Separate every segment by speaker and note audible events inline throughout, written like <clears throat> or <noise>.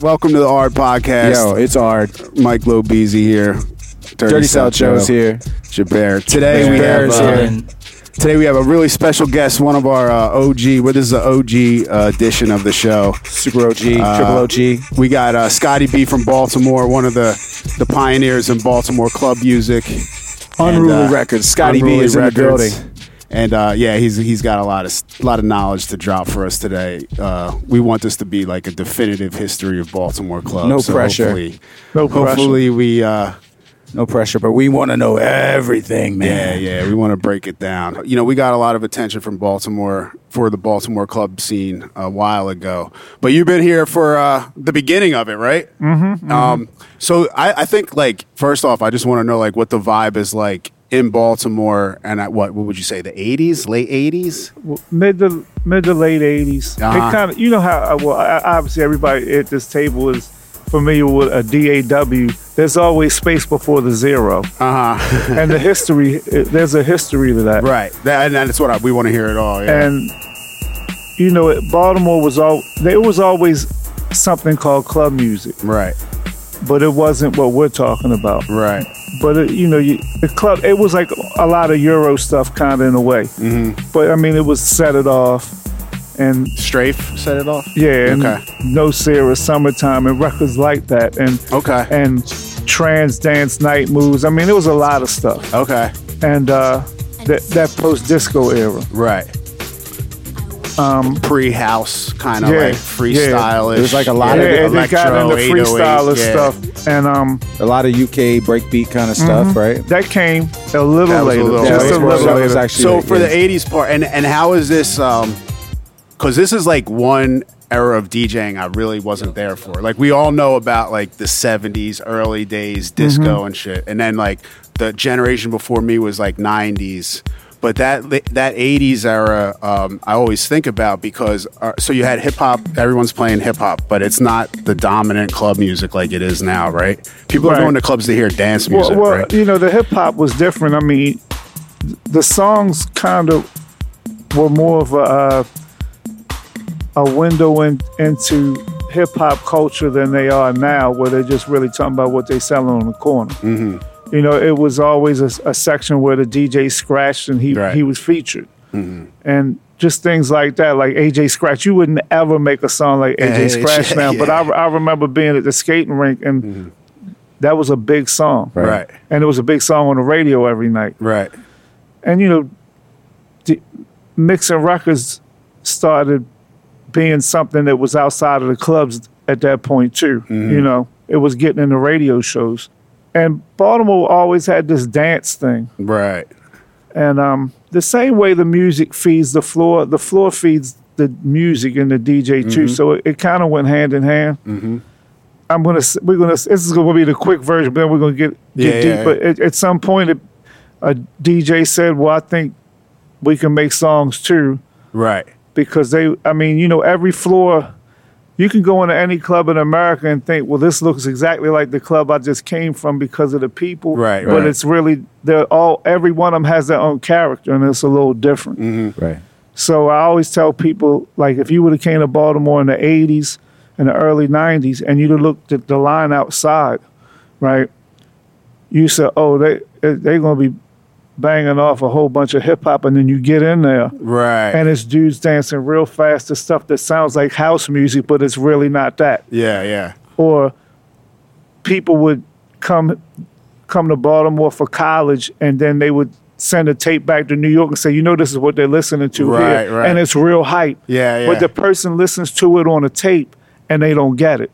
Speaker 1: Welcome to the Art Podcast.
Speaker 2: Yo, it's hard.
Speaker 1: Mike Lobezy here.
Speaker 2: Dirty South Joe's here.
Speaker 1: Jabert. Today we have
Speaker 2: Jabert's
Speaker 1: uh,
Speaker 2: here.
Speaker 1: today we have a really special guest, one of our uh, OG. What is the OG uh, edition of the show?
Speaker 2: Super OG, Triple OG.
Speaker 1: We got uh, Scotty B from Baltimore, one of the the pioneers in Baltimore club music.
Speaker 2: Unruly
Speaker 1: And, uh,
Speaker 2: Records. Scotty B
Speaker 1: Unruly
Speaker 2: is in the
Speaker 1: Records.
Speaker 2: building.
Speaker 1: And uh, yeah, he's he's got a lot of s- lot of knowledge to drop for us today. Uh, we want this to be like a definitive history of Baltimore clubs.
Speaker 2: No pressure.
Speaker 1: Hopefully,
Speaker 3: No pressure.
Speaker 1: hopefully we uh,
Speaker 2: No pressure, but we want to know everything,
Speaker 1: yeah
Speaker 2: man.
Speaker 1: yeah we want to break it down. You know, we got a lot of attention from Baltimore for the Baltimore club scene a while ago, but you've been here for uh, the beginning of it, right?
Speaker 3: Mm-hmm,
Speaker 1: Um, so I, I think like first off, I just want to know like what the vibe is like in Baltimore and at what what would you say the 80s, late 80s?
Speaker 3: Well, mid to mid to late 80s
Speaker 1: Uh-huh.
Speaker 3: it kind of you know how uh, well I- obviously everybody at this table is familiar with a daw there's always space before the zero
Speaker 1: Uh huh.
Speaker 3: and the history uh, there's a history to
Speaker 1: <laughs>
Speaker 3: that
Speaker 1: Right. That, and that's what I, we want to hear at all. Yeah.
Speaker 3: and you know it- baltimore was all there was always something called club music
Speaker 1: right.
Speaker 3: but it wasn't what we're talking about
Speaker 1: Right.
Speaker 3: but it, you know you, the club it was like a lot of euro stuff kind of in a way mm-hmm. but i mean it was set it off and
Speaker 1: Strafe set it off.
Speaker 3: Yeah, and
Speaker 1: Okay.
Speaker 3: Mm. No Sarah, Summertime, and records like that, and
Speaker 1: Okay.
Speaker 3: and Trans Dance Night Moves. I mean, it was a lot of stuff,
Speaker 1: okay.
Speaker 3: and uh, that that post disco era.
Speaker 1: Right. Um, pre-house kind of
Speaker 3: yeah,
Speaker 1: like
Speaker 3: yeah.
Speaker 1: freestyle.
Speaker 2: There's like a lot of
Speaker 3: Yeah, they got
Speaker 1: electro
Speaker 3: into
Speaker 1: 808s,
Speaker 3: freestyle and
Speaker 1: yeah.
Speaker 3: stuff, and um,
Speaker 2: A lot of UK breakbeat kind
Speaker 3: Mm-hmm.
Speaker 2: of stuff, right?
Speaker 3: that came a little
Speaker 1: That was a
Speaker 3: later,
Speaker 1: little
Speaker 3: just
Speaker 1: later.
Speaker 3: a little
Speaker 2: That
Speaker 3: later.
Speaker 2: was actually-
Speaker 1: So
Speaker 2: Yeah,
Speaker 1: for
Speaker 2: yeah.
Speaker 1: the '80s part, and and how is this? Um, because this is like one era of DJing I really wasn't there for. Like we all know about like the '70s, early days, disco and shit, and then like the generation before me was like '90s. But that that '80s era, um, I always think about because uh, so you had hip hop. Everyone's playing hip hop, but it's not the dominant club music like it is now, right? People
Speaker 3: Right.
Speaker 1: are going to clubs to hear dance
Speaker 3: well,
Speaker 1: music,
Speaker 3: well,
Speaker 1: right?
Speaker 3: you know, the hip hop was different. I mean, the songs kind of were more of a uh, a window in, into hip hop culture than they are now, where they're just really talking about what they selling on the corner. Mm-hmm. You know, it was always a, a section where the DJ scratched and he
Speaker 1: Right. Mm-hmm.
Speaker 3: he was featured, and just things like that, like AJ Scratch. You wouldn't ever make a song like AJ
Speaker 1: Yeah, Mm-hmm. <laughs>
Speaker 3: Scratch now, but I, I remember being at the skating rink and. That was a big song
Speaker 1: Right,
Speaker 3: and it was a big song on the radio every night.
Speaker 1: right,
Speaker 3: And you know, the mixing records started being something that was outside of the clubs at that point too. You know, it was getting in the radio shows, and Baltimore always had this dance thing.
Speaker 1: right.
Speaker 3: And um, the same way the music feeds the floor, the floor feeds the music and the DJ
Speaker 1: Mm-hmm.
Speaker 3: too. So it, it kind of went hand in hand. I'm gonna s- we're gonna s- this is gonna be the quick version, but then we're gonna get,
Speaker 1: Yeah,
Speaker 3: get
Speaker 1: yeah,
Speaker 3: deep. But at, at some point, it, a DJ said, "Well, I think we can make songs too."
Speaker 1: Right.
Speaker 3: because they I mean, you know, every floor you can go into any club in America and think, well, this looks exactly like the club I just came from because of the people.
Speaker 1: Right,
Speaker 3: But
Speaker 1: right.
Speaker 3: it's really they're all every one of them has their own character and it's a little different.
Speaker 1: Mm-hmm.
Speaker 2: Right.
Speaker 3: So I always tell people, like, if you would have came to Baltimore in the '80s and the early '90s, and you'd have looked at the line outside, right? You said, "Oh, they they're gonna be banging off a whole bunch of hip hop," and then you get in there,
Speaker 1: Right.
Speaker 3: and it's dudes dancing real fast to stuff that sounds like house music, but it's really not that.
Speaker 1: yeah, yeah.
Speaker 3: Or people would come come to Baltimore for college, and then they would send a tape back to New York and say, "You know, this is what they're listening to
Speaker 1: Right,
Speaker 3: here,
Speaker 1: right.
Speaker 3: and it's real hype."
Speaker 1: Yeah, yeah.
Speaker 3: But the person listens to it on a tape, and they don't get it.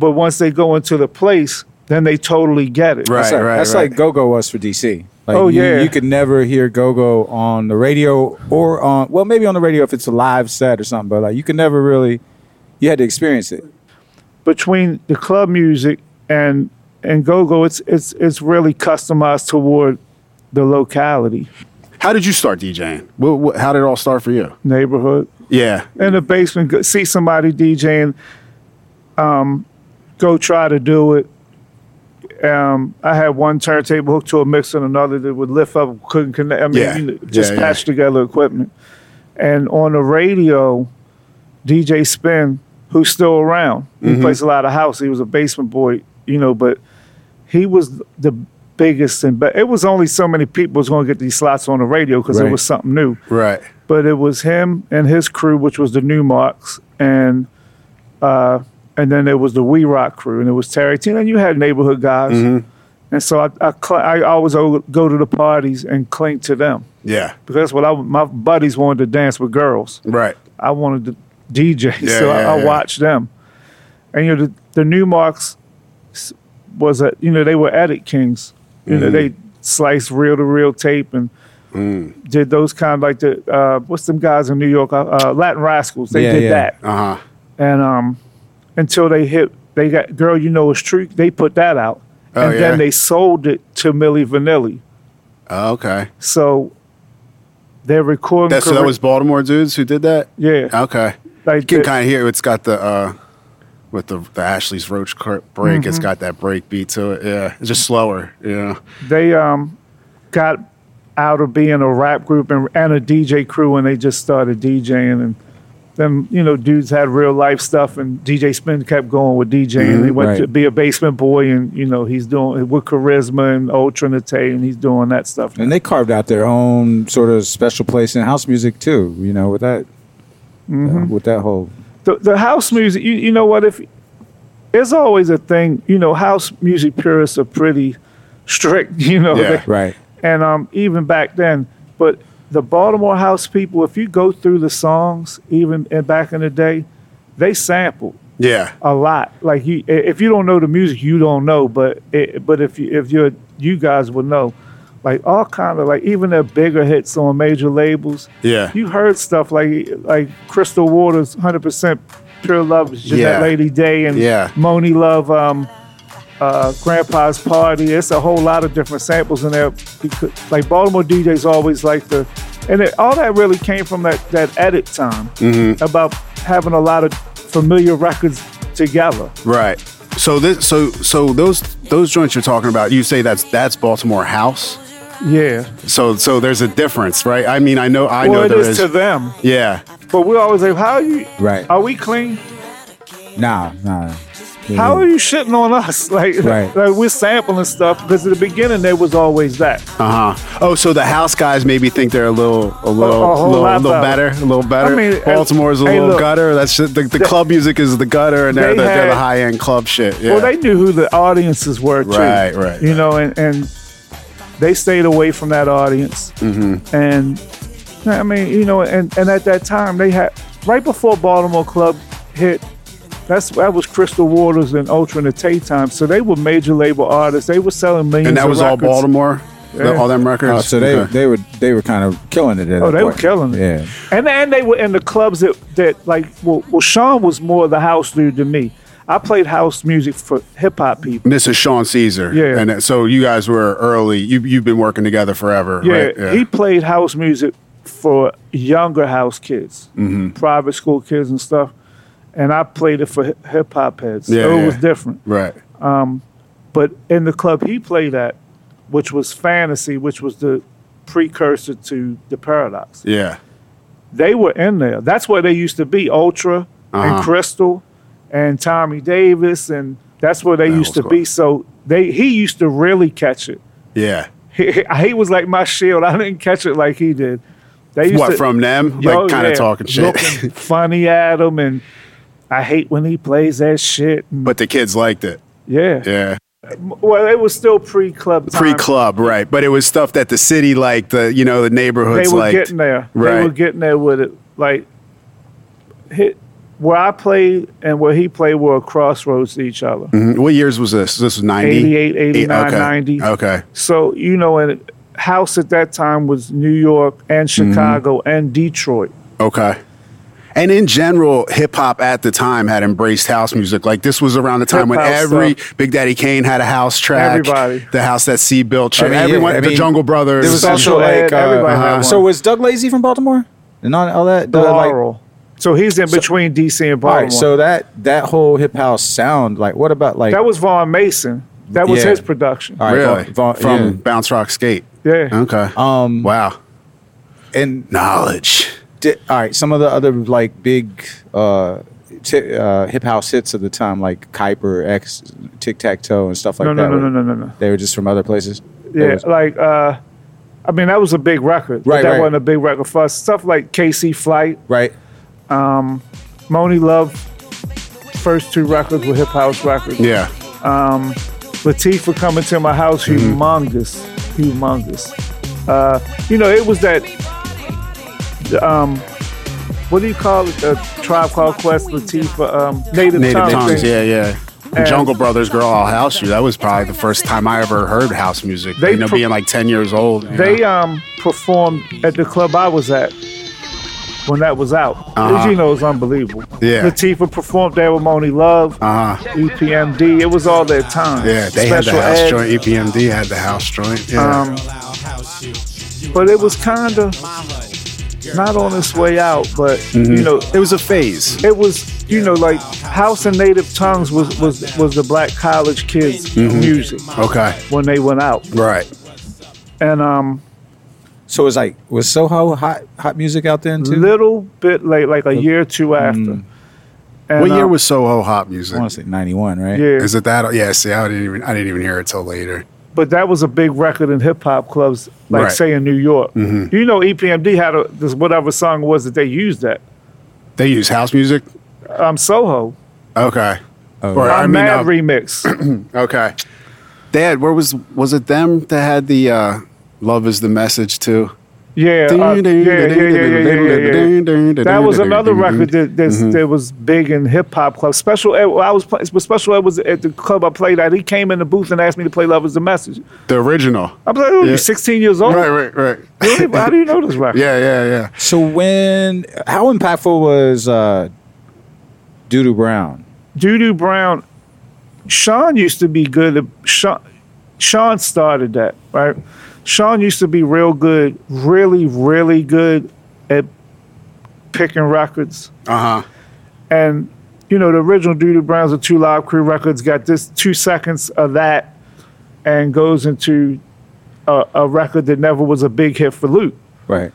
Speaker 3: But once they go into the place, then they totally get it.
Speaker 1: Right,
Speaker 2: That's like,
Speaker 1: right,
Speaker 2: that's
Speaker 1: right.
Speaker 2: like Go-Go was for DC. Like
Speaker 3: Oh,
Speaker 2: you,
Speaker 3: yeah.
Speaker 2: You could never hear Go-Go on the radio or on, well, maybe on the radio if it's a live set or something, but like you could never really, you had to experience it.
Speaker 3: between the club music and and go-go it's it's it's really customized toward the locality
Speaker 1: How did you start DJing? What, what, how did it all start for you?
Speaker 3: neighborhood
Speaker 1: Yeah.
Speaker 3: in the basement go- see somebody djing um go try to do it um i had one turntable hooked to a mixer and another that would lift up couldn't connect i mean
Speaker 1: Yeah.
Speaker 3: you know, just
Speaker 1: Yeah, yeah.
Speaker 3: patched together equipment and on the radio dj spin who's still around. He
Speaker 1: Mm-hmm.
Speaker 3: plays a lot of house. He was a basement boy, you know, but he was the biggest and but it was only so many people was going to get these slots on the radio because
Speaker 2: Right.
Speaker 3: it was something new
Speaker 1: Right.
Speaker 3: but it was him and his crew, which was the New Marks, and uh, and then it was the We Rock crew, and it was Terry Tina, and you had neighborhood guys, and so I I, cl- I always o- go to the parties and cling to them
Speaker 1: Yeah.
Speaker 3: because that's what I my buddies wanted to dance with girls,
Speaker 1: Right.
Speaker 3: I wanted to DJ,
Speaker 1: Yeah,
Speaker 3: <laughs> so
Speaker 1: yeah,
Speaker 3: I,
Speaker 1: yeah.
Speaker 3: I watched them, and you know the, the New Marks s- was a you know they were edit kings, you know
Speaker 1: Mm.
Speaker 3: they sliced reel to reel tape and did those kind of like the uh, what's them guys in New York uh, uh, Latin Rascals. They
Speaker 2: Yeah,
Speaker 3: did
Speaker 2: yeah.
Speaker 3: that,
Speaker 1: Uh huh.
Speaker 3: and um, until they hit, they got girl, you know it's true. They put that out,
Speaker 1: Oh,
Speaker 3: and
Speaker 1: yeah?
Speaker 3: then they sold it to Millie Vanilli.
Speaker 1: Oh, okay.
Speaker 3: So their recording.
Speaker 1: That, so that
Speaker 3: career-
Speaker 1: was Baltimore dudes who did that.
Speaker 3: yeah.
Speaker 1: Okay.
Speaker 3: like
Speaker 1: You can
Speaker 3: the-
Speaker 1: kind of hear it's got the uh, with the the Ashley's Roach cr- break. It's got that break beat to it. Yeah. It's just slower. Yeah.
Speaker 3: they um got out of being a rap group and, and a DJ crew and they just started DJing and then you know dudes had real life stuff and DJ Spin kept going with DJing and they went
Speaker 2: Right.
Speaker 3: to be a basement boy and you know he's doing with charisma and ultranate and he's doing that stuff
Speaker 2: And they carved out their own sort of special place in house music too. You know, with that,
Speaker 3: Mm-hmm.
Speaker 2: uh, with that whole
Speaker 3: the, the house music you, you know what if it's always a thing you know house music purists are pretty strict <laughs> you know
Speaker 1: Yeah.
Speaker 3: They-
Speaker 2: right.
Speaker 3: and um, even back then. But the Baltimore House people, if you go through the songs, even in, back in the day, they sampled
Speaker 1: Yeah.
Speaker 3: a lot. Like you, i- if you don't know the music, you don't know. But it, but if you, if you're you guys would know, like all kind of like even their bigger hits on major labels.
Speaker 1: Yeah.
Speaker 3: You heard stuff like like Crystal Waters, hundred percent pure love, is Jeanette
Speaker 1: Yeah.
Speaker 3: Lady Day, and
Speaker 1: Yeah.
Speaker 3: Moni Love, um, uh, Grandpa's Party. It's a whole lot of different samples in there. Because, like Baltimore DJs always like the, and it, all that really came from that that edit time about having a lot of familiar records together.
Speaker 1: Right. So this so so those those joints you're talking about, you say that's that's Baltimore house.
Speaker 3: Yeah,
Speaker 1: So so there's a difference, right? I mean, I know I
Speaker 3: well,
Speaker 1: know
Speaker 3: it
Speaker 1: there
Speaker 3: is,
Speaker 1: is.
Speaker 3: to them.
Speaker 1: yeah.
Speaker 3: But we always like, how are you?
Speaker 2: Right.
Speaker 3: Are we clean?
Speaker 2: Nah, nah.
Speaker 3: How are you shitting on us? <laughs> Like,
Speaker 2: Right.
Speaker 3: like we're sampling stuff because at the beginning there was always that.
Speaker 1: Uh-huh. Oh, so the house guys maybe think they're a little a little
Speaker 3: a whole
Speaker 1: little,
Speaker 3: lot
Speaker 1: little better,
Speaker 3: better.
Speaker 1: a little better.
Speaker 3: I mean,
Speaker 1: Baltimore's a
Speaker 3: hey,
Speaker 1: little
Speaker 3: look.
Speaker 1: gutter. That's just, the, the club music is the gutter and they're
Speaker 3: They
Speaker 1: the, they're the
Speaker 3: had-
Speaker 1: high end club shit. Yeah.
Speaker 3: Well, they knew who the audiences were too.
Speaker 1: Right, right,
Speaker 3: You
Speaker 1: right.
Speaker 3: know, and, and they stayed away from that audience. Mm-hmm. And I mean, you know, and, and at that time they had right before Baltimore Club hit. That's that was Crystal Waters and Ultra and the Tay time. So they were major label artists. They were selling millions.
Speaker 1: and that
Speaker 3: of
Speaker 1: was all
Speaker 3: records.
Speaker 1: Baltimore. The-
Speaker 3: Yeah.
Speaker 1: all them records.
Speaker 2: Oh, so they
Speaker 1: Okay.
Speaker 2: they were they were kind of killing it. At
Speaker 3: Oh,
Speaker 2: that
Speaker 3: they were
Speaker 2: point.
Speaker 3: killing it.
Speaker 2: Yeah,
Speaker 3: And and they were in the clubs that that like well, well Sean was more the house dude than me. I played house music for hip hop people.
Speaker 1: Mrs. Sean Caesar.
Speaker 3: Yeah.
Speaker 1: And that- so you guys were early. You you've been working together forever,
Speaker 3: Yeah,
Speaker 1: right?
Speaker 3: he played house music for younger house kids,
Speaker 1: Mm-hmm.
Speaker 3: private school kids and stuff. And I played it for hip hop heads.
Speaker 1: Yeah,
Speaker 3: so it
Speaker 1: yeah.
Speaker 3: was different.
Speaker 1: right.
Speaker 3: But in the club he played at, which was Fantasy, which was the precursor to the Paradox.
Speaker 1: Yeah.
Speaker 3: they were in there. That's where they used to be. Ultra
Speaker 1: Uh-huh.
Speaker 3: and Crystal and Tommy Davis, and that's where they
Speaker 1: That
Speaker 3: used to
Speaker 1: was cool.
Speaker 3: be. So they he used to really catch it. <laughs>
Speaker 1: Yeah.
Speaker 3: He, he- he was like my shield. I didn't catch it like he did. They used
Speaker 1: What
Speaker 3: to,
Speaker 1: from them?
Speaker 3: Yo,
Speaker 1: like kind of
Speaker 3: yeah,
Speaker 1: talking shit.
Speaker 3: looking funny at him, and I hate when he plays that shit. And
Speaker 1: <laughs> but the kids liked it.
Speaker 3: yeah.
Speaker 1: Yeah.
Speaker 3: well, it was still pre-club. time.
Speaker 1: Pre club, right. But it was stuff that the city liked, the you know, the
Speaker 3: They
Speaker 1: neighborhoods
Speaker 3: were
Speaker 1: liked.
Speaker 3: getting there. They were
Speaker 1: Right.
Speaker 3: getting there with it. Like hit where I played and where he played were a crossroads to each other.
Speaker 1: Mhm. What years was this? This was 90?
Speaker 3: 88, 89,
Speaker 1: okay.
Speaker 3: 90.
Speaker 1: Okay.
Speaker 3: So, you know, and house at that time was New York and
Speaker 1: Mm-hmm.
Speaker 3: Chicago and Detroit.
Speaker 1: Okay. And in general, hip hop at the time had embraced house music. Like this was around the time when
Speaker 3: Hip-hop
Speaker 1: every Big Daddy Kane had a house track.
Speaker 3: Everybody.
Speaker 1: The house that C built.
Speaker 2: I mean, yeah,
Speaker 1: everyone,
Speaker 2: I
Speaker 1: the
Speaker 2: mean,
Speaker 1: Jungle Brothers.
Speaker 2: there was
Speaker 3: Special
Speaker 2: also like
Speaker 3: Ed, everybody had
Speaker 2: uh,
Speaker 3: one.
Speaker 2: so was Doug Lazy from Baltimore and all, all that. The, like,
Speaker 3: Laurel. so he's in between DC and
Speaker 2: all
Speaker 3: Baltimore.
Speaker 2: right, so that that whole hip house sound, like, what about like?
Speaker 3: that was Vaughn Mason. That was
Speaker 2: Yeah.
Speaker 3: his production.
Speaker 2: all right,
Speaker 1: really
Speaker 2: Von- Von-
Speaker 1: from
Speaker 2: yeah.
Speaker 1: Bounce Rock Skate.
Speaker 3: Yeah.
Speaker 1: Okay.
Speaker 2: Um,
Speaker 1: wow.
Speaker 2: and
Speaker 1: Knowledge.
Speaker 2: di- all right, some of the other like big uh, ti uh, hip house hits of the time, like Kuiper, X, Tic Tac Toe, and stuff like
Speaker 3: no, no,
Speaker 2: that.
Speaker 3: no,
Speaker 2: were-
Speaker 3: no, no, no, no.
Speaker 2: They were just from other places. They
Speaker 3: Yeah,
Speaker 2: was-
Speaker 3: like uh, I mean that was a big record. but
Speaker 2: Right,
Speaker 3: that
Speaker 2: right.
Speaker 3: wasn't a big record for us. Stuff like KC Flight,
Speaker 2: right.
Speaker 3: Moni Love, first two records were hip house records.
Speaker 1: Yeah.
Speaker 3: Latifah coming to my house,
Speaker 2: Mm-hmm.
Speaker 3: humongous, humongous. Uh, you know, it was that. Um, what do you call it? The Tribe Called Quest, Latifah, um, Native,
Speaker 1: Native
Speaker 3: Tongue.
Speaker 1: Tongues.
Speaker 3: thing.
Speaker 1: Yeah, yeah. The Jungle Brothers girl, I'll house you. That was probably the first time I ever heard house music.
Speaker 3: They
Speaker 1: you know,
Speaker 3: pro-
Speaker 1: being like ten years old. you
Speaker 3: They
Speaker 1: know.
Speaker 3: um, performed at the club I was at when that was out.
Speaker 1: Uh-huh.
Speaker 3: You know, it was unbelievable.
Speaker 1: Yeah.
Speaker 3: Latifah performed there with Moni Love, E
Speaker 1: uh-huh.
Speaker 3: EPMD. It was all their time.
Speaker 1: Yeah, they had the
Speaker 3: Special
Speaker 1: house
Speaker 3: Ed.
Speaker 1: joint. E EPMD had the house joint. Yeah.
Speaker 3: Um, but it was kind of not on its way out, but you know,
Speaker 1: it was a phase.
Speaker 3: it was you know like house and native tongues was was was the black college kids
Speaker 1: Mm-hmm.
Speaker 3: music
Speaker 1: Okay.
Speaker 3: when they went out,
Speaker 1: Right.
Speaker 3: and um,
Speaker 2: So it was like was Soho hot hot music out then
Speaker 1: Mm-hmm.
Speaker 2: too?
Speaker 3: little bit late, like a year or two after. And,
Speaker 1: what year
Speaker 3: um,
Speaker 1: was Soho hop
Speaker 2: I
Speaker 1: music?
Speaker 2: want to say ninety one, right?
Speaker 3: yeah?
Speaker 1: Is it that? Yeah. See, I didn't even I didn't even hear it till later.
Speaker 3: but that was a big record in hip hop clubs, like
Speaker 1: Right. Mm-hmm.
Speaker 3: say in New York. You know, E EPMD had a, this whatever song it was that they used that
Speaker 1: They use house music.
Speaker 3: um Soho,
Speaker 1: Okay. or,
Speaker 3: our
Speaker 1: I mean,
Speaker 3: Oh. Mad
Speaker 1: uh, <clears throat>
Speaker 3: remix.
Speaker 1: okay. They had. Where was was it them that had the uh, "Love Is the Message" too?
Speaker 3: Yeah, uh, yeah, yeah, yeah, yeah, yeah, yeah, yeah. That was another record that that,
Speaker 1: Mm-hmm.
Speaker 3: that was big in hip hop clubs. Special Ed, well, I was play, but Special Ed was at the club I played at. He came in the booth and asked me to play "Love Is the Message."
Speaker 1: The original.
Speaker 3: I was like, "Oh,
Speaker 1: Yeah.
Speaker 3: you're 16 years old.
Speaker 1: Right, right, right.
Speaker 3: Really? How do you know
Speaker 1: <laughs>
Speaker 3: this record?"
Speaker 1: Yeah, yeah, yeah.
Speaker 2: So when how impactful was uh, Doodoo Brown?
Speaker 3: Doo Brown, Sean used to be good. at- Sean, Sean started that, right? Sean used to be real good, really, really good at picking records.
Speaker 1: Uh huh.
Speaker 3: and you know the original Doodoo Browns of Two Live Crew Records got this two seconds of that, and goes into a, a record that never was a big hit for Luke.
Speaker 2: Right.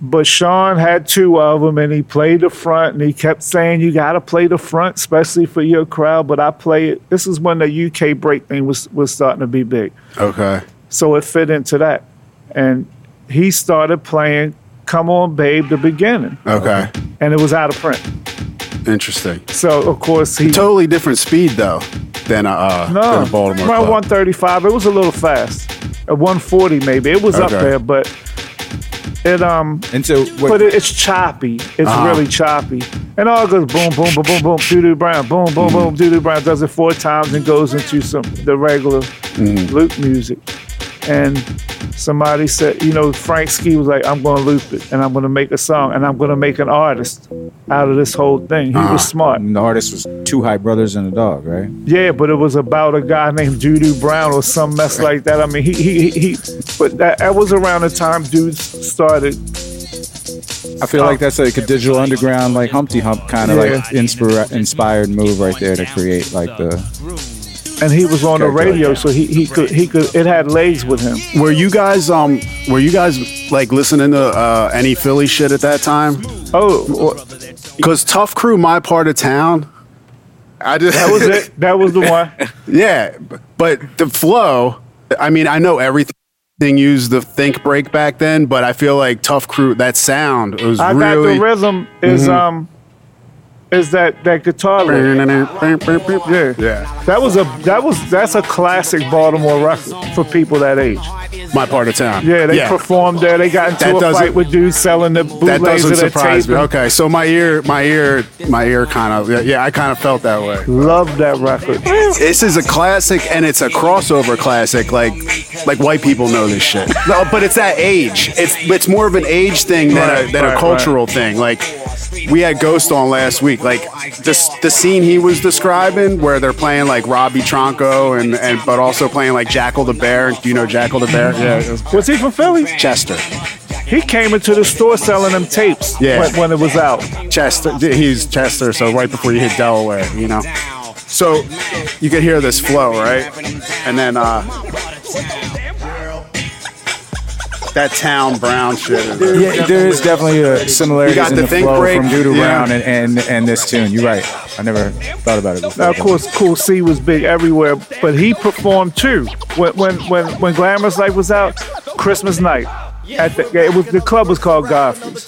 Speaker 3: But Sean had two of them, and he played the front, and he kept saying, "You got to play the front, especially for your crowd." But I play it. This is when the UK break thing was was starting to be big,
Speaker 1: Okay.
Speaker 3: so it fit into that, and he started playing "Come On, Babe" the beginning,
Speaker 1: Okay.
Speaker 3: and it was out of print.
Speaker 1: Interesting.
Speaker 3: So of course he
Speaker 1: Totally different speed though than a uh,
Speaker 3: No,
Speaker 1: than a Baltimore
Speaker 3: around
Speaker 1: club.
Speaker 3: 135. It was a little fast. At 140 maybe. It was up
Speaker 1: Okay.
Speaker 3: there, but it um,
Speaker 2: And so what,
Speaker 3: but it, it's choppy. It's really choppy. And all goes boom, boom, boom, boom, boom, doo doo brown, boom, boom, boom, doo doo brown. Does it four times and goes into some the regular loop music. And somebody said, you know, Frank Ski was like, I'm going to loop it, and I'm going to make a song, and I'm going to make an artist out of this whole thing. He was smart.
Speaker 2: and the artist was two high brothers and a dog, right?
Speaker 3: Yeah, but it was about a guy named Doodoo Brown or some mess like that. I mean, he he he. he but that, that was around the time dudes started.
Speaker 2: I feel like that's like a digital underground, like Humpty Hump kind of
Speaker 3: Yeah.
Speaker 2: like inspira- inspired move right there to create like the.
Speaker 3: And he was on the
Speaker 2: Okay, good.
Speaker 3: radio, so he, he could he could it had legs with him.
Speaker 1: Were you guys um were you guys like listening to uh, any Philly shit at that time?
Speaker 3: Oh, well,
Speaker 1: Cuz Tough Crew my part of town. I just <laughs>
Speaker 3: that was it. That was the one.
Speaker 1: yeah, but the flow, I mean, I know everything used the think break back then, but I feel like Tough Crew that sound was
Speaker 3: I got
Speaker 1: really Mm-hmm.
Speaker 3: the rhythm is um is that that guitar lick.
Speaker 1: Yeah.
Speaker 3: That was a that was that's a classic Baltimore record for people that age.
Speaker 1: My part of town.
Speaker 3: Yeah, they performed there. They got into
Speaker 1: That
Speaker 3: a
Speaker 1: doesn't-
Speaker 3: fight with dudes selling the
Speaker 1: that
Speaker 3: bootlegs
Speaker 1: doesn't
Speaker 3: of their tape.
Speaker 1: surprise me. Okay, so my ear, my ear, my ear kind of, yeah, I kind of felt that way.
Speaker 3: Love that record.
Speaker 1: This is a classic, and it's a crossover classic. Like, like white people know this shit. No, but it's that age. It's it's more of an age thing than a
Speaker 3: Right,
Speaker 1: than
Speaker 3: right,
Speaker 1: a cultural thing. Like, we had Ghost on last week. Like, this the scene he was describing where they're playing like Robbie Tronco and and but also playing like Jackal the Bear. Do you know Jackal the Bear? Yeah.
Speaker 3: Was he from Philly?
Speaker 1: Chester.
Speaker 3: He came into the store selling them tapes
Speaker 1: Yeah.
Speaker 3: when, when it was out.
Speaker 1: Chester. He's Chester. So right before you hit Delaware, you know. So you could hear this flow, right? And then uh that town brown shit. is-
Speaker 2: Yeah, there is definitely a similarity
Speaker 1: You got
Speaker 2: in
Speaker 1: the
Speaker 2: the
Speaker 1: think
Speaker 2: flow
Speaker 1: break.
Speaker 2: from Doodle
Speaker 1: Yeah.
Speaker 2: Brown and, and and this tune. You're right. I never thought about it. Before.
Speaker 3: Now, of course, Cool C was big everywhere, but he performed too. When when when, when Glamorous Life was out, Christmas night, at the, yeah, it was, the club was called Godfrey's.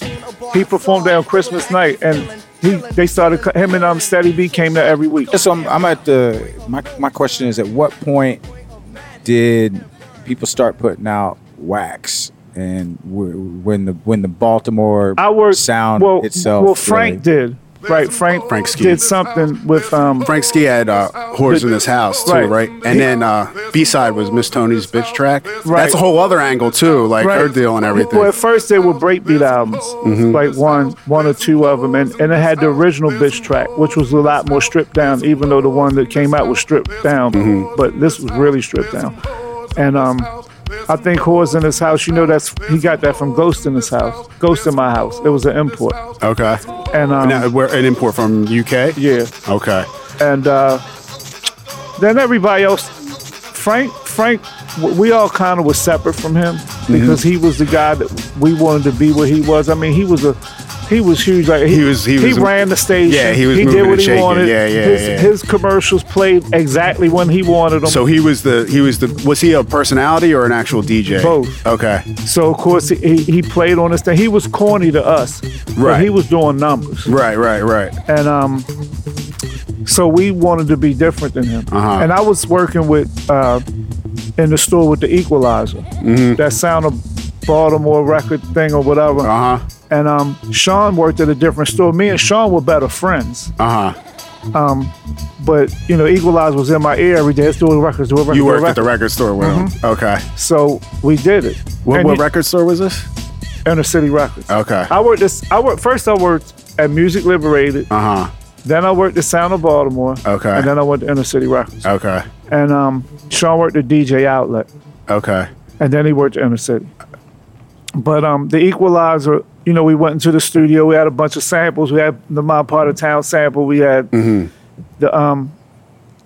Speaker 3: He performed there on Christmas night, and he they started co- him and um Steady B came there every week.
Speaker 2: So I'm, I'm at the my my question is at what point did people start putting out wax and wh- when the when the Baltimore
Speaker 3: I worked
Speaker 2: sound
Speaker 3: well,
Speaker 2: itself
Speaker 3: Well, Frank did right. Frank
Speaker 1: Frank Ski.
Speaker 3: did something with um.
Speaker 1: Frank Ski had uh, Whores in His House, too,
Speaker 3: Right.
Speaker 1: right? And then uh, B side was Miss Tony's Bitch Track.
Speaker 3: Right.
Speaker 1: That's a whole other angle, too, like her deal and everything.
Speaker 3: Well, at first they were breakbeat albums, like one, one or two of them, and, and it had the original bitch track, which was a lot more stripped down. Even though the one that came out was stripped down, but this was really stripped down. And um, I think Whores in His House, you know, that's he got that from Ghost in His House, Ghost in My House. It was an import,
Speaker 1: Okay.
Speaker 3: and um,
Speaker 1: Now, we're an import from UK?
Speaker 3: yeah,
Speaker 1: Okay.
Speaker 3: and uh, then everybody else, Frank, Frank, w- we all kind of was separate from him
Speaker 1: Mm-hmm.
Speaker 3: because he was the guy that we wanted to be where he was. I mean, he was a he was huge. Like he,
Speaker 1: He was- he was-
Speaker 3: ran the station.
Speaker 1: Yeah, he was
Speaker 3: He did
Speaker 1: moving
Speaker 3: what
Speaker 1: and
Speaker 3: he
Speaker 1: shaking.
Speaker 3: wanted.
Speaker 1: Yeah, yeah,
Speaker 3: his,
Speaker 1: yeah.
Speaker 3: his commercials played exactly when he wanted them.
Speaker 1: So he was the, he was the, was he a personality or an actual DJ?
Speaker 3: Both.
Speaker 1: Okay.
Speaker 3: So of course he, he he played on this thing. He was corny to us, but
Speaker 1: Right.
Speaker 3: he was doing numbers.
Speaker 1: Right, right, right.
Speaker 3: and um, so we wanted to be different than him.
Speaker 1: Uh-huh.
Speaker 3: And I was working with uh, in the store with the Equalizer,
Speaker 1: Mm-hmm.
Speaker 3: that sound of Baltimore record thing or whatever.
Speaker 1: Uh huh.
Speaker 3: And um, Sean worked at a different store. Me and Sean were better friends,
Speaker 1: Uh huh.
Speaker 3: but you know, Equalizer was in my ear every day. It's doing records, doing records.
Speaker 1: You
Speaker 3: doing
Speaker 1: worked at the
Speaker 3: records.
Speaker 1: record store with him. Okay.
Speaker 3: So we did it.
Speaker 1: What,
Speaker 3: And
Speaker 1: what
Speaker 3: he-
Speaker 1: record store was this?
Speaker 3: Inner City Records.
Speaker 1: Okay.
Speaker 3: I worked this. I worked first. I worked at Music Liberated.
Speaker 1: Uh huh.
Speaker 3: Then I worked at Sound of Baltimore.
Speaker 1: Okay.
Speaker 3: And then I went to Inner City Records.
Speaker 1: Okay.
Speaker 3: and um, Sean worked at DJ Outlet,
Speaker 1: Okay.
Speaker 3: and then he worked at Inner City. But um, the Equalizer, you know, we went into the studio. We had a bunch of samples. We had the My Part of Town sample. We had the um,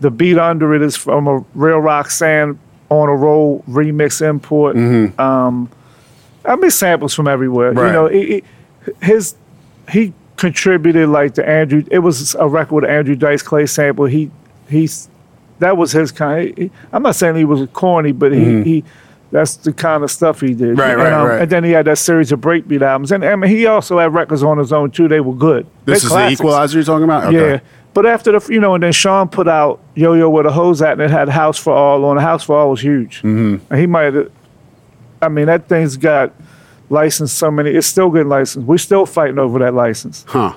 Speaker 3: the beat under it is from a Real Rock Sand on a Roll remix import. Um, I mean, samples from everywhere. You
Speaker 1: Right.
Speaker 3: know, it, it, his he contributed like the Andrew. It was a record with Andrew Dice Clay sample. He he's that was his kind. he- I'm not saying he was corny, but he he that's the kind of stuff he did.
Speaker 1: Mm-hmm. Right,
Speaker 3: and, um,
Speaker 1: right, right.
Speaker 3: And then he had that series of breakbeat albums, and I mean he also had records on his own too. They were good.
Speaker 1: This
Speaker 3: They're
Speaker 1: is
Speaker 3: classics.
Speaker 1: the equalizer you're talking about? Okay.
Speaker 3: Yeah. But after the, you know, and then Sean put out Yo Yo Where the Hoes At, and it had House for All on. House for All was huge. Mm-hmm. And he might have, I mean, that thing's got licensed so many, it's still getting licensed. We're still fighting over that license
Speaker 1: Huh.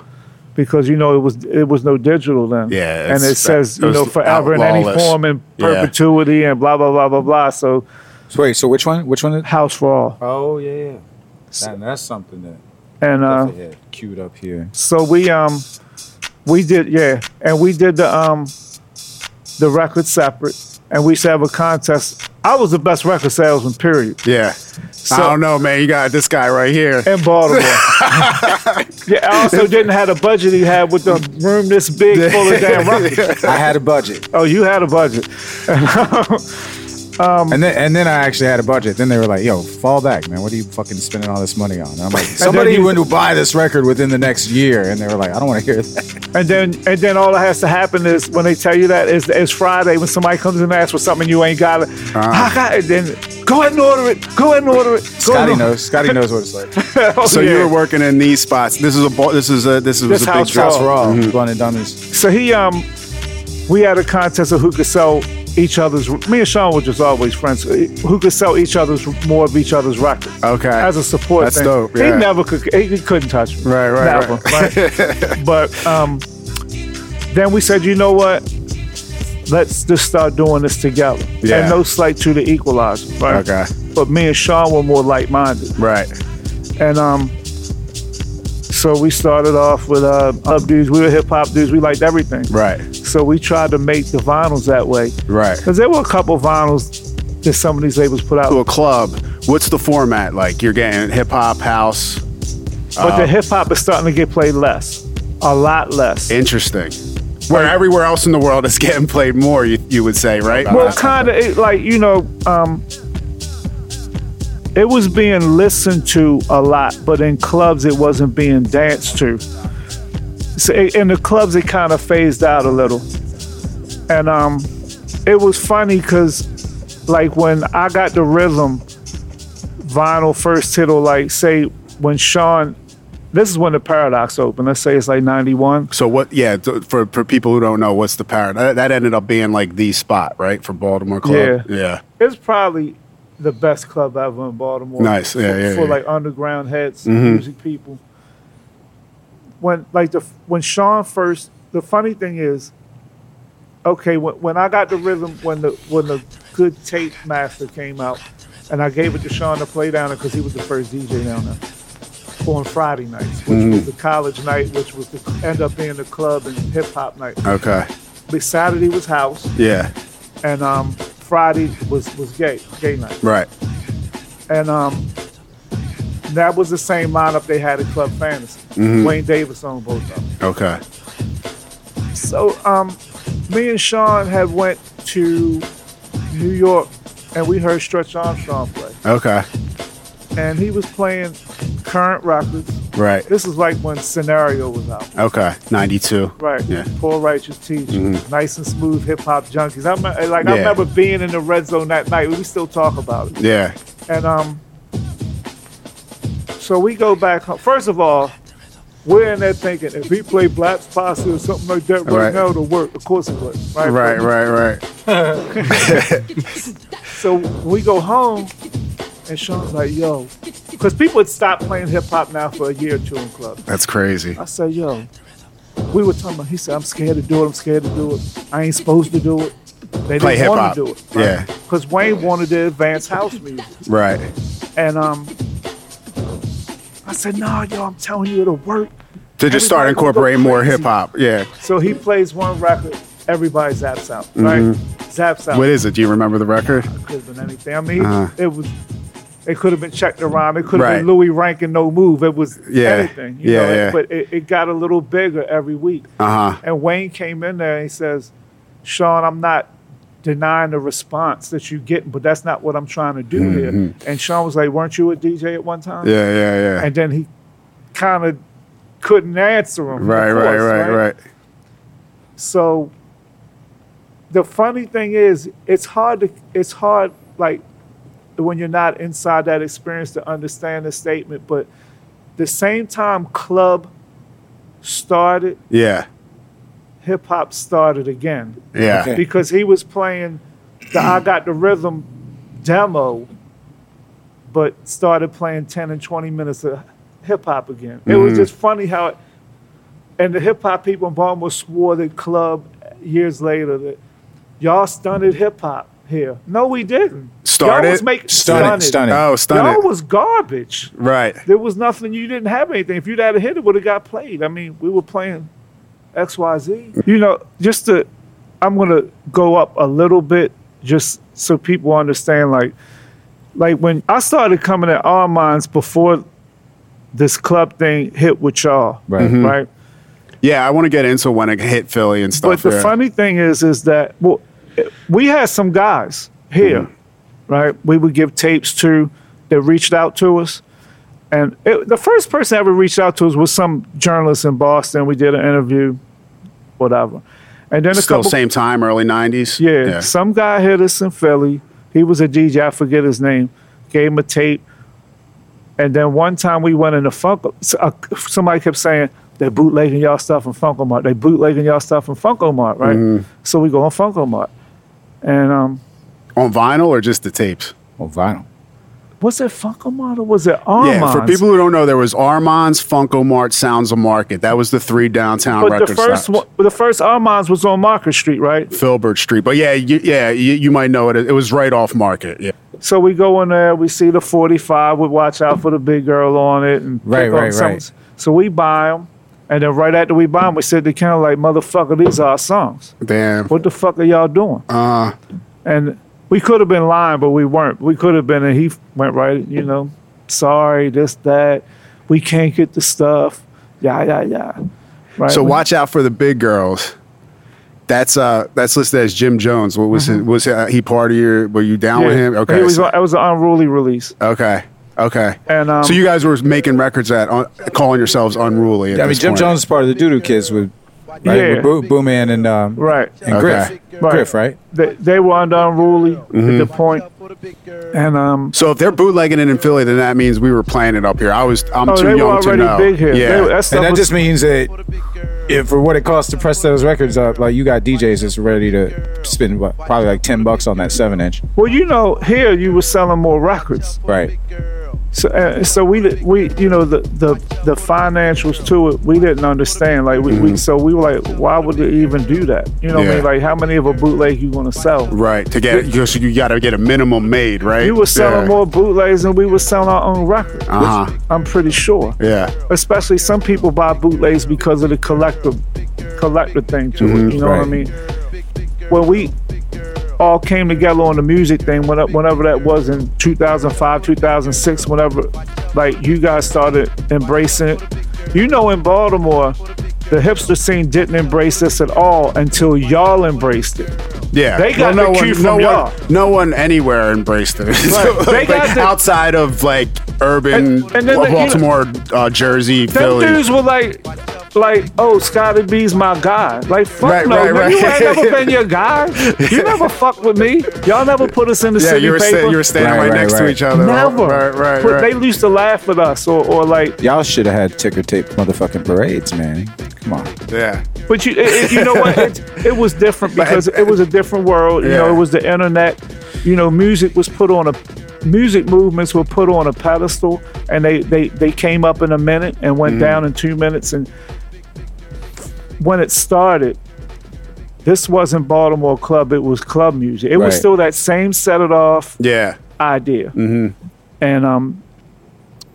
Speaker 3: because, you know, it was it was no digital then.
Speaker 1: Yeah,
Speaker 3: And it
Speaker 1: it's-
Speaker 3: says,
Speaker 1: that-
Speaker 3: you
Speaker 1: it
Speaker 3: know,
Speaker 1: was
Speaker 3: forever in any
Speaker 1: outlawless.
Speaker 3: form in
Speaker 1: Yeah.
Speaker 3: perpetuity and blah, blah, blah, blah, blah. So
Speaker 2: So wait, so which one? Which one? Is-
Speaker 3: House for All.
Speaker 2: oh yeah, yeah. That, that's something that
Speaker 3: And, uh,
Speaker 2: I had queued up here.
Speaker 3: So we um we did yeah, and we did the um the record separate, and we used to have a contest. I was the best record salesman, period,
Speaker 1: Yeah. I don't know, man. You got this guy right here.
Speaker 3: in
Speaker 1: <laughs>
Speaker 3: Baltimore. yeah, I also didn't have the budget he had with the room this big full of
Speaker 1: <laughs>
Speaker 3: damn records.
Speaker 2: I had a
Speaker 3: <laughs>
Speaker 2: budget,
Speaker 3: Oh, you had a budget. Um,
Speaker 2: and then and then I actually had a budget. Then they were like, "Yo, fall back, man. What are you fucking spending all this money on?" And I'm like, "Somebody
Speaker 3: you-
Speaker 2: went to buy this record within the next year," and they were like, "I don't want to hear that."
Speaker 3: And then and then all that has to happen is when they tell you that is is Friday when somebody comes and asks for something you ain't got it.
Speaker 1: Uh-huh.
Speaker 3: I got it. Then go ahead and order it. Go ahead and order it. Go ahead
Speaker 2: Scotty
Speaker 3: and-
Speaker 2: knows. Scotty knows what it's like.
Speaker 3: <laughs> Oh,
Speaker 1: So
Speaker 3: yeah.
Speaker 1: you were working in these spots. This is a ball. This is a this was
Speaker 3: This
Speaker 1: a big
Speaker 3: house
Speaker 1: job.
Speaker 2: Shots
Speaker 3: Oh.
Speaker 2: for all. London Dummies.
Speaker 3: So he um, we had a contest of who could sell each other's. Me and Sean were just always friends. Uh, Who could sell each other's more of each other's records?
Speaker 1: Okay.
Speaker 3: As a support.
Speaker 1: That's
Speaker 3: thing.
Speaker 1: dope,
Speaker 3: He
Speaker 1: yeah.
Speaker 3: never could. He, he couldn't touch me.
Speaker 1: Right, right,
Speaker 3: Never,
Speaker 1: <laughs>
Speaker 3: right? but um, then we said, you know what? Let's just start doing this together.
Speaker 1: Yeah.
Speaker 3: And no slight to the equalizer, right?
Speaker 1: Okay.
Speaker 3: But me and Sean were more like-minded.
Speaker 1: Right.
Speaker 3: And um, so we started off with uh, up dudes. We were hip hop dudes. We liked everything.
Speaker 1: Right.
Speaker 3: So we tried to make the vinyls that way.
Speaker 1: Right.
Speaker 3: Because there were a couple vinyls that some of these labels put out,
Speaker 1: To a club. What's the format like? You're getting hip hop, house.
Speaker 3: but the hip hop is starting to get played less, a lot less.
Speaker 1: Interesting. Where everywhere else in the world is <laughs> getting played more, you, you would say, right?
Speaker 3: well, kind of like you know, um, it was being listened to a lot, but in clubs it wasn't being danced to. So i- in the clubs it kind of phased out a little, and um, it was funny because like when I got the rhythm, vinyl first hit or like say when Sean, this is when the Paradox opened. Let's say it's like '91.
Speaker 1: So what? Yeah, th- for for people who don't know, what's the parrot? That, that ended up being like the spot, right, for Baltimore club.
Speaker 3: Yeah.
Speaker 1: yeah.
Speaker 3: It's probably the best club ever in Baltimore.
Speaker 1: Nice. Yeah,
Speaker 3: for,
Speaker 1: yeah, Mm-hmm.
Speaker 3: for
Speaker 1: yeah.
Speaker 3: like underground heads, music people. When like the when Sean first, the funny thing is, okay, when, when I got the rhythm, when the when the good tape master came out, and I gave it to Sean to play down there because he was the first DJ down there on Friday nights, which
Speaker 1: Mm-hmm.
Speaker 3: was the college night, which was the end up being the club and hip hop night.
Speaker 1: Okay.
Speaker 3: But Saturday was house,
Speaker 1: Yeah.
Speaker 3: and um, Friday was was gay gay night
Speaker 1: Right.
Speaker 3: and um, that was the same lineup they had at Club Fantasy.
Speaker 1: Mm-hmm.
Speaker 3: Wayne Davis on both of them.
Speaker 1: Okay.
Speaker 3: So um, me and Sean had went to New York and we heard Stretch Armstrong play,
Speaker 1: Okay.
Speaker 3: and he was playing current records.
Speaker 1: Right.
Speaker 3: This is like when Scenario was out.
Speaker 1: Okay. Ninety two.
Speaker 3: Right,
Speaker 1: Yeah. Mm-hmm.
Speaker 3: poor righteous teacher, nice and smooth hip hop junkies. I remember, like I
Speaker 1: Yeah.
Speaker 3: remember being in the red zone that night. We still talk about it.
Speaker 1: Yeah.
Speaker 3: And um, so we go back home. First of all, we're in there thinking if he played Black's Posse or something like that right,
Speaker 1: Right.
Speaker 3: now, it'll work. Of course it would. Right.
Speaker 1: Right. Right. Right.
Speaker 3: So we go home, and Sean's like, yo, because people had stopped playing hip hop now for a year or two in clubs.
Speaker 1: That's crazy.
Speaker 3: I said, yo, we were talking about, he said, I'm scared to do it. I'm scared to do it. I ain't supposed to do it. They
Speaker 1: Play
Speaker 3: didn't
Speaker 1: hip-hop.
Speaker 3: want to do it.
Speaker 1: Yeah.
Speaker 3: Because Wayne wanted to advance house music.
Speaker 1: Right.
Speaker 3: And um, I said, nah, yo, I'm telling you, it'll work.
Speaker 1: To just start
Speaker 3: Everybody go
Speaker 1: incorporating more
Speaker 3: crazy.
Speaker 1: hip hop. Yeah.
Speaker 3: So he plays one record, everybody zaps out, right? Zaps out.
Speaker 1: What is Mm-hmm. it? Do you remember the record?
Speaker 3: could have been anything. I mean, it was. It could have been checked around. It could have been
Speaker 1: Right.
Speaker 3: Louis Rankin, no move. It was
Speaker 1: Yeah.
Speaker 3: anything. You
Speaker 1: Yeah,
Speaker 3: know?
Speaker 1: yeah.
Speaker 3: But it, it got a little bigger every week.
Speaker 1: Uh huh.
Speaker 3: And Wayne came in there and he says, Sean, I'm not denying the response that you get, but that's not what I'm trying to do here.
Speaker 1: Mm-hmm.
Speaker 3: And Sean was like, Weren't you a DJ at one time?
Speaker 1: Yeah. Yeah. Yeah.
Speaker 3: and then he kind of couldn't answer him. of
Speaker 1: Right, right,
Speaker 3: course,
Speaker 1: right, right,
Speaker 3: So the funny thing is, it's hard to it's hard like when you're not inside that experience to understand the statement. But the same time club started,
Speaker 1: Yeah.
Speaker 3: hip hop started again
Speaker 1: Yeah.
Speaker 2: <laughs> Okay.
Speaker 3: because he was playing the I Got the Rhythm demo, but started playing 10 and 20 minutes of hip hop again. It was
Speaker 2: Mm-hmm.
Speaker 3: just funny how, it, and the hip hop people in Baltimore swore that club years later that y'all stunted hip hop here. No, we didn't.
Speaker 1: Started?
Speaker 3: Y'all was making
Speaker 2: Stunted,
Speaker 3: stunted.
Speaker 2: stunted.
Speaker 1: Oh,
Speaker 3: Y'all
Speaker 1: stunted.
Speaker 3: was garbage.
Speaker 1: Right.
Speaker 3: There was nothing. You didn't have anything. If you'd had a hit, it would have got played. I mean, we were playing X, Y, Z. You know, just to, I'm gonna go up a little bit, just so people understand. Like, like when I started coming at Armand's before this club thing hit with y'all,
Speaker 2: Right.
Speaker 3: Right.
Speaker 1: Yeah. I want to get into when it hit Philly and
Speaker 3: But
Speaker 1: stuff.
Speaker 3: the
Speaker 1: yeah.
Speaker 3: funny thing is, is that well, we had some guys here,
Speaker 1: Mm-hmm.
Speaker 3: right? We would give tapes to that reached out to us, and it, the first person that ever reached out to us was some journalist in Boston. We did an interview, whatever, and then a
Speaker 1: Still
Speaker 3: couple,
Speaker 1: same time, early nineties.
Speaker 3: yeah, some guy hit us in Philly. He was a DJ, I forget his name. Gave him a tape, and then one time we went in the Funko. so- uh, Somebody kept saying they're bootlegging y'all stuff in Funko Mart. They bootlegging y'all stuff in Funko Mart, right?
Speaker 1: Mm-hmm.
Speaker 3: So we go on Funko Mart, and um,
Speaker 1: On vinyl or just the tapes?
Speaker 2: Oh, vinyl.
Speaker 3: was it Funko Mart or was it Armand's?
Speaker 1: Yeah, for people who don't know, there was Armand's, Funko Mart, Sounds of Market. That was the three downtown
Speaker 3: But
Speaker 1: record
Speaker 3: the first
Speaker 1: stops.
Speaker 3: one, the first Armand's was on Market Street, right?
Speaker 1: Filbert Street. But yeah, you, yeah, you, you might know it. It was right off Market. Yeah,
Speaker 3: So we go in there, we see the 45, we watch out for the big girl on it. And
Speaker 2: Right,
Speaker 3: pick on
Speaker 2: right,
Speaker 3: some-
Speaker 2: right.
Speaker 3: So we buy them. And then right after we buy them, we said to Ken, like, motherfucker, these are our songs.
Speaker 1: damn.
Speaker 3: What the fuck are y'all doing?
Speaker 1: Uh,
Speaker 3: And we could have been lying, but we weren't. We could have been, and he went right, you know, sorry, this, that. We can't get the stuff. Yeah, yeah, yeah. Right?
Speaker 1: so
Speaker 3: We-
Speaker 1: watch out for the big girls. That's uh, that's listed as Jim Jones. What was his, was uh, he part of your? Were you down with him? Okay,
Speaker 3: Mm-hmm. He was,
Speaker 1: so-
Speaker 3: it was an unruly release.
Speaker 1: okay, okay.
Speaker 3: And, um,
Speaker 1: so you guys were making records at on, calling yourselves unruly. At
Speaker 2: I mean,
Speaker 1: this
Speaker 2: Jim
Speaker 1: point.
Speaker 2: Jones is part of the Doo Doo Kids with, right?
Speaker 3: Yeah.
Speaker 2: with Bo- Boom Man and um,
Speaker 3: Right.
Speaker 2: and
Speaker 1: Okay.
Speaker 2: Griff,
Speaker 3: Right.
Speaker 2: Griff, right?
Speaker 3: They, they were under unruly
Speaker 1: Mm-hmm.
Speaker 3: at the point, and um,
Speaker 1: So if they're bootlegging it in Philly, then that means we were playing it up here. I was I'm
Speaker 3: oh,
Speaker 1: too
Speaker 3: they were
Speaker 1: young to
Speaker 3: already
Speaker 1: know.
Speaker 3: big here.
Speaker 1: Yeah,
Speaker 3: They, that stuff
Speaker 2: And that
Speaker 3: was-
Speaker 2: just means that if for what it costs to press those records up, like you got DJs that's ready to spend what, probably like ten bucks on that seven inch,
Speaker 3: well, you know, here you were selling more records.
Speaker 2: right?
Speaker 3: So, uh, so we di- we you know the, the the financials to it we didn't understand like we, we so we were like why would they even do that you know what I mean
Speaker 1: Mm-hmm. Yeah.
Speaker 3: like how many of a bootleg you gonna sell
Speaker 1: right. To get because you got to get a minimum made, right?
Speaker 3: you were selling
Speaker 1: yeah.
Speaker 3: more bootlegs than we were selling our own records
Speaker 1: Uh-huh.
Speaker 3: I'm pretty sure
Speaker 1: Yeah,
Speaker 3: especially some people buy bootlegs because of the collector collector thing to it. You know what I
Speaker 2: Right.
Speaker 3: mean? When we all came together on the music thing, when- whenever that was in 2005, 2006, whenever like you guys started embracing it, you know, in Baltimore. The hipster scene didn't embrace this at all until y'all embraced it.
Speaker 1: yeah.
Speaker 3: They got the cue from
Speaker 1: no
Speaker 3: y'all.
Speaker 1: One, no one anywhere embraced it. <laughs> So,
Speaker 3: They
Speaker 1: like,
Speaker 3: got the-
Speaker 1: outside of like urban
Speaker 3: And- and then the- you
Speaker 1: Baltimore, uh, Jersey,
Speaker 3: Them
Speaker 1: Philly.
Speaker 3: dudes were like, like, oh, Scotty B's my guy. Like, fuck
Speaker 1: Right,
Speaker 3: no,
Speaker 1: right,
Speaker 3: man, you
Speaker 1: right.
Speaker 3: ain't never
Speaker 1: <laughs>
Speaker 3: been your guy. You never fucked with me. Y'all never put us in the
Speaker 1: yeah,
Speaker 3: city
Speaker 1: you were
Speaker 3: paper.
Speaker 1: sta- you were standing
Speaker 2: Right,
Speaker 1: right,
Speaker 2: right,
Speaker 1: next to
Speaker 2: right.
Speaker 1: each other.
Speaker 3: never.
Speaker 1: Right, right,
Speaker 3: But
Speaker 1: right.
Speaker 3: They used to laugh at us, or, or like,
Speaker 2: Y'all should have had ticker tape motherfucking parades, man. Come on.
Speaker 1: yeah.
Speaker 3: but you, it, it- you know what? It, it was different because it was a different world. You know,
Speaker 1: Yeah.
Speaker 3: it was the internet. You know, music was put on a, music movements were put on a pedestal, and they they they came up in a minute and went down in two minutes. And when it started, this wasn't Baltimore club. It was club music. It
Speaker 2: Right.
Speaker 3: was still that same set it off.
Speaker 1: Yeah.
Speaker 3: idea.
Speaker 1: Mm-hmm.
Speaker 3: And um,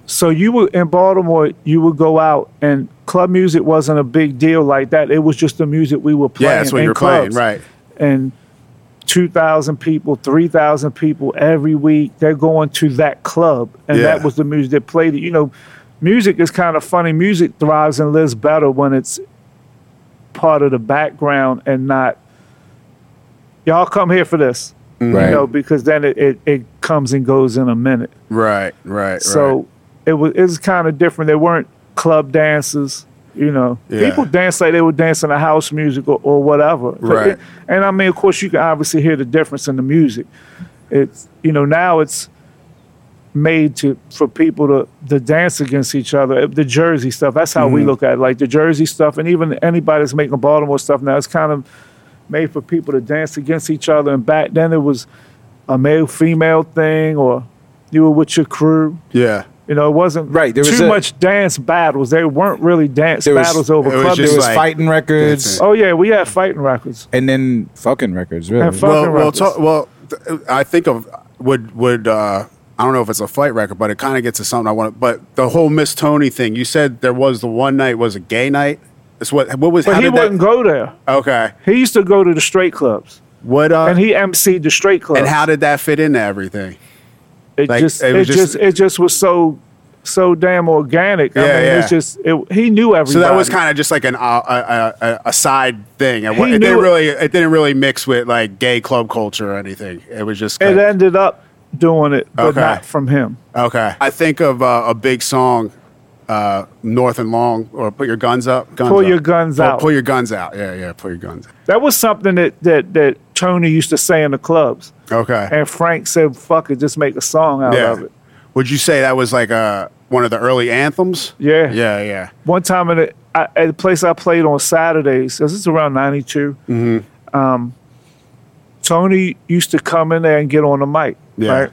Speaker 3: so you were in Baltimore, you would go out and club music wasn't a big deal like that. It was just the music we were playing.
Speaker 1: Yeah, that's what
Speaker 3: in
Speaker 1: you're playing,
Speaker 3: clubs.
Speaker 1: right?
Speaker 3: And 2,000 people, 3,000 people every week, they're going to that club. And
Speaker 1: Yeah.
Speaker 3: that was the music that played it. You know, music is kind of funny. Music thrives and lives better when it's part of the background and not, y'all come here for this
Speaker 2: Right.
Speaker 3: you know, because then it, it, it comes and goes in a minute.
Speaker 1: Right, right, right.
Speaker 3: So it was it was kind of different. They weren't club dances, you know.
Speaker 1: Yeah.
Speaker 3: People dance like they were dancing to house music or, or whatever.
Speaker 1: Right.
Speaker 3: But it- and I mean, of course, you can obviously hear the difference in the music. It's you know now it's made to for people to to dance against each other. The Jersey stuff. That's how
Speaker 1: Mm-hmm.
Speaker 3: we look at it. Like the Jersey stuff, and even anybody that's making Baltimore stuff now, it's kind of made for people to dance against each other. And back then, it was a male female thing, or you were with your crew.
Speaker 1: Yeah.
Speaker 3: You know, it wasn't
Speaker 2: Right, there was
Speaker 3: too
Speaker 2: a-
Speaker 3: much dance battles. There weren't really dance
Speaker 2: There was-
Speaker 3: battles over
Speaker 1: it was
Speaker 3: club.
Speaker 1: just
Speaker 2: There was
Speaker 1: like-
Speaker 2: fighting records
Speaker 3: oh yeah, we had fighting records.
Speaker 2: and then fucking records, really.
Speaker 3: And fuck-
Speaker 1: Well,
Speaker 3: Fucking
Speaker 1: well,
Speaker 3: records.
Speaker 1: talk, well. th- I think of would would uh, I don't know if it's a flight record, but it kind of gets to something I want. But the whole Miss Tony thing. You said there was the one night was a gay night. That's what what was.
Speaker 3: But
Speaker 1: how
Speaker 3: he
Speaker 1: did that-
Speaker 3: wouldn't go there.
Speaker 1: Okay.
Speaker 3: He used to go to the straight clubs,
Speaker 1: What uh,
Speaker 3: and
Speaker 1: and,
Speaker 3: he emceed the straight clubs.
Speaker 1: how did that fit into everything?
Speaker 3: it
Speaker 1: like,
Speaker 3: just
Speaker 1: it
Speaker 3: it,
Speaker 1: was
Speaker 3: just,
Speaker 1: just-
Speaker 3: it just was so so damn organic. I
Speaker 1: Yeah,
Speaker 3: mean,
Speaker 1: yeah.
Speaker 3: it's just it, he knew everybody.
Speaker 1: So that was kind of just like an uh, a, a, a- a side thing. It, wa-
Speaker 3: He
Speaker 1: it
Speaker 3: knew
Speaker 1: didn't
Speaker 3: it-
Speaker 1: really it didn't really mix with like gay club culture or anything. It was just
Speaker 3: It
Speaker 1: kinda-
Speaker 3: ended up doing it, but
Speaker 1: Okay.
Speaker 3: not from him.
Speaker 1: okay. I think of uh, a big song, uh, North and Long, or Put Your Guns Up. Guns
Speaker 3: Pull
Speaker 1: Up.
Speaker 3: Your Guns
Speaker 1: Pull-
Speaker 3: Out.
Speaker 1: Pull your guns out. Yeah, yeah. Pull your guns. out.
Speaker 3: That was something that that that Tony used to say in the clubs,
Speaker 1: Okay.
Speaker 3: and Frank said, "Fuck it, just make a song out
Speaker 1: yeah.
Speaker 3: of it."
Speaker 1: Would you say that was like uh one of the early anthems?
Speaker 3: Yeah.
Speaker 1: Yeah, yeah.
Speaker 3: one time at a, I- at a place I played on Saturdays. This is around '92. Um, Tony used to come in there and get on the mic.
Speaker 1: Yeah.
Speaker 3: Right?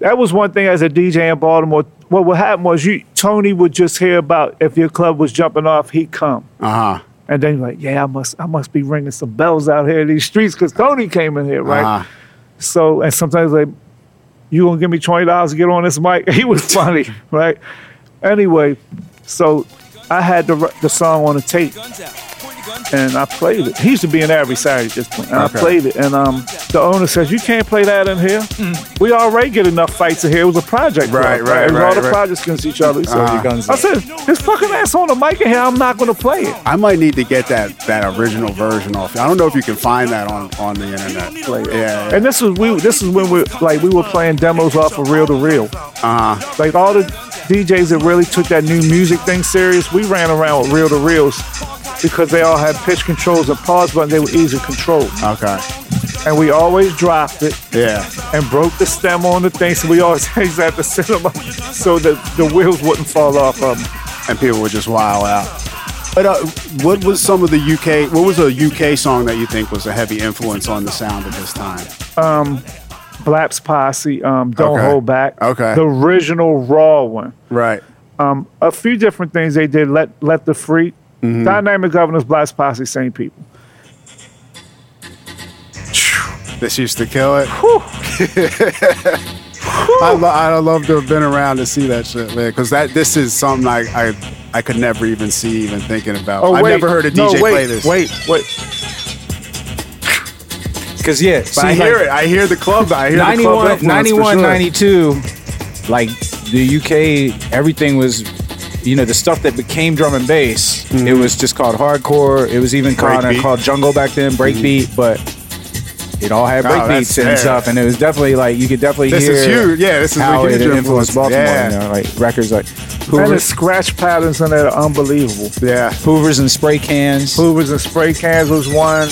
Speaker 3: That was one thing as a DJ in Baltimore. What would happen was you Tony would just hear about if your club was jumping off, he'd come.
Speaker 1: Uh huh.
Speaker 3: And then you're like, yeah, I must, I must be ringing some bells out here in these streets because Tony came in here, right?
Speaker 1: Uh-huh.
Speaker 3: So, and sometimes like, you gonna give me twenty dollars to get on this mic? <laughs> He was
Speaker 2: <laughs>
Speaker 3: funny, right? Anyway, so I had the the song on a tape, and I played it. He used to be in every side at this point, and
Speaker 2: Okay.
Speaker 3: I played it. And um, the owner says, "You can't play that in here. We already get enough fights in here. It was a project, club,
Speaker 2: Mm. Right, right,
Speaker 3: It was
Speaker 2: right,
Speaker 3: all
Speaker 2: right.
Speaker 3: the
Speaker 2: Uh-huh.
Speaker 3: projects against each other." So
Speaker 2: your guns
Speaker 3: I
Speaker 2: up.
Speaker 3: said, "This fucking ass on the mic in here. I'm not going to play it."
Speaker 1: I might need to get that that original version off. I don't know if you can find that on on the internet.
Speaker 3: Like-
Speaker 1: yeah,
Speaker 3: And this was we. This is when we like we were playing demos off of reel to reel.
Speaker 1: uh,
Speaker 3: Like all the DJs that really took that new music thing serious, we ran around with reel to reels because they all had pitch controls and pause button. They were easy to control,
Speaker 1: okay,
Speaker 3: and we always dropped it
Speaker 1: yeah,
Speaker 3: and broke the stem on the thing. So we always <laughs> had to set them up so that the wheels wouldn't fall off of them.
Speaker 1: and people would just wild out. But uh, what was some of the UK? What was a UK song that you think was a heavy influence on the sound at this time?
Speaker 3: Blaps Posse, um, Don't
Speaker 1: Okay.
Speaker 3: Hold Back,
Speaker 1: Okay.
Speaker 3: the original raw one.
Speaker 1: Right.
Speaker 3: Um, a few different things they did. Let Let the Free,
Speaker 1: Mm-hmm.
Speaker 3: Dynamic Governors, Blaps Posse, same people.
Speaker 1: This used to kill it. I lo- I'd love to have been around to see that shit, man. Because that this is something I, I I could never even see, even thinking about.
Speaker 3: Oh,
Speaker 1: I've
Speaker 3: wait.
Speaker 1: never heard a
Speaker 3: No,
Speaker 1: DJ
Speaker 3: wait,
Speaker 1: play this.
Speaker 3: Wait, wait.
Speaker 2: Because yeah,
Speaker 1: but I hear it. I hear the club. I hear the club. influence
Speaker 2: 91,
Speaker 1: for
Speaker 2: 91
Speaker 1: sure.
Speaker 2: 92, like the UK, everything was, you know, the stuff that became drum and bass. It was just called hardcore. It was even called,
Speaker 1: Mm-hmm. Breakbeat. Mm-hmm.
Speaker 2: called jungle back then, breakbeat, but it all had
Speaker 1: Oh,
Speaker 2: breakbeats
Speaker 1: that's
Speaker 2: and
Speaker 1: fair.
Speaker 2: stuff. And it was definitely like, you could definitely
Speaker 1: This
Speaker 2: hear
Speaker 1: is huge. Yeah, this is
Speaker 2: how
Speaker 1: a
Speaker 2: it
Speaker 1: huge influence.
Speaker 2: influenced Baltimore.
Speaker 1: Yeah.
Speaker 2: You know, like records like
Speaker 3: And the
Speaker 2: Hoover's,
Speaker 3: scratch patterns in there are unbelievable.
Speaker 1: Yeah.
Speaker 2: Hoover's and spray cans.
Speaker 3: Hoovers and spray cans was one.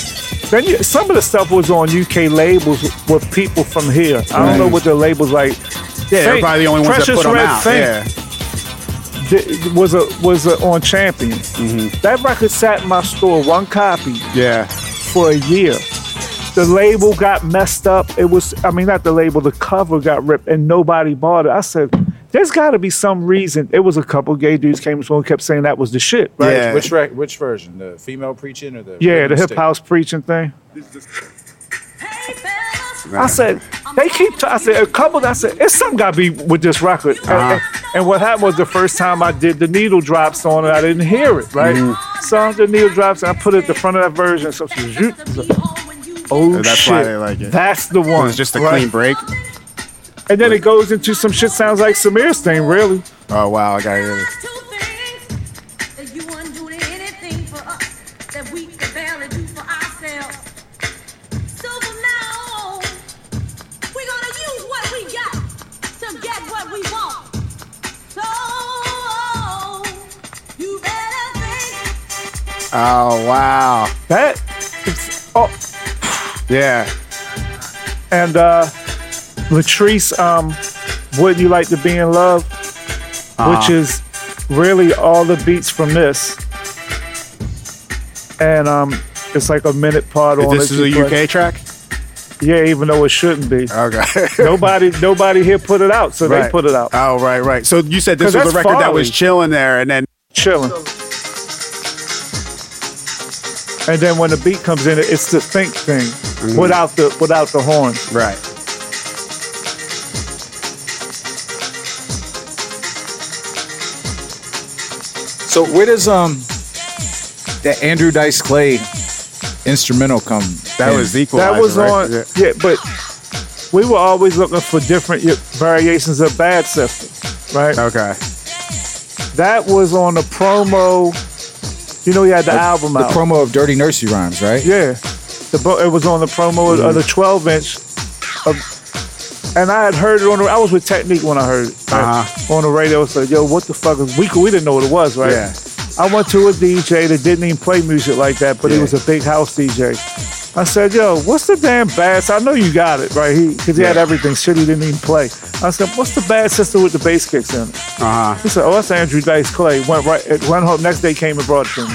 Speaker 3: Then you, some of the stuff was on UK labels with people from here. I don't know what the labels like.
Speaker 1: Yeah, they're probably the only ones
Speaker 3: Precious
Speaker 1: that put them
Speaker 3: Red
Speaker 1: out.
Speaker 3: Fink
Speaker 1: Yeah.
Speaker 3: di- was a was a, on Champion.
Speaker 1: Mm-hmm.
Speaker 3: That record sat in my store, one copy
Speaker 1: Yeah.
Speaker 3: for a year. The label got messed up. It was, I mean, not the label, the cover got ripped, and nobody bought it. I said, "There's got to be some reason." It was a couple gay dudes came to me and kept saying that was the shit, right?
Speaker 1: Yeah.
Speaker 2: Which rec- which version? The female preaching or the
Speaker 3: Yeah, the hip
Speaker 2: stick?
Speaker 3: house preaching thing.
Speaker 4: Hey, fellas.
Speaker 3: I said, they keep. T- I said, a couple. I said, it's something got to be with this record. And-
Speaker 1: Uh-huh.
Speaker 3: And, and what happened was the first time I did the needle drops on it, I didn't hear it. Right,
Speaker 1: Mm-hmm.
Speaker 3: so I did needle drops and I put it at the front of that version. So she was, oh
Speaker 1: That's
Speaker 3: shit,
Speaker 1: why they like it.
Speaker 3: that's the
Speaker 1: It
Speaker 3: one.
Speaker 1: was just a
Speaker 3: right?
Speaker 1: clean break.
Speaker 3: And then it goes into some shit sounds like Samir's thing, really.
Speaker 1: Oh wow, I got it. Oh wow.
Speaker 3: That, it's, oh,
Speaker 1: Yeah.
Speaker 3: and uh, Latrice, um, Wouldn't You Like to Be in Love,
Speaker 1: Ah.
Speaker 3: which is really all the beats from this. And um, it's like a minute part on
Speaker 1: this
Speaker 3: it.
Speaker 1: is a
Speaker 3: You
Speaker 1: UK
Speaker 3: play-
Speaker 1: track.
Speaker 3: Yeah, even though it shouldn't be.
Speaker 1: Okay. <laughs>
Speaker 3: nobody, nobody here put it out, so they
Speaker 1: Right.
Speaker 3: put it out.
Speaker 1: Oh right, right. So you said this
Speaker 3: 'Cause
Speaker 1: was a
Speaker 3: that's
Speaker 1: record that was
Speaker 3: folly.
Speaker 1: chilling there, and then
Speaker 3: chilling. And then when the beat comes in, it's the think thing without the without the horn.
Speaker 1: right.
Speaker 2: So where does um that Andrew Dice Clay instrumental come?
Speaker 1: That
Speaker 2: in?
Speaker 1: was the equalizer.
Speaker 3: That was
Speaker 1: right?
Speaker 3: on,
Speaker 1: Yeah.
Speaker 3: yeah. But we were always looking for different yeah, variations of Bad Sister, right?
Speaker 1: Okay.
Speaker 3: That was on the promo. You know, he had the album
Speaker 2: the
Speaker 3: out.
Speaker 2: promo of Dirty Nursery Rhymes, right?
Speaker 3: yeah, the bo- it was on the promo of- of
Speaker 1: Mm-hmm.
Speaker 3: the 12 inch. Of, and I had heard it on the. I was with Technique when I heard it right?
Speaker 1: Uh-huh.
Speaker 3: on the radio. I was like, "Yo, what the fuck is we? We didn't know what it was, right?"
Speaker 1: Yeah.
Speaker 3: I went to a DJ that didn't even play music like that, but he
Speaker 1: Yeah.
Speaker 3: was a big house DJ. I said, "Yo, what's the damn bad? I know you got it, right? He because he had
Speaker 1: Yeah.
Speaker 3: everything. Shit, he didn't even play." I said, "What's the bad sister with the bass kicks in it?"
Speaker 1: Uh huh.
Speaker 3: He said, "Oh, that's Andrew Dice Clay." Went right, it went home. Next day came and brought it to me.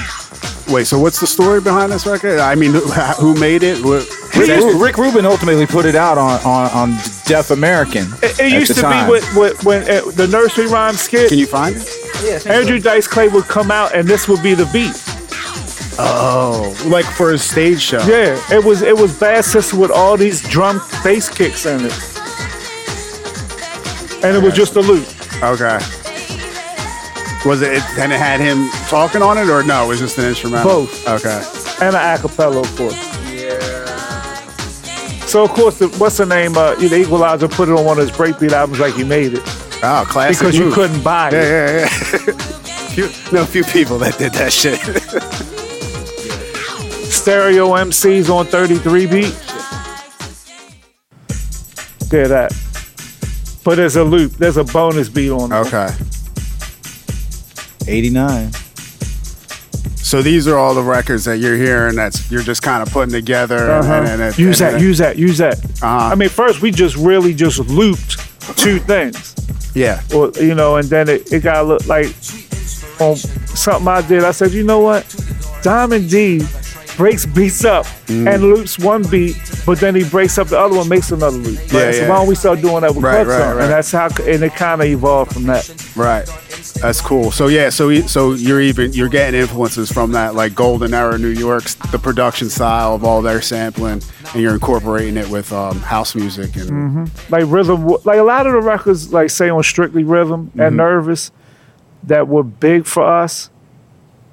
Speaker 1: Wait. So what's the story behind this record? I mean, who, who made it? What,
Speaker 2: Rick, Rick Rubin ultimately put it out on on, on Deaf American.
Speaker 3: It,
Speaker 2: at
Speaker 3: it used
Speaker 2: the
Speaker 3: to
Speaker 2: time.
Speaker 3: be with, with, when uh, the nursery rhyme skit.
Speaker 1: can you find it?
Speaker 3: Andrew Dice Clay would come out and this would be the beat.
Speaker 1: Oh, like for a stage show.
Speaker 3: Yeah, it was it was Bad Sister with all these drum bass kicks in it, and it was just a loop.
Speaker 1: Okay. Was it? And it had him talking on it, or no? It was just an instrumental.
Speaker 3: Both.
Speaker 1: Okay.
Speaker 3: and an acapella, of course. So of course, the, what's the name? Uh, the Equalizer put it on one of his breakbeat albums, like he made it
Speaker 1: Oh, classic.
Speaker 3: because you
Speaker 1: move.
Speaker 3: couldn't buy it.
Speaker 1: Yeah, yeah, yeah. few, no, few people that did that shit. <laughs>
Speaker 3: Stereo MCs on 33 beat. Yeah, that. But there's a loop. There's a bonus beat on it.
Speaker 1: okay.
Speaker 2: 89.
Speaker 1: So these are all the records that you're hearing. That's you're just kind of putting together.
Speaker 3: Uh-huh.
Speaker 1: And, and, and,
Speaker 3: use
Speaker 1: and-
Speaker 3: that, use that, use that.
Speaker 1: Uh-huh.
Speaker 3: I mean, first we just really just looped two things,
Speaker 1: yeah.
Speaker 3: or you know, and then it, it got a look like on something I did. I said, you know what, Diamond D breaks beats up
Speaker 1: Mm.
Speaker 3: and loops one beat, but then he breaks up the other one, makes another loop. Right?
Speaker 1: Yeah,
Speaker 3: so
Speaker 1: yeah.
Speaker 3: why don't we start doing that with
Speaker 1: Right,
Speaker 3: Club
Speaker 1: right,
Speaker 3: Song?
Speaker 1: right.
Speaker 3: And that's how, and it kind of evolved from that.
Speaker 1: Right. That's cool. So yeah, so e- so you're even you're getting influences from that like golden era New York's the production style of all their sampling, and you're incorporating it with um, house music and
Speaker 3: Mm-hmm. like rhythm like a lot of the records like say on strictly rhythm
Speaker 1: Mm-hmm.
Speaker 3: and nervous that were big for us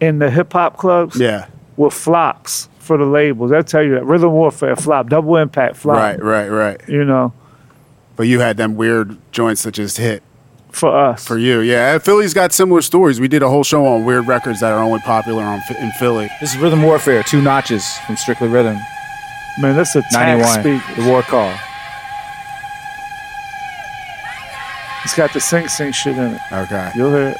Speaker 3: in the hip hop clubs
Speaker 1: yeah,
Speaker 3: were flops for the labels. They'll tell you that rhythm warfare flop, double impact flop.
Speaker 1: right, right, right.
Speaker 3: You know,
Speaker 1: But you had them weird joints that just hit
Speaker 3: for us.
Speaker 1: for you. Yeah, and Philly's got similar stories. We did a whole show on weird records that are only popular on, in Philly.
Speaker 2: This is Rhythm Warfare, two notches from Strictly Rhythm,
Speaker 3: Man, that's a tax
Speaker 2: 91.
Speaker 3: speaker.
Speaker 2: The War Call.
Speaker 3: It's got the sing sing shit in it.
Speaker 1: Okay.
Speaker 3: You'll hear it.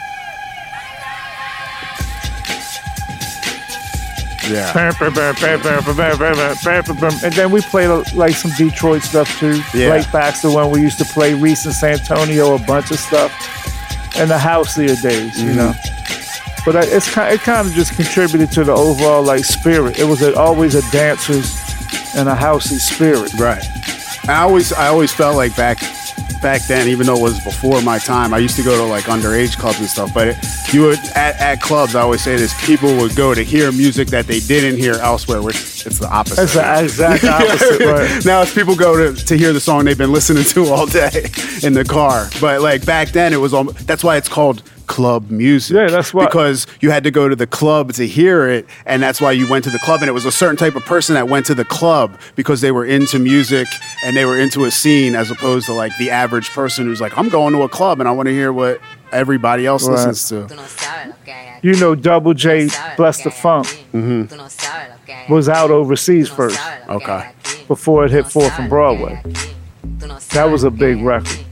Speaker 1: Yeah.
Speaker 3: And then we played uh, like some Detroit stuff too.
Speaker 1: Yeah.
Speaker 3: Blake Baxter when we used to play Reese and Santonio, a bunch of stuff. And the Houselier days,
Speaker 1: Mm-hmm.
Speaker 3: you know. But I- it's kind, it kind of just contributed to the overall like spirit. It was a, always a dancers and a housey spirit.
Speaker 1: Right. And I always I always felt like back back then, even though it was before my time, I used to go to like underage clubs and stuff. But it, you would at, at clubs, I always say this: people would go to hear music that they didn't hear elsewhere, which it's the opposite.
Speaker 3: That's
Speaker 1: <laughs>
Speaker 3: the exact opposite. right.
Speaker 1: now it's people go to, to hear the song they've been listening to all day in the car. But like back then, it was all. That's why it's called club music.
Speaker 3: Yeah, that's why-
Speaker 1: Because you had to go to the club to hear it, and that's why you went to the club. And it was a certain type of person that went to the club because they were into music and they were into a scene, as opposed to like the average person who's like, I'm going to a club and I want to hear what everybody else
Speaker 3: Right.
Speaker 1: listens to.
Speaker 5: Tú no sabes lo que hay aquí.
Speaker 3: You know, Double J,
Speaker 5: Tú no sabes lo
Speaker 3: Bless
Speaker 5: que
Speaker 3: the
Speaker 5: hay
Speaker 3: Funk,
Speaker 5: aquí. Tú no sabes lo que hay
Speaker 3: was
Speaker 5: aquí.
Speaker 3: out
Speaker 5: Tú
Speaker 3: overseas
Speaker 5: no
Speaker 3: first.
Speaker 5: sabes lo que
Speaker 1: Mm-hmm. Okay.
Speaker 5: hay aquí.
Speaker 3: Before it
Speaker 5: Tú
Speaker 3: hit
Speaker 5: no
Speaker 3: forth
Speaker 5: sabes
Speaker 3: from
Speaker 5: lo que
Speaker 3: Broadway.
Speaker 5: hay aquí. Tú no sabes
Speaker 3: That was a
Speaker 5: lo que
Speaker 3: big
Speaker 5: hay
Speaker 3: record.
Speaker 5: aquí. Tú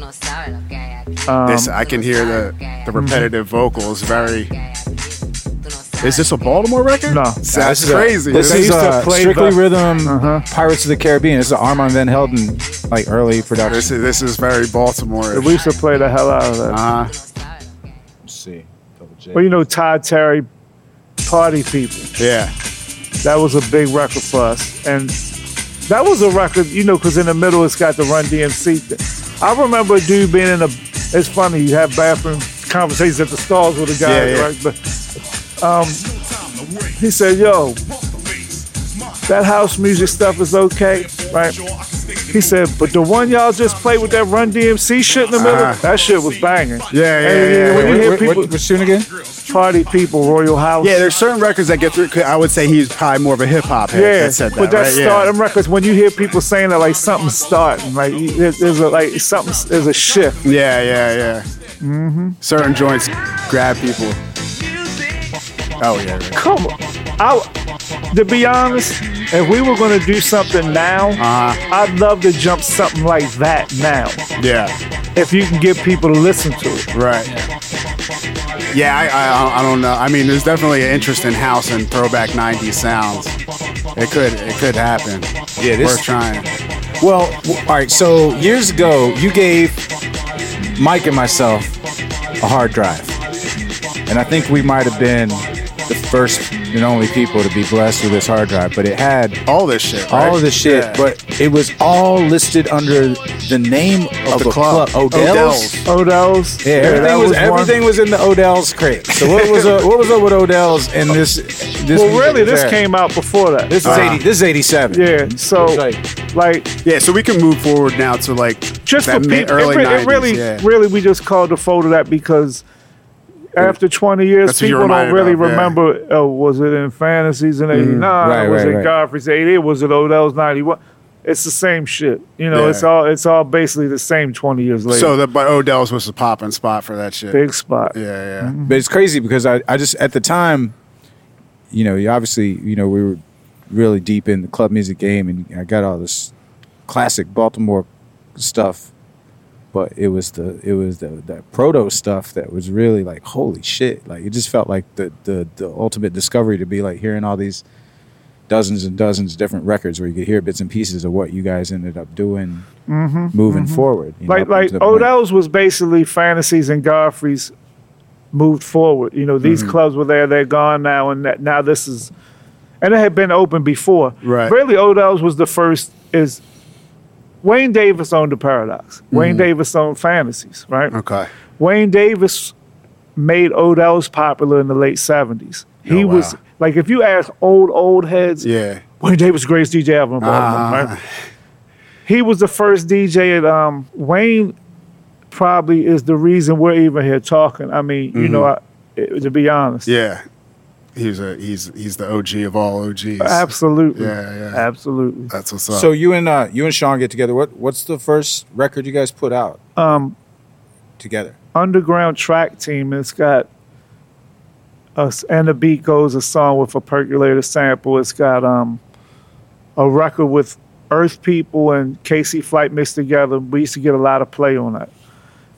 Speaker 5: no sabes lo que hay aquí.
Speaker 3: Um,
Speaker 1: this I can hear the the repetitive vocals. Very. Is this a Baltimore record?
Speaker 3: No.
Speaker 1: That's crazy.
Speaker 2: This
Speaker 3: They
Speaker 2: is
Speaker 3: used to
Speaker 2: uh,
Speaker 3: play
Speaker 2: Strictly
Speaker 3: the- Uh-huh.
Speaker 2: Rhythm Pirates of the Caribbean. This is Armand Van Helden, like early production.
Speaker 1: This is this is very Baltimore.
Speaker 3: we used to play the hell out of that.
Speaker 1: Uh,
Speaker 2: Let's see. Double J.
Speaker 3: Well, you know, Todd Terry, Party People.
Speaker 1: yeah.
Speaker 3: That was a big record for us. And that was a record, you know, because in the middle it's got the Run DMC thing. I remember a dude being in a, it's funny, you have bathroom conversations at the stalls with a guy,
Speaker 1: Yeah, yeah.
Speaker 3: right? But um, he said, yo, that house music stuff is okay, right? He said, but the one y'all just played with that Run DMC shit in the middle,
Speaker 1: Uh-huh.
Speaker 3: that shit was banging.
Speaker 1: Yeah, yeah,
Speaker 3: And,
Speaker 1: yeah,
Speaker 3: you know,
Speaker 1: yeah.
Speaker 3: When you hear
Speaker 2: What- what-
Speaker 3: people,
Speaker 2: what's tune again?
Speaker 3: party people, Royal House.
Speaker 1: Yeah, there's certain records that get through. 'cause I would say he's probably more of a hip hop head
Speaker 3: Yeah,
Speaker 1: that said that.
Speaker 3: but that's
Speaker 1: right? Yeah.
Speaker 3: starting records. When you hear people saying that, like something's starting, like you- there's, there's a like something, there's a shift.
Speaker 1: Yeah, yeah, yeah.
Speaker 3: Mm-hmm.
Speaker 1: Certain joints grab people. Oh yeah, yeah.
Speaker 3: Come on, I, to be honest, if we were gonna do something now,
Speaker 1: Uh-huh.
Speaker 3: I'd love to jump something like that now.
Speaker 1: yeah,
Speaker 3: If you can get people to listen to it,
Speaker 1: right. Yeah, I, I, I don't know. I mean, there's definitely an interest in house and throwback '90s sounds. It could, it could happen.
Speaker 2: Yeah, this-
Speaker 1: worth trying.
Speaker 2: Well, w- all right. So years ago, you gave Mike and myself a hard drive, and I think we might have been the first and only people to be blessed with this hard drive. But it had
Speaker 1: All this shit.
Speaker 2: all
Speaker 1: right?
Speaker 2: of the shit,
Speaker 1: Yeah.
Speaker 2: but it was all listed under the name of,
Speaker 1: the
Speaker 2: a
Speaker 1: club.
Speaker 2: club, Odell's.
Speaker 1: Odell's.
Speaker 3: Odell's.
Speaker 2: Yeah, everything
Speaker 3: Oh, that
Speaker 2: was,
Speaker 3: one.
Speaker 2: everything was in the Odell's crate. So what was uh, what was up with Odell's and this? this
Speaker 3: Well,
Speaker 2: music
Speaker 3: really, this
Speaker 2: there?
Speaker 3: came out before that.
Speaker 2: This is
Speaker 1: Uh-huh.
Speaker 2: eighty. This is eighty-seven.
Speaker 3: yeah, so
Speaker 2: Right.
Speaker 3: like
Speaker 1: yeah. So we can move forward now to like
Speaker 3: just
Speaker 1: that
Speaker 3: for
Speaker 1: mid-
Speaker 3: people.
Speaker 1: early
Speaker 3: it, re-
Speaker 1: 90s,
Speaker 3: it really,
Speaker 1: yeah.
Speaker 3: really, we just called the folder that because after 20 years,
Speaker 1: That's what you
Speaker 3: people don't
Speaker 1: reminded
Speaker 3: really
Speaker 1: of, yeah.
Speaker 3: remember. Oh, was it in fantasies in
Speaker 1: Mm-hmm.
Speaker 3: '89?
Speaker 2: Right,
Speaker 3: was
Speaker 2: right,
Speaker 3: it
Speaker 2: right.
Speaker 3: Godfrey's '88? Was it Odell's '91? It's the same shit. You know,
Speaker 1: Yeah.
Speaker 3: it's all it's all basically the same 20 years later.
Speaker 1: So the but Odell's was the popping spot for that shit.
Speaker 3: big spot.
Speaker 1: Yeah, yeah.
Speaker 2: But it's crazy because I, I just at the time, you know, you obviously, you know, we were really deep in the club music game, and I got all this classic Baltimore stuff. But it was the it was the that proto stuff that was really like holy shit! Like it just felt like the the the ultimate discovery to be like hearing all these dozens and dozens of different records where you could hear bits and pieces of what you guys ended up doing moving forward. you know,
Speaker 3: Mm-hmm. Like
Speaker 2: up
Speaker 3: like
Speaker 2: to the point.
Speaker 3: Odell's was basically fantasies and Godfrey's moved forward. You know, these
Speaker 2: Mm-hmm.
Speaker 3: clubs were there, they're gone now, and that, now this is, and it had been open before.
Speaker 1: Right.
Speaker 3: Really, Odell's was the first. Is Wayne Davis owned the Paradox?
Speaker 2: Mm-hmm.
Speaker 3: Wayne Davis owned Fantasies, right?
Speaker 1: Okay.
Speaker 3: Wayne Davis made Odell's popular in the late seventies. He
Speaker 1: Oh, wow.
Speaker 3: was like, if you ask old old heads,
Speaker 1: Yeah.
Speaker 3: Wayne Davis, greatest DJ ever in Baltimore,
Speaker 1: Ah.
Speaker 3: right? He was the first DJ at um, Wayne. Probably is the reason we're even here talking. I mean, you know, I,
Speaker 1: Mm-hmm.
Speaker 3: it, to be honest,
Speaker 1: Yeah. He's a he's he's the OG of all OGs.
Speaker 3: absolutely,
Speaker 1: Yeah, yeah.
Speaker 3: absolutely.
Speaker 1: That's what's up.
Speaker 2: So you and uh, you and Sean get together. What what's the first record you guys put out? Um, together.
Speaker 3: Underground track team. It's got us and the beat goes a song with a percolator sample. It's got um a record with Earth People and Casey Flight mixed together. We used to get a lot of play on that,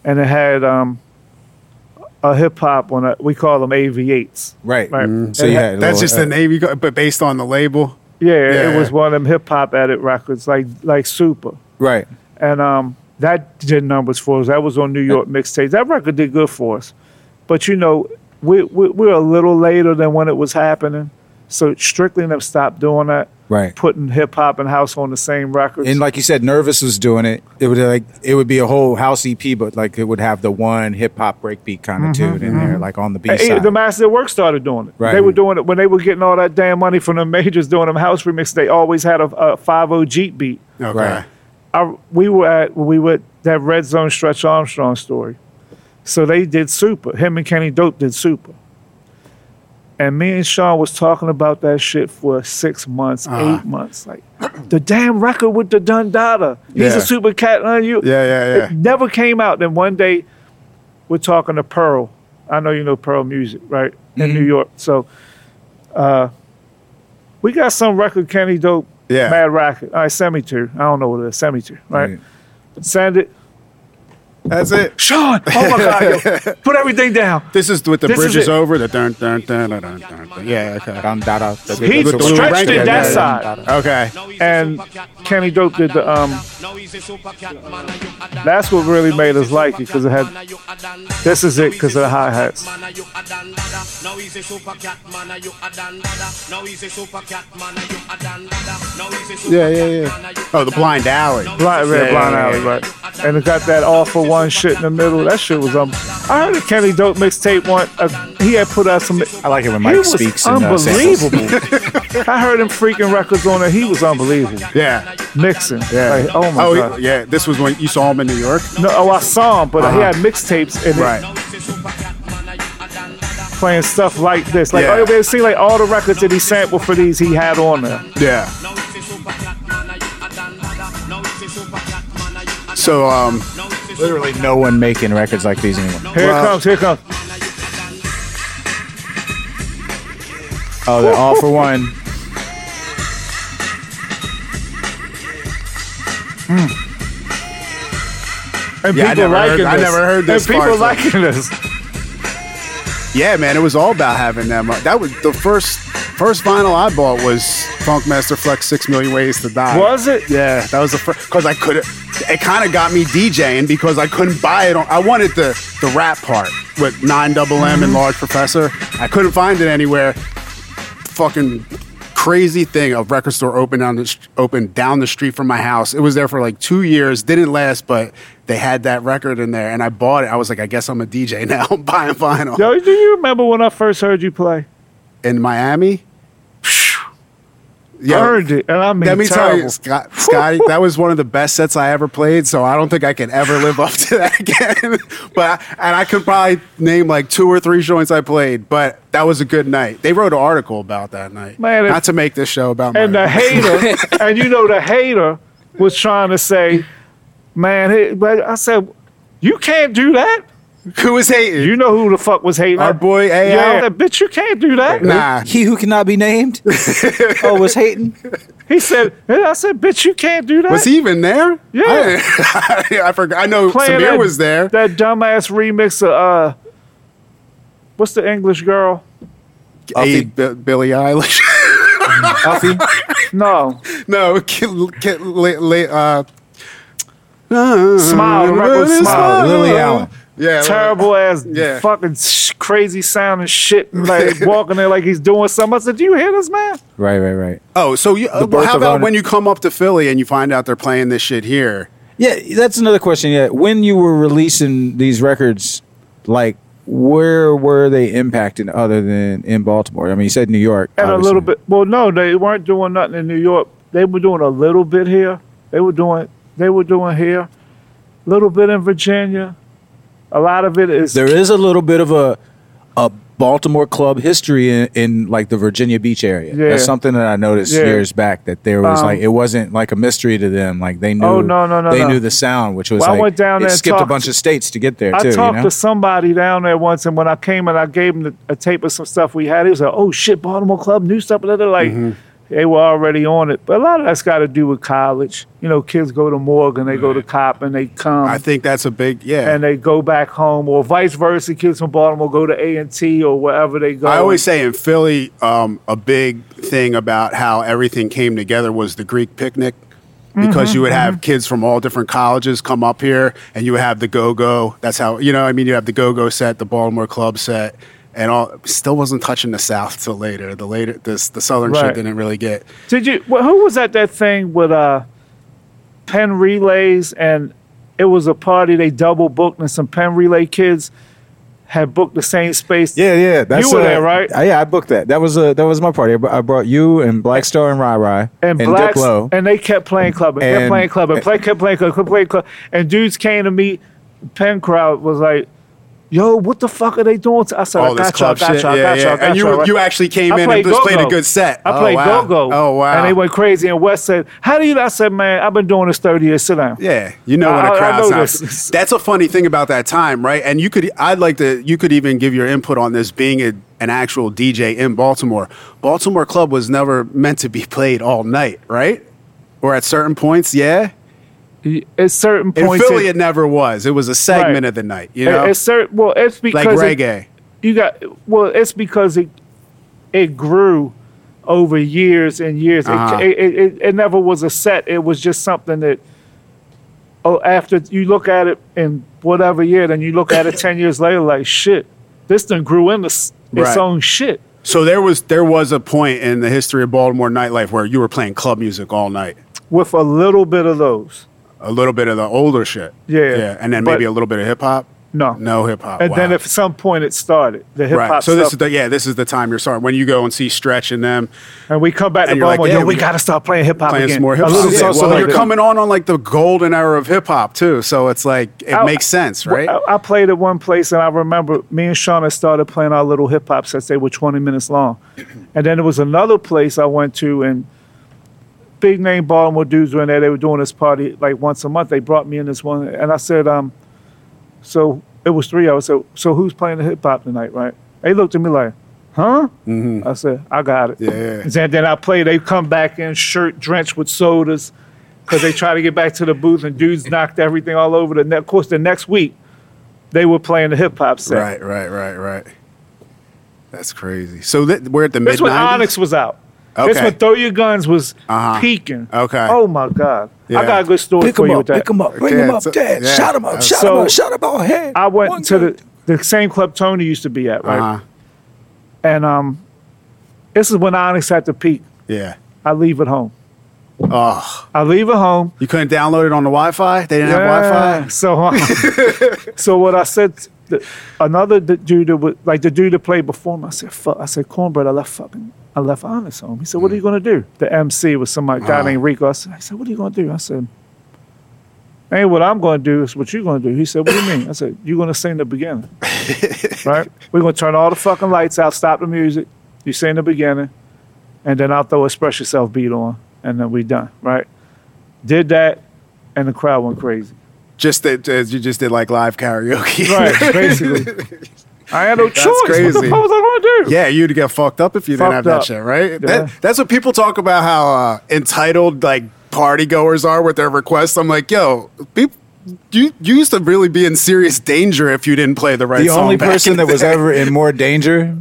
Speaker 3: and it had um a hip hop on it. We call them AV8s.
Speaker 2: Right.
Speaker 3: Right.
Speaker 2: So you had a
Speaker 1: That's
Speaker 2: little,
Speaker 1: just
Speaker 2: uh,
Speaker 1: the name you got, but based on the label.
Speaker 3: Yeah, it
Speaker 1: Yeah.
Speaker 3: was one of them hip hop edit records, like like Super.
Speaker 2: right.
Speaker 3: and um, that did numbers for us. That was on New York mixtapes. That record did good for us, but you know, we, we we're a little later than when it was happening. So strictly, them stopped doing that,
Speaker 2: Right.
Speaker 3: putting hip hop and house on the same records.
Speaker 2: And like you said, Nervous was doing it. It would like it would be a whole house EP, but like it would have the one hip hop breakbeat kind of tune in there, like on the B
Speaker 3: Hey,
Speaker 2: side.
Speaker 3: the Master at Work started doing it.
Speaker 2: Right.
Speaker 3: They were doing it when they were getting all that damn money from the majors doing them house remixes. They always had a, a 50 Jeep beat.
Speaker 1: Okay.
Speaker 2: Right.
Speaker 3: I, we were at we were at that red zone stretch Armstrong story. So they did super. Him and Kenny Dope did super. And me and Sean was talking about that shit for six months,
Speaker 1: Uh-huh.
Speaker 3: eight months. Like the damn record with the Dundada. He's
Speaker 1: Yeah.
Speaker 3: a super cat on you.
Speaker 1: Yeah, yeah, yeah.
Speaker 3: It never came out. Then one day we're talking to Pearl. I know you know Pearl Music, right? In
Speaker 2: Mm-hmm.
Speaker 3: New York. So uh we got some record Kenny Dope
Speaker 1: Yeah.
Speaker 3: Mad Racket. All right, send me two. I don't know what it is. Send me two. Right.
Speaker 2: Right.
Speaker 3: Send it.
Speaker 1: That's it.
Speaker 3: Sean! Oh my God.
Speaker 2: <laughs>
Speaker 3: yo. Put everything down.
Speaker 1: This is with the
Speaker 3: This is
Speaker 1: bridge is
Speaker 3: it.
Speaker 1: over. The dun dun dun dun dun. dun, dun. Yeah. Okay.
Speaker 2: Dun, da, da, da, da,
Speaker 3: He
Speaker 2: da, da, da,
Speaker 1: stretched
Speaker 2: da, da,
Speaker 1: it
Speaker 2: da,
Speaker 1: that
Speaker 2: da, da,
Speaker 3: side.
Speaker 2: da, da.
Speaker 1: Okay.
Speaker 3: And Kenny Dope did the, um,
Speaker 6: That's what really made us like it because it had. This is it because of the hi hats.
Speaker 1: Yeah, yeah, yeah. Oh, the blind alley.
Speaker 6: <laughs>
Speaker 3: Blind Red
Speaker 1: Yeah,
Speaker 3: Blind
Speaker 1: yeah,
Speaker 3: Alley,
Speaker 1: yeah.
Speaker 3: right? And it got that all for one shit in the middle. That shit was um. I heard a Kenny Dope mixtape one. Uh, he had put out some.
Speaker 2: I like it when
Speaker 3: he
Speaker 2: Mike
Speaker 3: was
Speaker 2: speaks. and, uh, samples.
Speaker 3: unbelievable. I heard him freaking records on it. He was unbelievable.
Speaker 1: Yeah.
Speaker 3: Mixing.
Speaker 1: Yeah.
Speaker 3: Like, oh my
Speaker 1: oh,
Speaker 3: god.
Speaker 1: yeah. This was when you saw him in New York.
Speaker 3: No, oh, I saw him, but he had mixtapes and
Speaker 1: Uh-huh. Right.
Speaker 3: playing stuff like this. Like
Speaker 1: Yeah.
Speaker 3: oh, it seemed like all the records that he sampled for these he had on there.
Speaker 1: Yeah. So um,
Speaker 2: Literally, no one making records like these anymore.
Speaker 3: Here
Speaker 1: Wow.
Speaker 3: it comes, here it comes.
Speaker 2: Oh, they're all for one.
Speaker 3: And
Speaker 1: Yeah, I
Speaker 3: people
Speaker 1: never heard-
Speaker 3: liking
Speaker 1: I
Speaker 3: this.
Speaker 1: never heard this
Speaker 3: And people
Speaker 1: part, but-
Speaker 3: liking this.
Speaker 1: yeah, man, it was all about having them. That was the first first vinyl I bought was Funk Master Flex Six Million Ways to Die.
Speaker 3: Was it?
Speaker 1: Yeah, that was the first because I could. It kind of got me DJing because I couldn't buy it. On, I wanted the the rap part with Nine Double M
Speaker 3: Mm-hmm.
Speaker 1: and Large Professor. I couldn't find it anywhere. Fucking crazy thing of record store open down the st- open down the street from my house. It was there for like two years. Didn't last, but they had that record in there, and I bought it. I was like, I guess I'm a DJ <laughs> now. I'm buying vinyl
Speaker 3: Yo, do you remember when I first heard you play?
Speaker 1: in Miami. Yeah.
Speaker 3: earned it, and I mean
Speaker 1: Let me
Speaker 3: terrible.
Speaker 1: tell you, Scott, Scotty, that was one of the best sets I ever played. So I don't think I can ever live up to that <laughs> again. but and I could probably name like two or three joints I played. But that was a good night. They wrote an article about that night.
Speaker 3: Man, it-
Speaker 1: not to make this show about
Speaker 3: and the
Speaker 1: murder. <laughs>
Speaker 3: hater, and you know the hater was trying to say, "Man," he, but I said, "You can't do that."
Speaker 1: <laughs> who was hating.
Speaker 3: uh, You know who the fuck was hating?
Speaker 1: Our
Speaker 3: I-
Speaker 1: boy AL.
Speaker 3: Yeah, that bitch, you can't do that.
Speaker 1: nah,
Speaker 2: He who cannot be named. oh, was hating.
Speaker 3: He said, and I said, bitch, you can't do that.
Speaker 1: was he even there?
Speaker 3: Yeah.
Speaker 1: I, <laughs> I forgot. I know
Speaker 3: playing
Speaker 1: Samir
Speaker 3: that-
Speaker 1: was there.
Speaker 3: That dumbass remix of uh, what's the English girl?
Speaker 1: Hey, B- Billie Eilish.
Speaker 2: Alfie.
Speaker 3: No,
Speaker 2: <laughs>
Speaker 1: no, kid, kid, li, li, uh,
Speaker 3: Smile, the record Smile.
Speaker 2: Lily Allen.
Speaker 1: Yeah,
Speaker 3: terrible ass,
Speaker 1: Yeah.
Speaker 3: fucking sh- crazy sounding shit,
Speaker 1: <laughs>
Speaker 3: and like walking there like he's doing something. I said, do you hear this man?
Speaker 2: Right, right, right.
Speaker 1: Oh, so you, uh,
Speaker 2: birth
Speaker 1: how
Speaker 2: of
Speaker 1: about
Speaker 2: honor-
Speaker 1: when you come up to Philly and you find out they're playing this shit here?
Speaker 2: Yeah, that's another question. Yeah, when you were releasing these records, like where were they impacting other than in Baltimore? I mean, you said New York.
Speaker 3: And a
Speaker 2: obviously.
Speaker 3: little bit. Well, no, they weren't doing nothing in New York. They were doing a little bit here. They were doing. They were doing here. Little bit in Virginia. A lot of it is
Speaker 2: There is a little bit of a a Baltimore club history in, in like the Virginia Beach area.
Speaker 3: Yeah.
Speaker 2: That's something that I noticed
Speaker 3: Yeah.
Speaker 2: years back that there was
Speaker 3: Um,
Speaker 2: like it wasn't like a mystery to them. Like they knew.
Speaker 3: Oh, no, no, no,
Speaker 2: They
Speaker 3: no.
Speaker 2: knew the sound, which was
Speaker 3: Well, I
Speaker 2: like
Speaker 3: went down
Speaker 2: it
Speaker 3: there and
Speaker 2: skipped a
Speaker 3: talked-
Speaker 2: bunch of states to get there
Speaker 3: I
Speaker 2: too. You
Speaker 3: talked
Speaker 2: know?
Speaker 3: to somebody down there once, and when I came and I gave him the, a tape of some stuff we had, he was like, "Oh shit, Baltimore Club, new stuff." And they're like,
Speaker 2: Mm-hmm.
Speaker 3: they were already on it. But a lot of that's got to do with college. You know, kids go to Morgan, they go to Cop, and they come
Speaker 1: I think that's a big yeah.
Speaker 3: and they go back home, or vice versa. Kids from Baltimore go to A and T or wherever they go.
Speaker 1: I always say in Philly, um, a big thing about how everything came together was the Greek picnic. Because
Speaker 3: Mm-hmm,
Speaker 1: you would have kids from all different colleges come up here, and you would have the go go. That's how you know. I mean, you have the go go set, the Baltimore Club set, and all. Still wasn't touching the South till later. The later this the Southern
Speaker 3: Right.
Speaker 1: shit didn't really get.
Speaker 3: Did you? Well, who was at that thing with uh, pen relays? And it was a party they double booked, and some pen relay kids had booked the same space.
Speaker 2: Yeah, yeah. That's
Speaker 3: were
Speaker 2: uh,
Speaker 3: there, right?
Speaker 2: I- yeah, I booked that. That was a that was my party. I br- I brought you and Black Star and Rai Rai
Speaker 3: and,
Speaker 2: Diplo.
Speaker 3: blacks and they kept playing club and,
Speaker 2: And-
Speaker 3: kept playing
Speaker 1: eh,
Speaker 3: club and play, kept playing club, kept playing club. And dudes came to me. Penn crowd was like, "Yo, what the fuck are they doing?" To-? I said,
Speaker 1: All
Speaker 3: "I
Speaker 1: this
Speaker 3: got y'all,
Speaker 1: club
Speaker 3: got
Speaker 1: shit,
Speaker 3: y'all,
Speaker 1: yeah,
Speaker 3: got
Speaker 1: yeah.
Speaker 3: y'all, got
Speaker 1: And you
Speaker 3: y'all."
Speaker 1: were- you actually came
Speaker 3: I
Speaker 1: in and
Speaker 3: played
Speaker 1: just played a
Speaker 3: go-go.
Speaker 1: good set.
Speaker 3: I
Speaker 1: Oh,
Speaker 3: played
Speaker 1: wow.
Speaker 3: go go.
Speaker 1: Oh, wow.
Speaker 3: And they went crazy. And West said, "How do you?" I said, "Man, I've been doing this thirty years. Sit down."
Speaker 1: Yeah, you know when
Speaker 3: I- I-
Speaker 1: a
Speaker 3: I
Speaker 1: crowd's
Speaker 3: know
Speaker 1: not.
Speaker 3: this.
Speaker 1: <laughs> That's a funny thing about that time, right? And you could, I'd like to, you could even give your input on this being a, an actual DJ in Baltimore. Baltimore Club was never meant to be <laughs> played all night, right? Or at certain points, yeah.
Speaker 3: At certain
Speaker 1: In
Speaker 3: points,
Speaker 1: Philly, it, never was. It was a segment
Speaker 3: Right.
Speaker 1: of the night, you know,
Speaker 3: It- It's certain, well, it's
Speaker 1: like
Speaker 3: because it-
Speaker 1: reggae.
Speaker 3: you got well. It's because it it grew over years and years. It-
Speaker 1: Uh-huh.
Speaker 3: It, it, it, it never was a set. It was just something that oh, after you look at it in whatever year, then you look
Speaker 1: <coughs>
Speaker 3: at it ten years later, like shit, this thing grew into s- its
Speaker 1: Right.
Speaker 3: own shit.
Speaker 1: so there was there was a point in the history of Baltimore nightlife where you were playing club music all night.
Speaker 3: With a little bit of those,
Speaker 1: A little bit of the older shit,
Speaker 3: Yeah.
Speaker 1: yeah, and then
Speaker 3: But-
Speaker 1: maybe a little bit of hip hop.
Speaker 3: no,
Speaker 1: No hip hop.
Speaker 3: And
Speaker 1: wow.
Speaker 3: then at some point it started the hip hop
Speaker 1: Right. So
Speaker 3: stuff,
Speaker 1: this is the yeah, this is the time you're starting when you go and see Stretch and them
Speaker 3: and we come back to
Speaker 1: and you're like,
Speaker 3: Baltimore.
Speaker 1: yeah,
Speaker 3: Yo, we,
Speaker 1: we-
Speaker 3: got to start playing hip hop
Speaker 1: playing
Speaker 3: again.
Speaker 1: some more
Speaker 3: A
Speaker 1: hip
Speaker 3: little
Speaker 1: hop.
Speaker 3: bit,
Speaker 1: Yeah,
Speaker 3: a
Speaker 1: well,
Speaker 3: little
Speaker 1: you're
Speaker 3: bit.
Speaker 1: coming on on like the golden era of hip hop too, so it's like it
Speaker 3: I-
Speaker 1: makes sense, right?
Speaker 3: I, I played at one place, and I remember me and Shauna started playing our little hip hop sets. They were 20 minutes
Speaker 1: <clears throat>
Speaker 3: long. And then there was another place I went to, and big name Baltimore dudes were in there. They were doing this party like once a month. They brought me in this one, and I said, um, so it was three hours. So, so who's playing the hip hop tonight, right? They looked at me like, huh? I said, I got it.
Speaker 1: Mm-hmm. Yeah.
Speaker 3: And then I play. They come back in shirt drenched with sodas because they try to get back to the booth, and dudes knocked everything all over. The ne- of course, the next week they were playing the hip hop set.
Speaker 1: right, right, right, right. That's crazy. So that, we're at the mid
Speaker 3: That's when
Speaker 1: 90s.
Speaker 3: Onyx was out. That's
Speaker 1: Okay.
Speaker 3: when Throw Your Guns was
Speaker 1: Uh-huh.
Speaker 3: peaking.
Speaker 1: Okay.
Speaker 3: Oh my God.
Speaker 1: Yeah.
Speaker 3: I got a good story
Speaker 2: Pick
Speaker 3: for
Speaker 2: him
Speaker 3: you
Speaker 2: up,
Speaker 3: with that.
Speaker 2: pick him up, bring
Speaker 1: Okay,
Speaker 2: him up,
Speaker 1: so-
Speaker 2: dead.
Speaker 1: yeah. uh,
Speaker 2: Shot him up, shot
Speaker 3: So-
Speaker 2: him up, shot him up, head.
Speaker 3: I went
Speaker 2: One
Speaker 3: to
Speaker 2: gun.
Speaker 3: the the same club Tony used to be at, right?
Speaker 1: Uh-huh.
Speaker 3: And um, this is when Onyx had to peak.
Speaker 1: Yeah.
Speaker 3: I leave it home.
Speaker 1: Oh,
Speaker 3: I leave it home.
Speaker 1: you couldn't download it on the Wi-Fi? They didn't have Wi-Fi?
Speaker 3: So, um, <laughs> so what I said, the, another d- dude that was, like the dude that played before me, I said, fuck, I said, Cornbread, I left fucking I left Onyx home. He said, What are you
Speaker 1: Mm.
Speaker 3: going to do? The MC was some guy
Speaker 1: Oh.
Speaker 3: named Rico. I said, I said, What are you going to do? I said, Ain't what I'm going to do, it's what you're going to do. He said, What do you mean? I said, You're going to sing
Speaker 1: <laughs>
Speaker 3: the beginning. right? We're going to turn all the fucking lights out, stop the music. You sing the beginning, and then I'll throw Express Yourself beat on, and then we done, right? Did that, and the crowd went crazy.
Speaker 1: Just that as you just did like live karaoke. <laughs>
Speaker 3: Right, basically. I had no choice. What the
Speaker 1: crazy.
Speaker 3: fuck was I going to do?
Speaker 1: Yeah, you'd get fucked up if you didn't
Speaker 3: Fucked
Speaker 1: have that
Speaker 3: up.
Speaker 1: shit, right?
Speaker 3: Yeah.
Speaker 1: That, that's what people talk about how uh, entitled like party goers are with their requests. I'm like, yo, people, you, you used to really be in serious danger if you didn't play the right
Speaker 2: The
Speaker 1: song.
Speaker 2: only
Speaker 1: back in
Speaker 2: person
Speaker 1: the
Speaker 2: that was ever in <laughs> more danger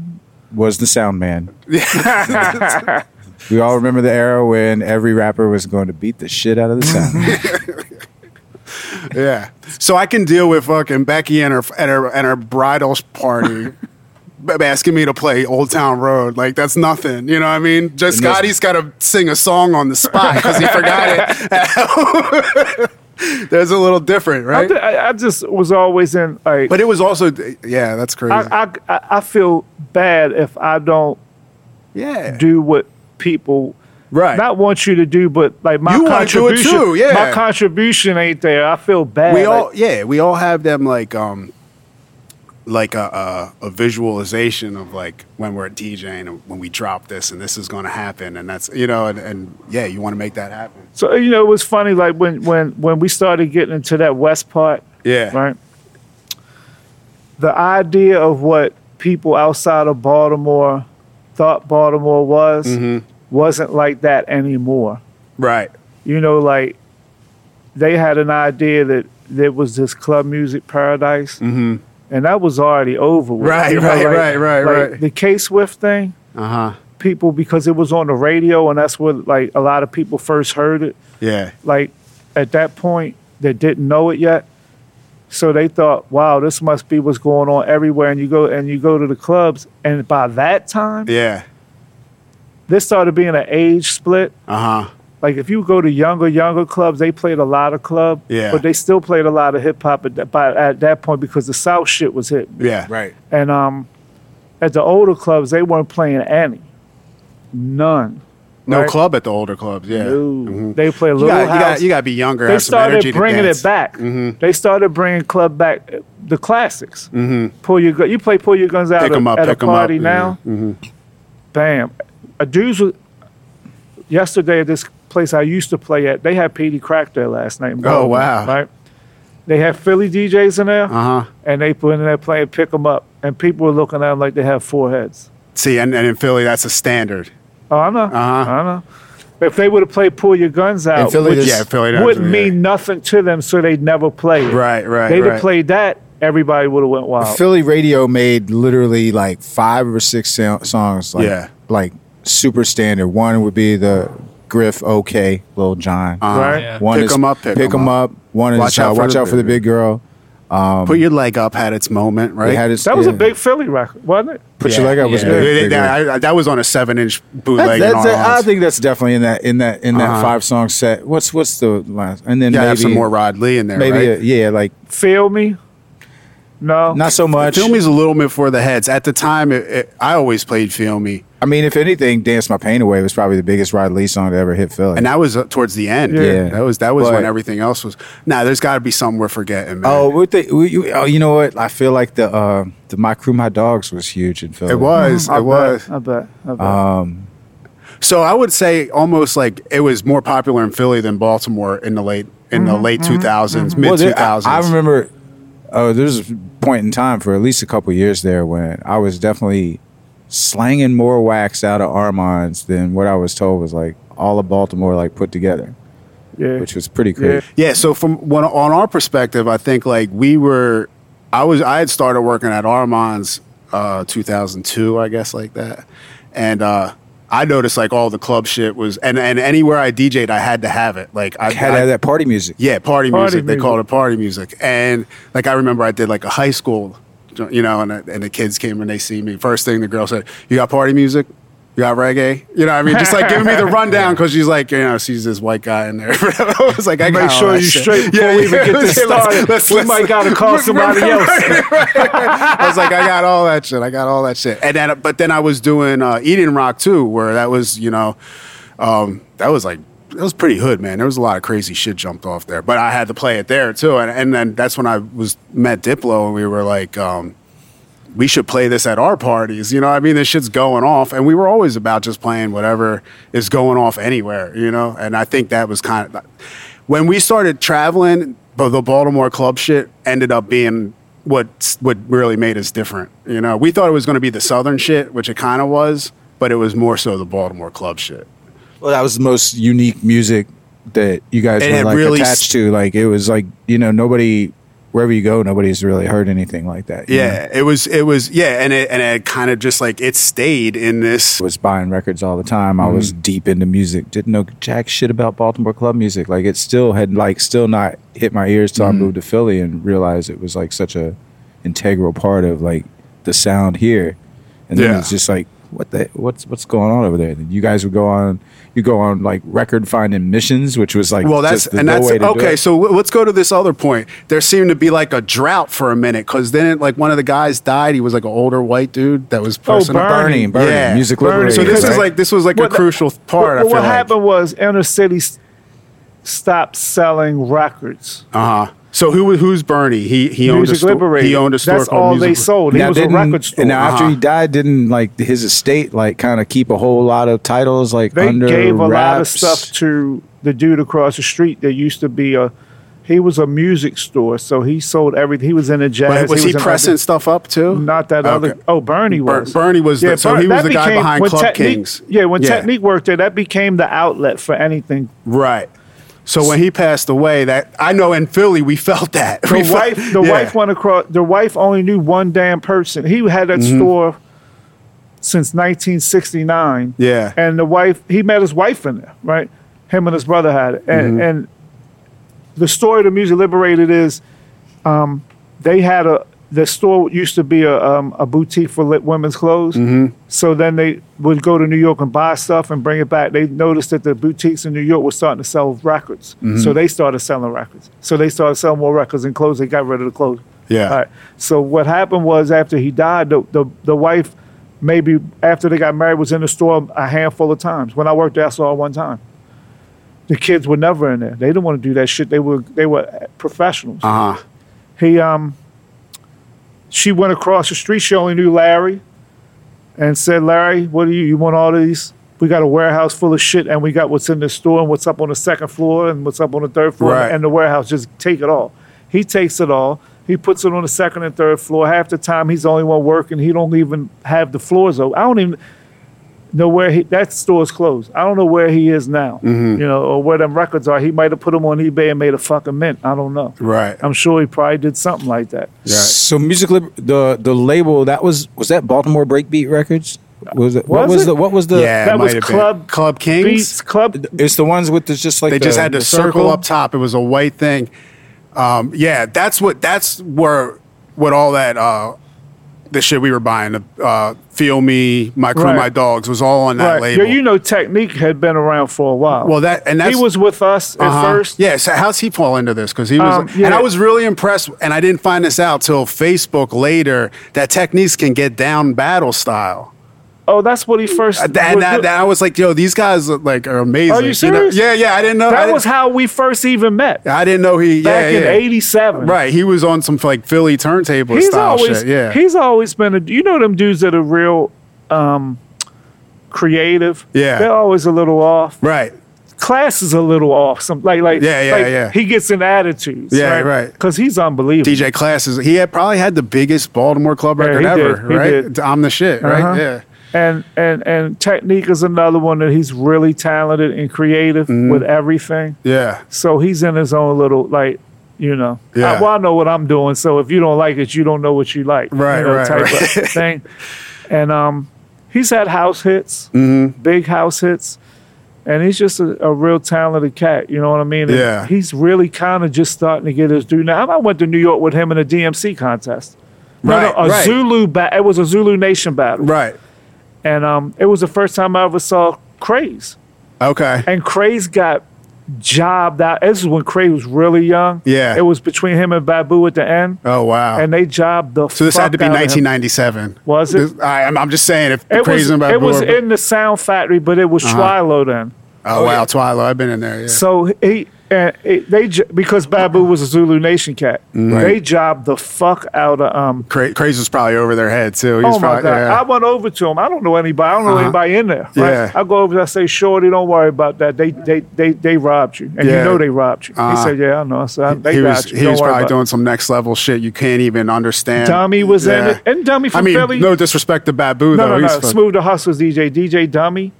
Speaker 2: was the sound man. <laughs> we all remember the era when every rapper was going to beat the shit out of the
Speaker 1: <laughs>
Speaker 2: sound. man.
Speaker 1: Yeah. So I can deal with fucking Becky and her and her and her bridal party
Speaker 2: <laughs>
Speaker 1: b- asking me to play Old Town Road. Like that's nothing. You know what I mean? Just
Speaker 2: And this-
Speaker 1: Scotty's got to sing a song on the spot because he forgot
Speaker 2: <laughs>
Speaker 1: it. <laughs> There's a little different,
Speaker 3: I,
Speaker 1: right?
Speaker 3: ju- I, I just was always in, like,
Speaker 1: But it was also yeah, that's crazy.
Speaker 3: I, I, I- I feel bad if I don't
Speaker 1: yeah.
Speaker 3: do what people
Speaker 1: right.
Speaker 3: not want you to do, but like my
Speaker 1: You wanna do it
Speaker 3: contribution,
Speaker 1: too, yeah.
Speaker 3: my contribution ain't there. I feel bad.
Speaker 1: we all
Speaker 3: Like,
Speaker 1: yeah we all have them like um like a, a a visualization of like when we're DJing and when we drop this and this is going to happen and that's you know and, and yeah you want to make that happen
Speaker 3: so you know, it was funny. Like when when when we started getting into that West part,
Speaker 1: yeah
Speaker 3: right? The idea of what people outside of Baltimore thought Baltimore was
Speaker 1: Mm-hmm.
Speaker 3: wasn't like that anymore.
Speaker 1: right
Speaker 3: you know, like they had an idea that there was this club music paradise, mm-hmm. and that was already over. With.
Speaker 1: Right,
Speaker 3: You know,
Speaker 1: right, right, right, right.
Speaker 3: The K Swift thing,
Speaker 1: uh huh
Speaker 3: people because it was on the radio, and that's where like a lot of people first heard it.
Speaker 1: yeah
Speaker 3: Like at that point, they didn't know it yet, so they thought, "Wow, this must be what's going on everywhere." And you go and you go to the clubs, and by that time,
Speaker 1: yeah
Speaker 3: there started being an age split.
Speaker 1: uh huh
Speaker 3: like if you go to younger younger clubs they played a lot of club
Speaker 1: Yeah.
Speaker 3: but they still played a lot of hip-hop at that, by, at that point because the south shit was hit
Speaker 1: yeah
Speaker 2: Right.
Speaker 3: and um at the older clubs they weren't playing any none
Speaker 1: no
Speaker 3: Right.
Speaker 1: club at the older clubs yeah Mm-hmm.
Speaker 3: no. they play a
Speaker 1: you
Speaker 3: little
Speaker 1: got you
Speaker 3: house
Speaker 1: got you got to be younger
Speaker 3: they
Speaker 1: have some energy
Speaker 3: started
Speaker 1: to
Speaker 3: bringing
Speaker 1: dance. Mm-hmm.
Speaker 3: it back they started bringing club back uh, the classics mm-hmm. pull your gu- you play pull your guns out
Speaker 1: Pick
Speaker 3: at,
Speaker 1: 'em up,
Speaker 3: at a
Speaker 1: pick 'em up, Mm-hmm.
Speaker 3: party
Speaker 1: yeah.
Speaker 3: now bam a dudes was, yesterday at this place I used to play at, they had Petey Crack there last night. in Baltimore,
Speaker 1: Oh, wow.
Speaker 3: Right? They had Philly DJs in there,
Speaker 1: Uh-huh.
Speaker 3: and they put in there playing Pick 'em Up, and people were looking at them like they have four heads.
Speaker 1: see and, and in Philly that's a standard
Speaker 3: Oh, I know. I know. If they would have played Pull Your Guns Out,
Speaker 2: Philly
Speaker 3: which
Speaker 2: Just
Speaker 1: yeah Uh-huh. Philly that's-
Speaker 3: wouldn't
Speaker 1: yeah.
Speaker 3: mean nothing to them, so they'd never play it.
Speaker 1: Right, right,
Speaker 3: They'd
Speaker 1: right.
Speaker 3: have played that, everybody would have went
Speaker 1: Uh,
Speaker 3: wild.
Speaker 2: Philly radio made literally like five or six so- songs. Like,
Speaker 1: Yeah.
Speaker 2: Like super standard. One would be the Griff OK, Lil John.
Speaker 1: uh,
Speaker 3: right?
Speaker 6: Yeah.
Speaker 2: One
Speaker 1: Pick 'em up, pick
Speaker 2: pick
Speaker 1: 'em
Speaker 2: 'em
Speaker 1: up.
Speaker 2: up. One is
Speaker 1: Watch out
Speaker 2: uh,
Speaker 1: for
Speaker 2: watch
Speaker 1: the
Speaker 2: out for the
Speaker 1: baby.
Speaker 2: big girl.
Speaker 1: put your leg up Um, had its moment right
Speaker 2: It had its-
Speaker 3: That was a
Speaker 2: yeah.
Speaker 3: big Philly record, wasn't it?
Speaker 2: Put your leg up was
Speaker 1: Yeah,
Speaker 2: big.
Speaker 1: that-
Speaker 2: big girl.
Speaker 1: that, I- that was on a seven-inch bootleg.
Speaker 2: That-
Speaker 1: in
Speaker 2: that's
Speaker 1: all
Speaker 2: it. I
Speaker 1: honesty.
Speaker 2: think that's definitely in that in that in that
Speaker 1: Uh-huh.
Speaker 2: five song set. What's what's the last? And then
Speaker 1: You gotta
Speaker 2: maybe
Speaker 1: have some more Rod Lee in there,
Speaker 2: maybe
Speaker 1: right?
Speaker 2: a- yeah, like
Speaker 3: Feel Me? No.
Speaker 2: not so much.
Speaker 1: Feel Me's a little bit for the heads. At the time, it, it, I always played Feel Me,
Speaker 2: I mean, if anything, "Dance My Pain Away" was probably the biggest Rod Lee song to ever hit Philly.
Speaker 1: and that was uh, towards the end.
Speaker 2: Yeah.
Speaker 1: that was that was when
Speaker 2: But-
Speaker 1: everything else was. Nah, there's got to be something we're forgetting. Man.
Speaker 2: oh, we think, we, you, oh, you know what? I feel like the uh, the My Crew, My Dogs was huge in Philly.
Speaker 1: it was,
Speaker 3: I
Speaker 1: it was. Uh,
Speaker 3: bet, I bet. I bet.
Speaker 1: So I would say almost like it was more popular in Philly than Baltimore in the late in the late 2000s, mid
Speaker 2: Mm-hmm, Well, there-
Speaker 1: 2000s.
Speaker 2: I- I, remember. Oh, there was a point in time for at least a couple years there when I was definitely slanging more wax out of Armands than what I was told was like all of Baltimore like put together,
Speaker 3: yeah.
Speaker 2: which was pretty crazy.
Speaker 1: Yeah. So from when, on our perspective, I think like we were, I was, I had started working at Armand's, uh, 2002, I guess, like that, and uh, I noticed like all the club shit was, and and anywhere I DJ'd, I had to have it. Like I
Speaker 2: Had
Speaker 1: I-
Speaker 2: had that party music.
Speaker 1: yeah, party,
Speaker 3: Party
Speaker 1: music. They
Speaker 3: music.
Speaker 1: called it party music. And like I remember, I did like a high school, you know, and and the kids came and they see me. First thing the girl said, "You got party music." You got reggae? You know, what I mean, just like giving
Speaker 3: <laughs>
Speaker 1: me the rundown because she's like, you know, she's this white guy in there. <laughs> I was like, I
Speaker 3: Make
Speaker 1: got all
Speaker 3: sure
Speaker 1: that
Speaker 3: you
Speaker 1: shit.
Speaker 3: straight before we even get this
Speaker 1: <laughs> Let's-
Speaker 3: started. We might gotta call somebody else.
Speaker 1: I was like, I got all that shit. I got all that shit. And then, but then I was doing uh, Eden Rock too, where that was, you know, um, that was like. It was pretty hood, man. There was a lot of crazy shit jumped off there, but I had to play it there too. And, and then that's when I was met Diplo, and we were like, um, we should play this at our parties. You know, what I mean, this shit's going off, and we were always about just playing whatever is going off anywhere. You know, and I think that was kind of when we started traveling. But the Baltimore club shit ended up being what what really made us different. You know, we thought it was going to be the Southern shit, which it kind of was, but it was more so the Baltimore club shit.
Speaker 2: Well, that was the most unique music that you guys
Speaker 1: It
Speaker 2: were
Speaker 1: had
Speaker 2: like
Speaker 1: really s-
Speaker 2: attached to. Like it was like you know nobody wherever you go, nobody's really heard anything like that. you know?
Speaker 1: Yeah, it was it was yeah, and it and it kind of just like it stayed in this
Speaker 2: was buying records all the time. I was
Speaker 1: Mm-hmm.
Speaker 2: deep into music. Didn't know jack shit about Baltimore club music. Like it still had like still not hit my ears
Speaker 1: Mm-hmm.
Speaker 2: till I moved to Philly and realized it was like such a integral part of like the sound here. And then
Speaker 1: Yeah.
Speaker 2: it's just like what the what's what's going on over there? Then you guys would go on you go on like record finding missions, which was like
Speaker 1: Well, that's
Speaker 2: just the,
Speaker 1: and
Speaker 2: the
Speaker 1: that's
Speaker 2: way to do
Speaker 1: okay.
Speaker 2: it.
Speaker 1: So w- let's go to this other point. There seemed to be like a drought for a minute because then, like one of the guys died. He was like an older white dude that was person.
Speaker 3: Burn.
Speaker 2: Bernie, Bernie,
Speaker 1: Yeah.
Speaker 2: music
Speaker 3: Oh, Bernie.
Speaker 2: liberator.
Speaker 1: So this
Speaker 3: Right.
Speaker 1: is like this was like
Speaker 3: Well,
Speaker 1: a
Speaker 3: the-
Speaker 1: crucial th- part.
Speaker 3: What,
Speaker 1: I feel
Speaker 3: what happened was inner city s- stopped selling records.
Speaker 1: Uh huh. So who was- who's Bernie? He he owned a
Speaker 3: Music
Speaker 1: store.
Speaker 3: Liberator.
Speaker 1: He owned a store
Speaker 3: That's
Speaker 1: called
Speaker 3: all
Speaker 1: Music
Speaker 3: they
Speaker 1: Liberator.
Speaker 3: sold. He
Speaker 2: Now,
Speaker 3: was a
Speaker 2: didn't-
Speaker 3: record store.
Speaker 2: And now after he
Speaker 1: Uh-huh.
Speaker 2: died, didn't like his estate like kind of keep a whole lot of titles like
Speaker 3: they
Speaker 2: under
Speaker 3: gave a lot of
Speaker 2: wraps?
Speaker 3: stuff to the dude across the street that used to be a. He was a music store, so he sold everything. He was in the jazz.
Speaker 1: But was he
Speaker 3: in
Speaker 1: pressing stuff up too?
Speaker 3: Every, not that other.
Speaker 1: Okay.
Speaker 3: Oh, Bernie
Speaker 1: Ber-
Speaker 3: was.
Speaker 1: Bernie was the- so he was
Speaker 3: that
Speaker 1: the guy behind
Speaker 3: when
Speaker 1: Club
Speaker 3: Technique-
Speaker 1: Kings.
Speaker 3: Yeah, when
Speaker 1: Yeah.
Speaker 3: Technique worked there, that became the outlet for anything.
Speaker 1: Right. So when he passed away, that I know in Philly we felt that <laughs>
Speaker 3: The
Speaker 1: We felt-
Speaker 3: wife, the
Speaker 1: yeah.
Speaker 3: wife went across. The wife only knew one damn person. He had that
Speaker 1: Mm-hmm.
Speaker 3: store since 1969.
Speaker 1: Yeah.
Speaker 3: and the wife he met his wife in there, right? Him and his brother had it, and and the story of the music liberated is, um, they had a the store used to be a um, a boutique for lit women's clothes. So then they would go to New York and buy stuff and bring it back. They noticed that the boutiques in New York were starting to sell records, so they started selling records. So they started selling more records and clothes. They got rid of the clothes.
Speaker 1: Yeah.
Speaker 3: All right. So what happened was after he died, the, the, the wife maybe after they got married was in the store a handful of times. When I worked there, I saw her one time. The kids were never in there. They didn't want to do that shit. They were they were professionals.
Speaker 1: Uh-huh.
Speaker 3: He um she went across the street, she only knew Larry and said, Larry, what do you you want all of these? We got a warehouse full of shit and we got what's in the store and what's up on the second floor and what's up on the third floor
Speaker 1: Right.
Speaker 3: and the warehouse. Just take it all. He takes it all. He puts it on the second and third floor. Half the time he's the only one working. He don't even have the floors open. I don't even know where he that store's closed. I don't know where he is now. You know, or where them records are. He might have put them on eBay and made a fucking mint. I don't know.
Speaker 1: Right.
Speaker 3: I'm sure he probably did something like that.
Speaker 2: So music lib- the the label that was was that Baltimore Breakbeat Records? Was it, what
Speaker 3: Was
Speaker 2: was
Speaker 3: it?
Speaker 2: the what was the
Speaker 1: Yeah, it
Speaker 3: that was
Speaker 1: might have been.
Speaker 3: Club
Speaker 1: Club Kings.
Speaker 3: Beats Club.
Speaker 2: It's the ones with the just like
Speaker 1: They
Speaker 2: the,
Speaker 1: just had
Speaker 2: the
Speaker 1: to circle up top. It was a white thing. Um, yeah, that's what that's where what all that uh, the shit we were buying, the uh, Feel Me, My Crew,
Speaker 3: Right.
Speaker 1: My Dogs was all on that
Speaker 3: Right.
Speaker 1: label.
Speaker 3: Yeah, you know, Technique had been around for a while.
Speaker 1: Well, that- and that's-
Speaker 3: he was with us at
Speaker 1: Uh-huh.
Speaker 3: first.
Speaker 1: Yeah, so how's he fall into this? Because he was,
Speaker 3: Um,
Speaker 1: and
Speaker 3: yeah.
Speaker 1: I was really impressed, and I didn't find this out till Facebook later that techniques can get down battle style. Uh,
Speaker 3: Oh, that's what he first.
Speaker 1: And, that-
Speaker 3: was
Speaker 1: that-
Speaker 3: do-
Speaker 1: that I was like, yo, these guys are, like are amazing.
Speaker 3: Are you serious?
Speaker 1: Yeah, yeah. I didn't know. I
Speaker 3: that
Speaker 1: didn't,
Speaker 3: was how we first even met
Speaker 1: I didn't know he. yeah,
Speaker 3: back in
Speaker 1: yeah.
Speaker 3: '87.
Speaker 1: Right, he was on some like Philly turntable
Speaker 3: He's
Speaker 1: style
Speaker 3: always
Speaker 1: shit. Yeah,
Speaker 3: he's always been a. You know them dudes that are real um, creative.
Speaker 1: Yeah.
Speaker 3: they're always a little off.
Speaker 1: right.
Speaker 3: Class is a little off. Some like like
Speaker 1: Yeah, yeah,
Speaker 3: like,
Speaker 1: yeah.
Speaker 3: He gets in attitudes.
Speaker 1: Yeah, right.
Speaker 3: Because he's unbelievable.
Speaker 1: DJ Classes. He had probably had the biggest Baltimore club
Speaker 3: Yeah,
Speaker 1: record
Speaker 3: he did.
Speaker 1: ever.
Speaker 3: He
Speaker 1: right,
Speaker 3: did.
Speaker 1: I'm the shit. Right.
Speaker 3: Uh-huh.
Speaker 1: Yeah.
Speaker 3: and and and technique is another one that he's really talented and creative
Speaker 1: Mm-hmm.
Speaker 3: with everything.
Speaker 1: Yeah.
Speaker 3: So he's in his own little like, you know.
Speaker 1: Yeah.
Speaker 3: I, well, I know what I'm doing. So if you don't like it, you don't know what you like.
Speaker 1: Right,
Speaker 3: you know,
Speaker 1: right,
Speaker 3: type
Speaker 1: right. <laughs>
Speaker 3: Of thing. And um, he's had house hits,
Speaker 1: Mm-hmm.
Speaker 3: big house hits, and he's just a, a real talented cat. You know what I mean? And
Speaker 1: Yeah.
Speaker 3: He's really kind of just starting to get his due now. I went to New York with him in a DMC contest. No,
Speaker 1: Right,
Speaker 3: no, a
Speaker 1: right.
Speaker 3: Zulu battle. It was a Zulu Nation battle
Speaker 1: Right.
Speaker 3: and um, it was the first time I ever saw Craze.
Speaker 1: Okay.
Speaker 3: And Craze got jobbed out. This is when Craze was really young.
Speaker 1: Yeah.
Speaker 3: It was between him and Babu at the end,
Speaker 1: Oh wow.
Speaker 3: and they jobbed the.
Speaker 1: so this had to be
Speaker 3: 1990.
Speaker 1: 1997.
Speaker 3: Was it?
Speaker 1: This- I, I'm, I'm just saying if
Speaker 3: It was,
Speaker 1: crazy about
Speaker 3: it was
Speaker 1: Bora-
Speaker 3: in the Sound Factory, but it was Shiloh then.
Speaker 1: Oh wow, Twilo, I've been in there. Uh-huh. Yeah.
Speaker 3: So he and it, they j- because Babu was a Zulu Nation cat,
Speaker 1: Mm-hmm.
Speaker 3: they jobbed the fuck out of um.
Speaker 1: Cra- crazy was probably over their head too. He was
Speaker 3: Oh my
Speaker 1: probably,
Speaker 3: god!
Speaker 1: yeah. Uh-huh.
Speaker 3: I went over to him. I don't know anybody. I don't know anybody in there. Right?
Speaker 1: Yeah.
Speaker 3: I go over. there, I say, "Shorty, don't worry about that. They they they they robbed you, and
Speaker 1: Yeah.
Speaker 3: you know they robbed you."
Speaker 1: Uh-huh.
Speaker 3: he said, "Yeah, I know." I said, I- "They
Speaker 1: he
Speaker 3: got
Speaker 1: was
Speaker 3: you.
Speaker 1: he
Speaker 3: don't
Speaker 1: was
Speaker 3: worry
Speaker 1: probably
Speaker 3: about
Speaker 1: doing some next level shit you can't even understand.
Speaker 3: it." Dummy was in
Speaker 1: Yeah.
Speaker 3: it, and Dummy from
Speaker 1: I mean,
Speaker 3: Philly.
Speaker 1: no disrespect to Babu
Speaker 3: no,
Speaker 1: though.
Speaker 3: no,
Speaker 1: He's
Speaker 3: no.
Speaker 1: fuck-
Speaker 3: Smooth the Hustle's DJ, DJ Dummy.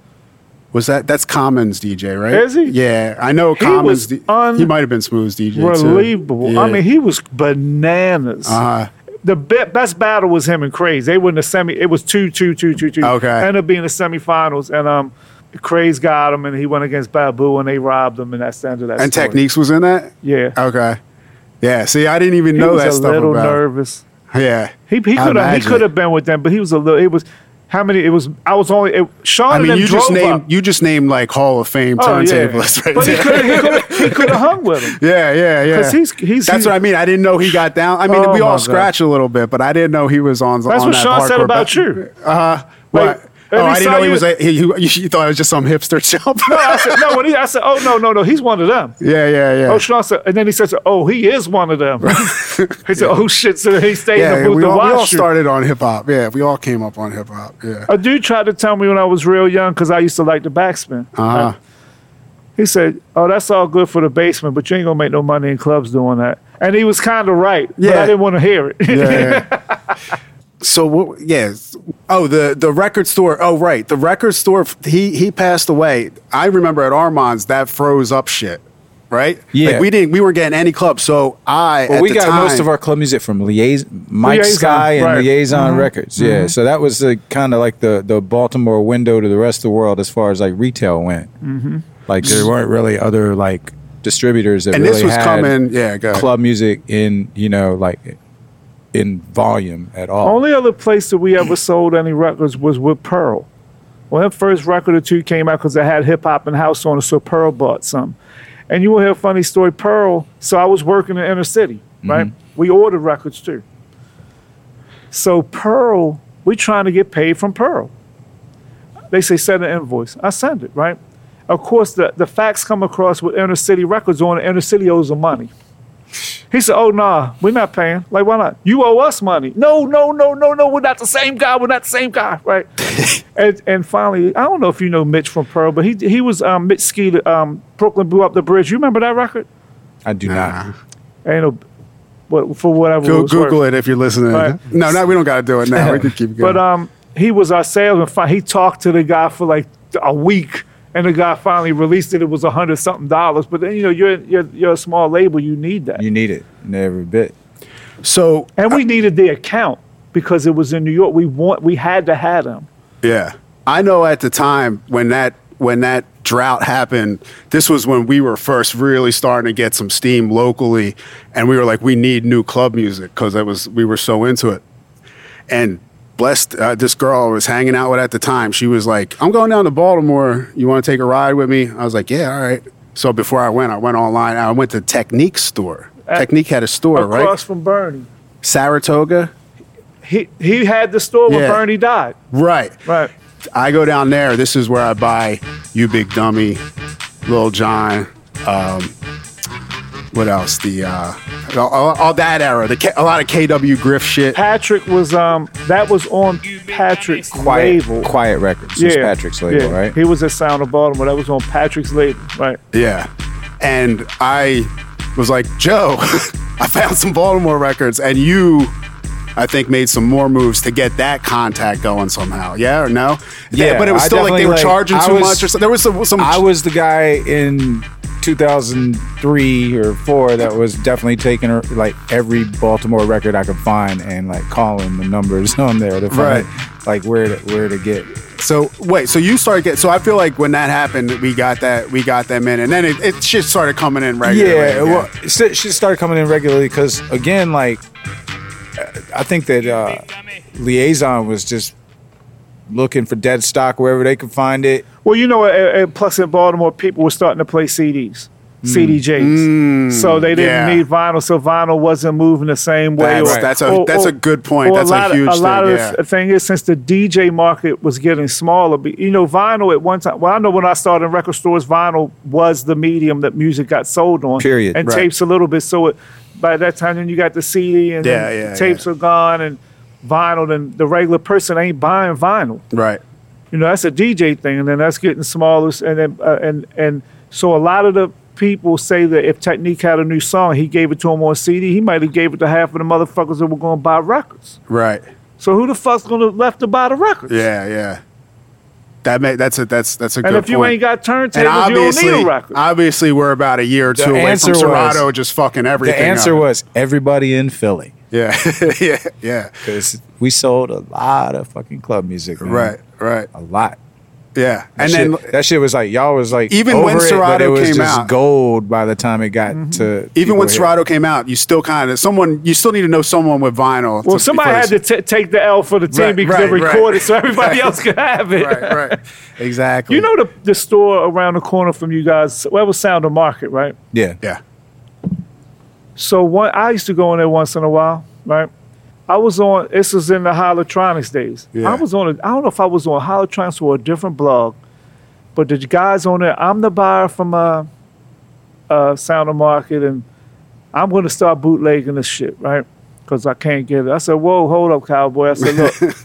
Speaker 1: Was that that's Commons DJ, right?
Speaker 3: Is he?
Speaker 1: Yeah, I know
Speaker 3: He
Speaker 1: Commons.
Speaker 3: was
Speaker 1: D-
Speaker 3: un-
Speaker 1: he might have been Smooth's DJ too.
Speaker 3: Unbelievable. I mean, he was bananas.
Speaker 1: uh,
Speaker 3: the be- best battle was him and Craze. They were in the semi. It was two, two, two, two, two.
Speaker 1: Okay.
Speaker 3: Ended up being the semifinals, and um, Craze got him, and he went against Babu, and they robbed him, and that's the end of that.
Speaker 1: and
Speaker 3: story.
Speaker 1: Techniques was in that.
Speaker 3: Yeah.
Speaker 1: Okay. Yeah. See, I didn't even
Speaker 3: he
Speaker 1: know
Speaker 3: was
Speaker 1: that
Speaker 3: a
Speaker 1: stuff
Speaker 3: little
Speaker 1: about.
Speaker 3: nervous.
Speaker 1: Yeah.
Speaker 3: He he
Speaker 1: I
Speaker 3: could have he
Speaker 1: imagine.
Speaker 3: could have been with them, but he was a little. It was how many? It was I was only it, Sean
Speaker 1: I
Speaker 3: and
Speaker 1: mean,
Speaker 3: them
Speaker 1: you just
Speaker 3: drove
Speaker 1: named
Speaker 3: up.
Speaker 1: you just named like Hall of Fame
Speaker 3: Oh, yeah.
Speaker 1: turntablists <laughs> right
Speaker 3: but he
Speaker 1: there.
Speaker 3: could he could he could have hung with him.
Speaker 1: Yeah, yeah, yeah.
Speaker 3: 'Cause he's- he's-
Speaker 1: That's
Speaker 3: he's-
Speaker 1: what I mean. I didn't know he got down. I mean,
Speaker 3: Oh
Speaker 1: we all
Speaker 3: my God.
Speaker 1: scratch a little bit, but I didn't know he was on.
Speaker 3: That's
Speaker 1: on
Speaker 3: what
Speaker 1: that
Speaker 3: Sean said
Speaker 1: hardcore
Speaker 3: about
Speaker 1: ba-
Speaker 3: you.
Speaker 1: Uh,
Speaker 3: Like,
Speaker 1: what?
Speaker 3: and
Speaker 1: oh,
Speaker 3: he
Speaker 1: I didn't
Speaker 3: saw
Speaker 1: know he
Speaker 3: you-
Speaker 1: was. A, he, you, you thought it was just some <laughs> hipster
Speaker 3: <laughs>
Speaker 1: chump.
Speaker 3: No, I said no. When he, I said, oh no, no, no, he's one of them.
Speaker 1: yeah, yeah, yeah.
Speaker 3: Oh, Sean said, and then he says, "Oh, he is one of them." he said, "Oh shit!" So he stayed in
Speaker 1: yeah,
Speaker 3: the booth
Speaker 1: we
Speaker 3: to
Speaker 1: all, we all
Speaker 3: watch you.
Speaker 1: started on hip hop. Yeah, we all came up on hip hop. Yeah.
Speaker 3: A dude tried to tell me when I was real young because I used to like the backspin.
Speaker 1: Uh-huh.
Speaker 3: He said, "Oh, that's all good for the basement, but you ain't gonna make no money in clubs doing that." And he was kind of right, but
Speaker 1: Yeah.
Speaker 3: I didn't want to hear it.
Speaker 1: Yeah. yeah. <laughs> so what? Yes. Oh, the the record store. Oh, right. The record store. He he passed away. I remember at Armand's that froze up shit. Right.
Speaker 2: Yeah.
Speaker 1: Like we didn't. We weren't getting any clubs. So I.
Speaker 2: But
Speaker 1: at
Speaker 2: we
Speaker 1: the
Speaker 2: got
Speaker 1: time-
Speaker 2: most of our club music from Liaison, Mike
Speaker 3: Liaison,
Speaker 2: Sky and
Speaker 3: right. Mm-hmm.
Speaker 2: Liaison Records. Yeah, so that was the kind of like the the Baltimore window to the rest of the world as far as like retail went. Mm-hmm. Like there weren't really other like distributors that
Speaker 1: And
Speaker 2: really
Speaker 1: this was
Speaker 2: had
Speaker 1: coming. Yeah. Go ahead.
Speaker 2: club music in you know like in volume at all.
Speaker 3: Only other place that we ever sold any records was with Pearl. When that first record or two came out, because it had hip hop and house on it, so Pearl bought some. And you will hear a funny story. Pearl, so I was working in inner city, right? We ordered records too. So Pearl, we trying to get paid from Pearl. They say send an invoice. I send it, right? Of course, the, the facts come across with inner city records on it. Inner city owes them money. He said, "Oh nah, we're not paying. Like, why not? You owe us money. No, no, no, no, no. We're not the same guy. We're not the same guy,
Speaker 1: <laughs>
Speaker 3: right?" and and finally, I don't know if you know Mitch from Pearl, but he he was um, Mitch Ski. that, Um, Brooklyn blew up the bridge. You remember that record?
Speaker 2: I do not.
Speaker 3: Ain't no, what for whatever. it
Speaker 1: Go,
Speaker 3: was
Speaker 1: Google
Speaker 3: worth.
Speaker 1: it if you're listening.
Speaker 3: Right.
Speaker 1: No, no, we don't got to do it
Speaker 2: <laughs>
Speaker 1: now. We can keep going.
Speaker 3: But um, he was our salesman. Fi- He talked to the guy for like a week, and the guy finally released it. It was a hundred something dollars. But then you know, you're you're you're a small label. You need that.
Speaker 2: You need it in every bit. uh,
Speaker 1: so
Speaker 3: and we needed the account because it was in New York. We want we had to have them.
Speaker 1: Yeah. I know at the time when that when that drought happened, this was when we were first really starting to get some steam locally and we were like we need new club music cuz it was we were so into it. And blessed uh, this girl I was hanging out with at the time, she was like, "I'm going down to Baltimore. You want to take a ride with me?" I was like, "Yeah, all right." So before I went, I went online. I went to Technique store. Technique had a store,
Speaker 3: Across
Speaker 1: right?
Speaker 3: from Bernie,
Speaker 1: Saratoga.
Speaker 3: he he had the store where
Speaker 1: Yeah.
Speaker 3: Bernie died.
Speaker 1: Right.
Speaker 3: Right.
Speaker 1: I go down there. This is where I buy You Big Dummy, Lil John. Um, what else? The uh, all, all- all that era. The K- a lot of KW Griff shit.
Speaker 3: Patrick was um that was on Patrick's
Speaker 2: Quiet,
Speaker 3: label.
Speaker 2: Quiet Records. Yeah. Patrick's label,
Speaker 3: yeah.
Speaker 2: right?
Speaker 3: He was at Sound of Baltimore. That was on Patrick's label, right?
Speaker 1: Yeah, and I was like, Joe, <laughs> I found some Baltimore records, and you. I think made some more moves to get that contact going somehow. Yeah or no?
Speaker 2: Yeah,
Speaker 1: but it was
Speaker 2: I
Speaker 1: still like they
Speaker 2: definitely,
Speaker 1: were
Speaker 2: like,
Speaker 1: charging
Speaker 2: I
Speaker 1: too
Speaker 2: was-
Speaker 1: much, or so. there was some. some
Speaker 2: I was the guy in 2003 or four that was definitely taking like every Baltimore record I could find and like calling the numbers <laughs> on there to
Speaker 1: Right.
Speaker 2: find like where to where to get.
Speaker 1: So wait, so you started getting so I feel like when that happened, we got that we got them in, and then it, it shit started coming in regularly.
Speaker 2: Yeah, well, shit shit started coming in regularly because again, like I think that uh, liaison was just looking for dead stock wherever they could find it.
Speaker 3: Well, you know, and, and plus in Baltimore, people were starting to play CDs, CDJs, so they
Speaker 1: Mm.
Speaker 3: didn't
Speaker 1: yeah.
Speaker 3: need vinyl. So vinyl wasn't moving the same way.
Speaker 1: That's- that's a- that's a good point.
Speaker 3: or
Speaker 1: That's a
Speaker 3: lot of-
Speaker 1: huge
Speaker 3: A lot
Speaker 1: thing,
Speaker 3: of
Speaker 1: yeah.
Speaker 3: the thing is, since the DJ market was getting smaller, but, you know, vinyl at one time. Well, I know when I started in record stores, vinyl was the medium that music got sold on.
Speaker 2: Period.
Speaker 3: And
Speaker 2: Right.
Speaker 3: tapes a little bit. So it, by that time, then you got the CD and
Speaker 1: Yeah,
Speaker 3: then
Speaker 1: yeah,
Speaker 3: tapes
Speaker 1: yeah.
Speaker 3: are gone and vinyl, and the regular person ain't buying vinyl
Speaker 1: Right.
Speaker 3: you know that's a DJ thing, and then that's getting smaller. And then uh, and and so a lot of the people say that if Technique had a new song, he gave it to him on CD. He might have gave it to half of the motherfuckers that were going to buy records.
Speaker 1: Right.
Speaker 3: So who the fuck's going to left to buy the records?
Speaker 1: Yeah. Yeah. That may, that's a that's that's a good
Speaker 3: and if you
Speaker 1: point.
Speaker 3: ain't got
Speaker 1: and
Speaker 3: turntables, you don't
Speaker 1: obviously,
Speaker 3: need a record.
Speaker 1: obviously, we're about a year or two away
Speaker 2: answer
Speaker 1: from
Speaker 2: was-
Speaker 1: Serato just fucking
Speaker 2: The
Speaker 1: everything.
Speaker 2: answer
Speaker 1: up.
Speaker 2: was everybody in Philly
Speaker 1: yeah, <laughs> yeah, yeah.
Speaker 2: because we sold a lot of fucking club music. man.
Speaker 1: Right, right.
Speaker 2: a lot.
Speaker 1: Yeah,
Speaker 2: That
Speaker 1: and
Speaker 2: shit,
Speaker 1: then
Speaker 2: that shit was like y'all was like
Speaker 1: Even when
Speaker 2: over it, but
Speaker 1: Serato
Speaker 2: it was
Speaker 1: came
Speaker 2: just
Speaker 1: out-
Speaker 2: gold by the time it got to
Speaker 1: even when
Speaker 2: people here.
Speaker 1: Serato came out, you still kind of someone you still need to know someone with vinyl.
Speaker 3: well, somebody had to t- take the L for the team
Speaker 1: Right,
Speaker 3: because they
Speaker 1: right, <laughs> right.
Speaker 3: recorded, so everybody else could have
Speaker 1: <laughs>
Speaker 3: it.
Speaker 1: right,
Speaker 2: <laughs>
Speaker 1: right, exactly.
Speaker 3: You know the the store around the corner from you guys, well, it was Sound of Market, right?
Speaker 2: yeah
Speaker 1: yeah,
Speaker 3: So one, I used to go in there once in a while, right? I was on. This was in the Holotronics days.
Speaker 1: Yeah.
Speaker 3: I was on. A, I don't know if I was on Holotronics or a different blog, but the guys on there. I'm the buyer from uh, uh, Sound of Market, and I'm going to start bootlegging this shit, right? Because I can't get it. I said, "Whoa, hold up, cowboy!" I said,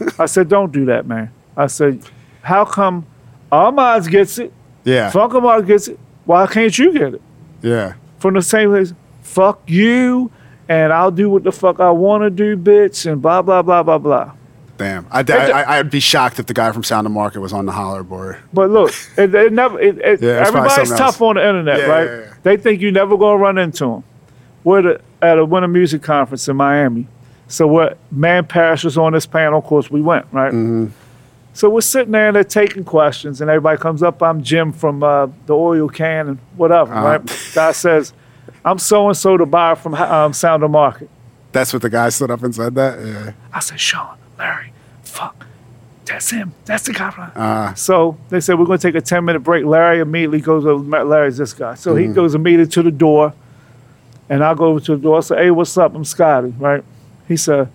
Speaker 1: <laughs>
Speaker 3: "Look," I said, "Don't do that, man." I said, "How come Armaz gets it,
Speaker 1: yeah,
Speaker 3: Funkamar gets it? Why can't you get it?"
Speaker 1: yeah,
Speaker 3: from the same place. Fuck you, and I'll do what the fuck I want to do, bitch, and blah blah blah blah blah.
Speaker 1: damn. I, I, I, would be shocked if the guy from Sound of Market was on the holler board.
Speaker 3: But look, <laughs> it, it never. It, it,
Speaker 1: Yeah, it's probably
Speaker 3: everybody's
Speaker 1: something
Speaker 3: tough
Speaker 1: else.
Speaker 3: on the internet,
Speaker 1: Yeah,
Speaker 3: right?
Speaker 1: yeah, yeah.
Speaker 3: They think you're never gonna run into them. We're at a, at a Winter Music Conference in Miami, so what? Man Parrish was on this panel. Of course, we went right.
Speaker 1: Mm-hmm.
Speaker 3: So we're sitting there and they're taking questions, and everybody comes up. I'm Jim from uh, the oil can and whatever,
Speaker 1: Uh-huh.
Speaker 3: right? Guy says, "I'm so and so the buyer from um, Sound of Market."
Speaker 1: That's what the guy stood up and said that. Yeah,
Speaker 3: I said, Sean, Larry, fuck. That's him. That's the guy. from-"
Speaker 2: Uh-huh.
Speaker 3: so they said, we're going to take a 10 minute break. Larry immediately goes over. Ma- Larry's this guy. So
Speaker 2: Mm-hmm.
Speaker 3: he goes immediately to the door. And I go over to the door. I say, hey, what's up? I'm Scotty, right? He said,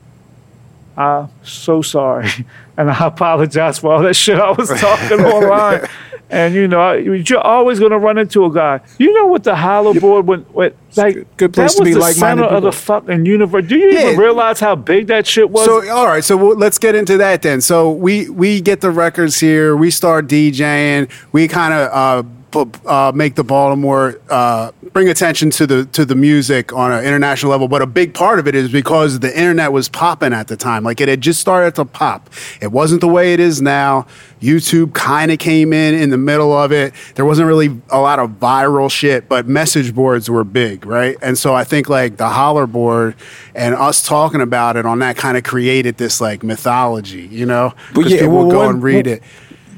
Speaker 3: I'm so sorry. <laughs> And I apologize for all that shit I was
Speaker 2: <laughs>
Speaker 3: talking online. And you know, I- you're always going to run into a guy. You know what the hollow board when, when like
Speaker 2: good- good place
Speaker 3: that
Speaker 2: to
Speaker 3: was
Speaker 2: be
Speaker 3: the
Speaker 2: like-minded
Speaker 3: center of
Speaker 2: people.
Speaker 3: the fucking universe. Do you
Speaker 1: Yeah.
Speaker 3: even realize how big that shit was?
Speaker 1: So all right, so we'll, let's get into that then. So we we get the records here. We start DJing. We kind of uh, bu- uh, make the Baltimore uh, bring attention to the to the music on an international level. But a big part of it is because the internet was popping at the time. Like it had just started to pop. It wasn't the way it is now. YouTube kind of came in in the middle of it. There wasn't really a lot of viral shit, but message boards were big, right? And so I think like the holler board and us talking about it on that kind of created this like mythology, you know?
Speaker 2: But
Speaker 1: Because
Speaker 2: yeah,
Speaker 1: people would
Speaker 2: well,
Speaker 1: go
Speaker 2: one-
Speaker 1: and read
Speaker 2: one-
Speaker 1: it.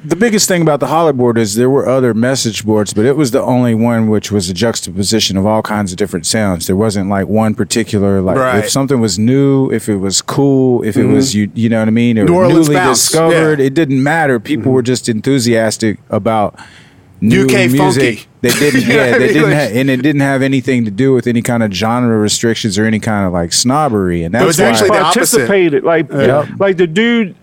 Speaker 2: the biggest thing about the holler board is there were other message boards, but it was the only one which was a juxtaposition of all kinds of different sounds. There wasn't like one particular like
Speaker 1: Right. Mm-hmm.
Speaker 2: if something was new, if it was cool, if it was you you know what I mean, or
Speaker 1: New Orleans
Speaker 2: newly
Speaker 1: bounce,
Speaker 2: discovered.
Speaker 1: yeah. Mm-hmm.
Speaker 2: It didn't matter. People were just enthusiastic about new
Speaker 1: UK
Speaker 2: music.
Speaker 1: funky.
Speaker 2: They didn't
Speaker 1: <laughs> You know what
Speaker 2: yeah,
Speaker 1: I
Speaker 2: they
Speaker 1: mean?
Speaker 2: didn't
Speaker 1: Like-
Speaker 2: ha- and it didn't have anything to do with any kind of genre restrictions or any kind of like snobbery. And that's
Speaker 1: was
Speaker 2: why-
Speaker 1: actually the opposite.
Speaker 3: participated. Like,
Speaker 2: Yeah.
Speaker 3: like the dude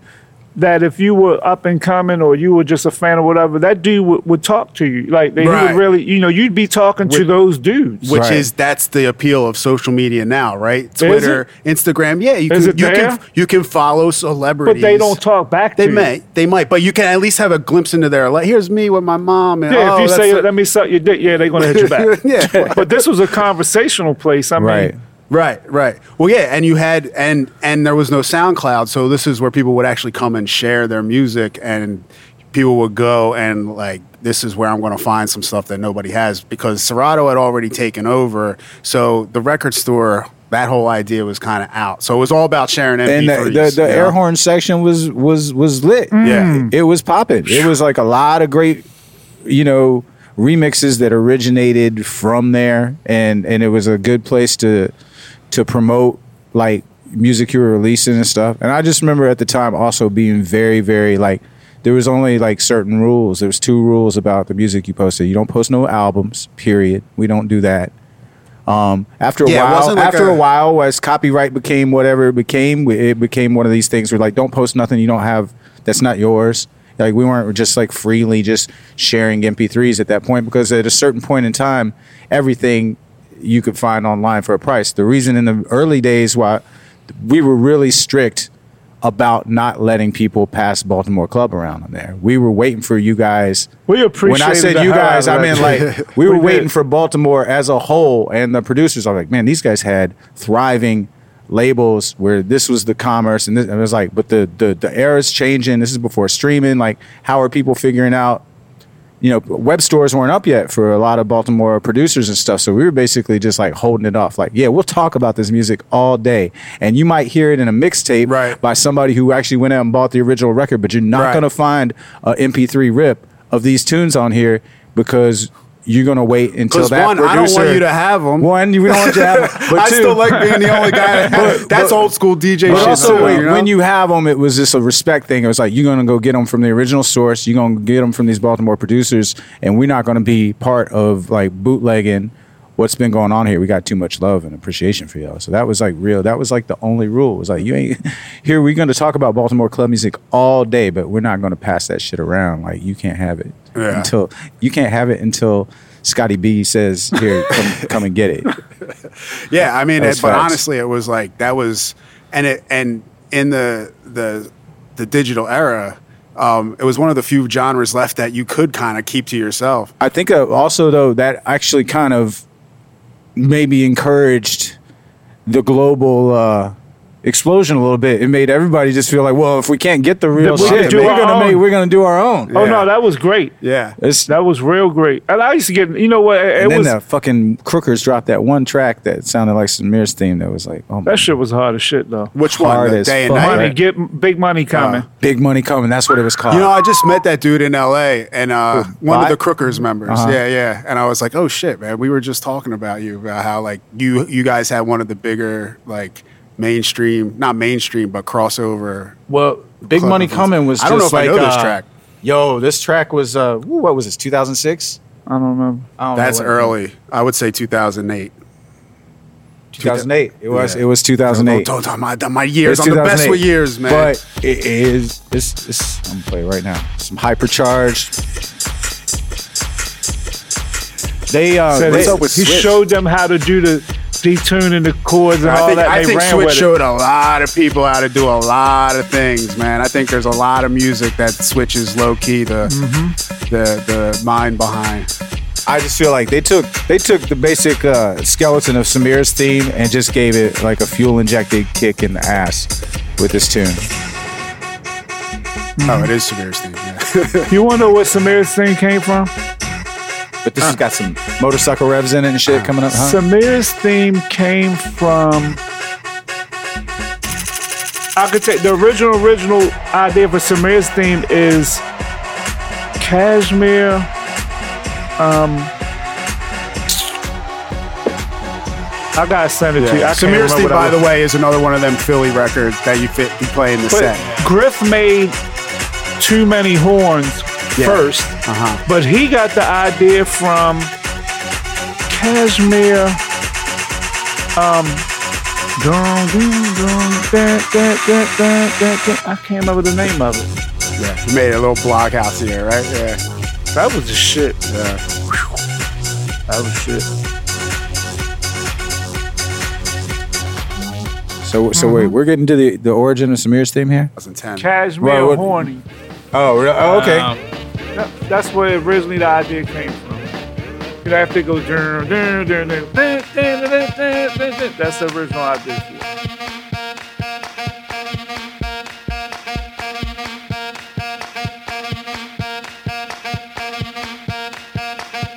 Speaker 3: that if you were up and coming or you were just a fan or whatever, that dude would, would talk to you. Like he
Speaker 1: Right.
Speaker 3: would really, you know, you'd be talking to
Speaker 1: With-
Speaker 3: those dudes.
Speaker 1: Which
Speaker 2: Right.
Speaker 1: is that's the appeal of social media now, right? Twitter, Instagram, yeah, you
Speaker 3: Is
Speaker 1: can
Speaker 3: it
Speaker 1: you
Speaker 3: there?
Speaker 1: can you can follow celebrities,
Speaker 3: but they don't talk back
Speaker 1: They
Speaker 3: to you.
Speaker 1: may, they might, but you can at least have a glimpse into their life. Here's me with my mom, and
Speaker 3: Yeah,
Speaker 1: oh,
Speaker 3: if you
Speaker 1: that's
Speaker 3: say,
Speaker 1: the-
Speaker 3: let me suck your dick, yeah, they're going to hit you back.
Speaker 1: <laughs> Yeah.
Speaker 3: But this was a conversational place. I mean,
Speaker 2: Right.
Speaker 1: Right, right. Well, yeah, and you had and and there was no SoundCloud, so this is where people would actually come and share their music, and people would go and like, this is where I'm going to find some stuff that nobody has because Serato had already taken over, so the record store that whole idea was kind of out. So it was all about sharing
Speaker 2: and
Speaker 1: MP3s.
Speaker 2: the, the, the
Speaker 1: you know?
Speaker 2: air horn section was was was lit.
Speaker 1: Yeah.
Speaker 2: it was popping. It was like a lot of great, you know, remixes that originated from there, and and it was a good place to to promote like music you were releasing and stuff. And I just remember at the time also being very very like there was only like certain rules. There was two rules about the music you posted. You don't post no albums, period. We don't do that. Um, after a
Speaker 1: Yeah, it
Speaker 2: while,
Speaker 1: wasn't like
Speaker 2: after a,
Speaker 1: a-
Speaker 2: while, as copyright became whatever it became, we- it became one of these things where like, don't post nothing you don't have that's not yours. Like we weren't just like freely just sharing MP3s at that point because at a certain point in time, everything you could find online for a price. The reason in the early days why we were really strict about not letting people pass Baltimore Club around on there. We were waiting for you guys.
Speaker 3: We appreciated
Speaker 2: When I said
Speaker 3: the
Speaker 2: you guys, I
Speaker 3: high
Speaker 2: mean
Speaker 3: right <laughs>
Speaker 2: like we were
Speaker 3: We did.
Speaker 2: waiting for Baltimore as a whole, and the producers are like, man, these guys had thriving labels where this was the commerce, and, this, and it was like, but the the the era's changing. This is before streaming. Like, how are people figuring out? You know, web stores weren't up yet for a lot of Baltimore producers and stuff. So we were basically just like holding it off. Like, yeah, we'll talk about this music all day, and you might hear it in a mixtape
Speaker 1: Right.
Speaker 2: by somebody who actually went out and bought the original record, but you're not
Speaker 1: Right.
Speaker 2: gonna find a MP3 rip of these tunes on here because you're gonna wait until
Speaker 1: Because
Speaker 2: that
Speaker 1: one, I
Speaker 2: producer.
Speaker 1: don't want you to have them.
Speaker 2: one, we don't want you
Speaker 1: <laughs>
Speaker 2: to have. 'em, But
Speaker 1: I
Speaker 2: two,
Speaker 1: still like being the only
Speaker 2: <laughs>
Speaker 1: guy.
Speaker 2: But-
Speaker 1: That's
Speaker 2: but-
Speaker 1: old school DJ
Speaker 2: but
Speaker 1: shit.
Speaker 2: also,
Speaker 1: too,
Speaker 2: when-
Speaker 1: you know?
Speaker 2: when you have them, it was just a respect thing. It was like you're gonna go get them from the original source. You're gonna get them from these Baltimore producers, and we're not gonna be part of like bootlegging what's been going on here. We got too much love and appreciation for y'all. So that was like real. That was like the only rule. It was like you ain't <laughs> here. We're gonna talk about Baltimore club music all day, but we're not gonna pass that shit around. Like you can't have it
Speaker 1: Yeah.
Speaker 2: until you can't have it until Scotty B says here, come, come and get it.
Speaker 1: Yeah, I mean,
Speaker 2: That's
Speaker 1: it, but
Speaker 2: facts.
Speaker 1: honestly, it was like that was, and it and in the the the digital era, um, it was one of the few genres left that you could kind of keep to yourself.
Speaker 2: I think uh, also though that actually kind of maybe encouraged the global uh, explosion a little bit. It made everybody just feel like, well, if we can't get the real
Speaker 3: Then we
Speaker 2: shit,
Speaker 3: can do
Speaker 2: we're
Speaker 3: our
Speaker 2: gonna
Speaker 3: own.
Speaker 2: make, we're gonna do our own.
Speaker 3: Oh
Speaker 1: Yeah.
Speaker 3: no, that was great.
Speaker 1: Yeah,
Speaker 2: It's,
Speaker 3: That was real great. And I used to get, you know what? It,
Speaker 2: and
Speaker 3: it
Speaker 2: then
Speaker 3: was
Speaker 2: the fucking crookers dropped that one track that sounded like Samir's theme. That was like, oh my,
Speaker 3: that shit was hard as shit though.
Speaker 1: which one?
Speaker 2: Hard
Speaker 1: The
Speaker 2: as
Speaker 1: day and
Speaker 2: fuck.
Speaker 1: night.
Speaker 3: Money,
Speaker 2: Right.
Speaker 3: get big money
Speaker 1: Uh-huh.
Speaker 3: coming.
Speaker 2: big money coming. That's what it was called.
Speaker 1: You know, I just met that dude in L.A. and uh, one
Speaker 2: Vi-
Speaker 1: of the Crookers members.
Speaker 2: Uh-huh.
Speaker 1: Yeah, yeah. And I was like, "Oh shit, man! We were just talking about you about how like you you guys had one of the bigger like mainstream, not mainstream, but crossover."
Speaker 2: well, big
Speaker 1: Club
Speaker 2: money
Speaker 1: Events.
Speaker 2: coming was.
Speaker 1: I don't know
Speaker 2: just
Speaker 1: if I
Speaker 2: like,
Speaker 1: know this
Speaker 2: uh,
Speaker 1: track.
Speaker 2: Yo, this track was uh, woo, what was this? Two thousand six.
Speaker 3: I don't remember.
Speaker 1: That's early. I would say 2008.
Speaker 2: 2008. It was.
Speaker 1: Yeah.
Speaker 2: It was 2008.
Speaker 1: Don't, don't, my, my years.
Speaker 2: It's
Speaker 1: I'm the best
Speaker 2: 2008.
Speaker 1: with years, man.
Speaker 2: But it is. It's, it's, I'm gonna play it right now. Some hypercharged. They uh,
Speaker 3: Said
Speaker 2: they-
Speaker 3: he- he showed them how to do the detuning the chords and
Speaker 1: I
Speaker 3: all
Speaker 1: think,
Speaker 3: that.
Speaker 1: I
Speaker 3: they
Speaker 1: think
Speaker 3: ran
Speaker 1: Switch
Speaker 3: with it.
Speaker 1: showed a lot of people how to do a lot of things, man. I think there's a lot of music that Switch is low key the
Speaker 3: Mm-hmm.
Speaker 1: the the mind behind.
Speaker 2: I just feel like they took they took the basic uh, skeleton of Samir's theme and just gave it like a fuel injected kick in the ass with this tune.
Speaker 1: Oh, it is Samir's thing.
Speaker 3: <laughs>
Speaker 1: Yeah.
Speaker 3: You wanna know where Samir's thing came from?
Speaker 2: But this has got some motorcycle revs in it and shit coming up. Huh?
Speaker 3: Samir's theme came from I could take the original original idea for Samir's theme is cashmere. Um, I gotta send it to you. I can't
Speaker 1: Samir's
Speaker 3: remember
Speaker 1: theme,
Speaker 3: what I
Speaker 1: by
Speaker 3: was-
Speaker 1: the way, is another one of them Philly records that you fit you play in the
Speaker 3: But
Speaker 1: set.
Speaker 3: Griff made too many horns
Speaker 1: Yeah.
Speaker 3: 1st
Speaker 1: Uh-huh.
Speaker 3: but he got the idea from Cashmere. Um, dun, dun, dun, dun, dun, dun, dun, dun, dun. I can't remember the name of it.
Speaker 1: Yeah, you made a little blockhouse here, right? Yeah.
Speaker 3: That was the shit. That was shit.
Speaker 2: So so wait,
Speaker 1: Mm-hmm.
Speaker 2: we're getting to the the origin of Samir's theme here.
Speaker 1: 2010.
Speaker 3: Cashmere
Speaker 2: Well, what-
Speaker 3: horny.
Speaker 2: Oh, re- oh okay.
Speaker 3: That, that's where originally the idea came from. You know, after it goes, dun, dun, dun, dun, dun, dun, dun, dun, dun, dun, dun. that's the original idea. for it.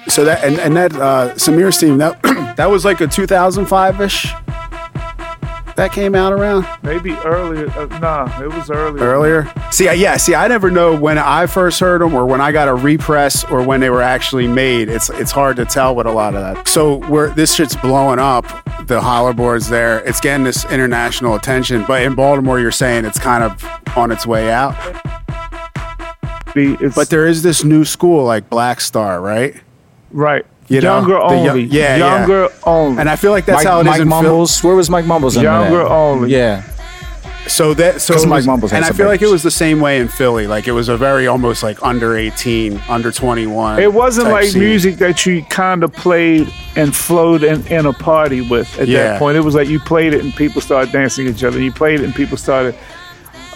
Speaker 1: So that and, and that uh, Samir's theme that <clears throat> that was like a 2005 ish. That came out around.
Speaker 3: Maybe earlier. Uh, nah, it was earlier.
Speaker 1: earlier. See, I- yeah, see, I never know when I first heard them or when I got a repress or when they were actually made. It's it's hard to tell with a lot of that. So we're this shit's blowing up. The holler board's there. It's getting this international attention. But in Baltimore, you're saying it's kind of on its way out.
Speaker 3: be. It's
Speaker 1: But there is this new school like Black Star, right?
Speaker 3: right.
Speaker 1: You know,
Speaker 3: younger
Speaker 1: the yo-
Speaker 3: only.
Speaker 1: yeah, yeah.
Speaker 3: younger only.
Speaker 1: And I feel like that's
Speaker 2: Mike,
Speaker 1: how it is
Speaker 2: Mike
Speaker 1: in Phil-
Speaker 2: Mumbles. Where was Mike Mumbles? in
Speaker 3: Younger
Speaker 2: that?
Speaker 3: only.
Speaker 2: Yeah.
Speaker 1: So that so
Speaker 2: 'Cause
Speaker 1: it
Speaker 2: Mike
Speaker 1: was-
Speaker 2: Mumbles had
Speaker 1: and I
Speaker 2: some
Speaker 1: feel like it
Speaker 2: papers.
Speaker 1: was the same way in Philly. Like it was a very almost like under eighteen, under twenty one.
Speaker 3: it wasn't like music that you kind of played and flowed in, in a party with at
Speaker 1: Yeah.
Speaker 3: that point. It was like you played it and people started dancing each other. You played it and people started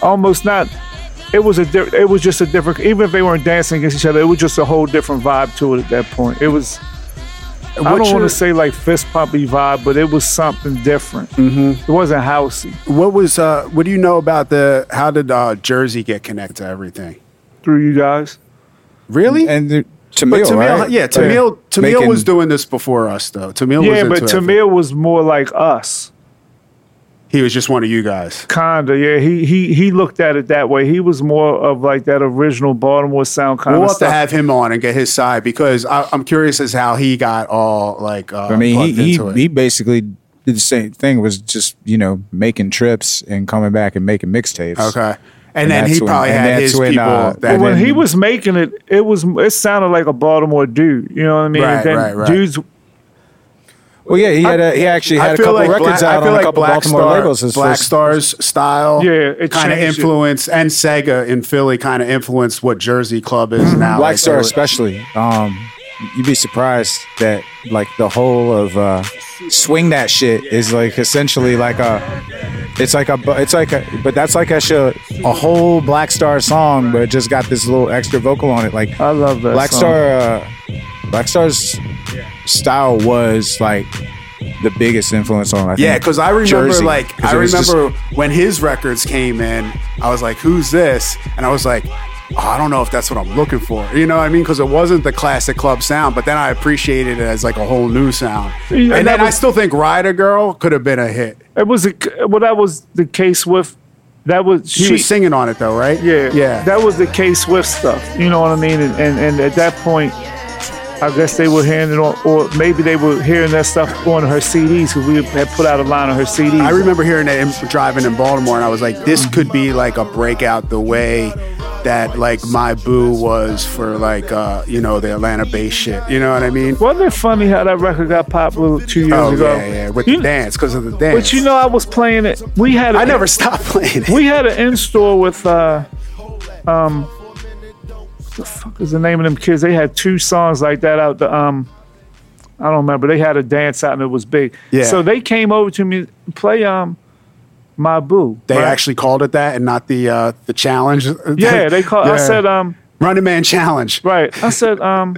Speaker 3: almost not. It was a di- it was just a different. Even if they weren't dancing against each other, it was just a whole different vibe to it at that point. It was. I don't want to say like fist pumpy vibe, but it was something different. Mm-hmm. It wasn't housey
Speaker 1: What was uh what do you know about the how did uh Jersey get connected to everything?
Speaker 3: through you guys.
Speaker 1: Really?
Speaker 2: And the-
Speaker 1: but
Speaker 2: Tamil,
Speaker 1: Tamil,
Speaker 2: right? Oh,
Speaker 1: yeah, Tamil Tamil
Speaker 2: Making-
Speaker 1: was doing this before us though. Tamil
Speaker 3: Yeah,
Speaker 1: was
Speaker 3: but
Speaker 1: into it.
Speaker 3: Tamir was more like us.
Speaker 1: He was just one of you guys.
Speaker 3: Kinda, yeah. He he he looked at it that way. He was more of like that original Baltimore sound kind
Speaker 1: We'll
Speaker 3: of
Speaker 1: have to
Speaker 3: stuff.
Speaker 1: have him on and get his side because I, I'm curious as how he got all like. Uh,
Speaker 2: I mean,
Speaker 1: plugged
Speaker 2: he
Speaker 1: into
Speaker 2: he,
Speaker 1: it.
Speaker 2: he basically did the same thing. Was just you know making trips and coming back and making mixtapes.
Speaker 1: okay, and, then he
Speaker 2: that's when-
Speaker 1: probably
Speaker 2: and
Speaker 1: had
Speaker 2: that's
Speaker 1: his
Speaker 2: when,
Speaker 1: people.
Speaker 2: uh,
Speaker 1: that
Speaker 3: But when
Speaker 2: then-
Speaker 3: he was making it, it was it sounded like a Baltimore dude. You know what I mean?
Speaker 1: Right,
Speaker 3: and then
Speaker 1: right, right.
Speaker 3: dudes,
Speaker 2: Well, yeah, he had a, he actually
Speaker 1: I
Speaker 2: had a
Speaker 1: feel
Speaker 2: couple
Speaker 1: like
Speaker 2: records
Speaker 1: Black,
Speaker 2: out
Speaker 1: I feel
Speaker 2: on
Speaker 1: like
Speaker 2: a couple
Speaker 1: Black
Speaker 2: Baltimore
Speaker 1: Star,
Speaker 2: labels. His
Speaker 1: Black
Speaker 2: first-
Speaker 1: Star's style,
Speaker 3: Yeah, it
Speaker 1: kind of
Speaker 3: changed it.
Speaker 1: influenced, and Sega in Philly kind of influenced what Jersey Club is now.
Speaker 2: Mm-hmm. Black
Speaker 1: Like,
Speaker 2: Star,
Speaker 1: they were-
Speaker 2: especially. Um, you'd be surprised that like the whole of uh, swing that shit is like essentially like a. It's like a, bu- it's like a, but that's like a, a whole Black Star song, but it just got this little extra vocal on it. Like
Speaker 3: I love that.
Speaker 2: Black
Speaker 3: song.
Speaker 2: Star, uh, Black Star's style was like the biggest influence on. I think,
Speaker 1: Yeah, because I remember
Speaker 2: Jersey,
Speaker 1: like
Speaker 2: 'cause
Speaker 1: I
Speaker 2: it was just-
Speaker 1: remember when his records came in, I was like, "Who's this?" And I was like, oh, "I don't know if that's what I'm looking for." You know what I mean? Because it wasn't the classic club sound, but then I appreciated it as like a whole new sound.
Speaker 3: Yeah,
Speaker 1: and
Speaker 3: that
Speaker 1: then I
Speaker 3: was-
Speaker 1: still think "Rider Girl" could have been a hit.
Speaker 3: It was a, well, that was the case with that was
Speaker 1: She
Speaker 3: she.
Speaker 1: was singing on it though, right?
Speaker 3: yeah,
Speaker 1: yeah.
Speaker 3: That was the case with stuff. You know what I mean? And and, and at that point. I guess they were hearing it on, or maybe they were hearing that stuff on her CDs because we had put out a line on her CDs.
Speaker 1: I remember hearing that in, driving in Baltimore, and I was like, "This could be like a breakout." The way that like my boo was for like uh, you know the Atlanta bass shit. You know what I mean?
Speaker 3: Wasn't it funny how that record got popular two years
Speaker 1: Oh
Speaker 3: ago?
Speaker 1: yeah, yeah, with
Speaker 3: You-
Speaker 1: the dance because of the dance.
Speaker 3: Hmm. But you know, I was playing it. We had. a-
Speaker 1: I never stopped playing. It.
Speaker 3: We had an in store with. uh Um, what the fuck is the name of them kids? They had two songs like that out. The um, I don't remember. They had a dance out and it was big.
Speaker 1: Yeah.
Speaker 3: So they came over to me play um, my boo.
Speaker 1: They
Speaker 3: right?
Speaker 1: actually called it that, and not the uh, the challenge. <laughs>
Speaker 3: Yeah, they called. I
Speaker 1: Yeah.
Speaker 3: said um.
Speaker 1: Running Man challenge.
Speaker 3: Right. I said, um,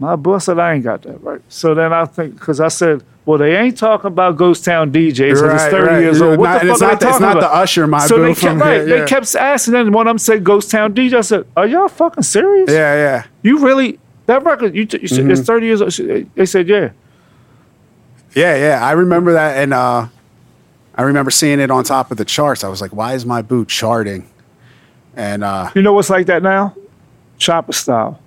Speaker 3: my boss said I ain't got that right. So then I think because I said, well, they ain't talking about Ghost Town DJs. 'cause it's
Speaker 1: Right,
Speaker 3: thirty
Speaker 1: right.
Speaker 3: years old.
Speaker 1: You're
Speaker 3: What
Speaker 1: not-
Speaker 3: the fuck
Speaker 1: it's
Speaker 3: are
Speaker 1: not
Speaker 3: they
Speaker 1: the- it's
Speaker 3: talking
Speaker 1: not
Speaker 3: about?
Speaker 1: the Usher, my
Speaker 3: so
Speaker 1: boo
Speaker 3: they
Speaker 1: from
Speaker 3: kept, right,
Speaker 1: here, yeah.
Speaker 3: They kept asking, and one of them said Ghost Town DJ. I said, are y'all fucking serious?
Speaker 1: Yeah, Mm-hmm. yeah.
Speaker 3: You really that record? You, t- you said it's thirty years old. She- They said, yeah.
Speaker 1: Yeah, yeah. I remember that, and uh, I remember seeing it on top of the charts. I was like, "Why is my boo charting?" And uh,
Speaker 3: You know what's like that now? Chopper style.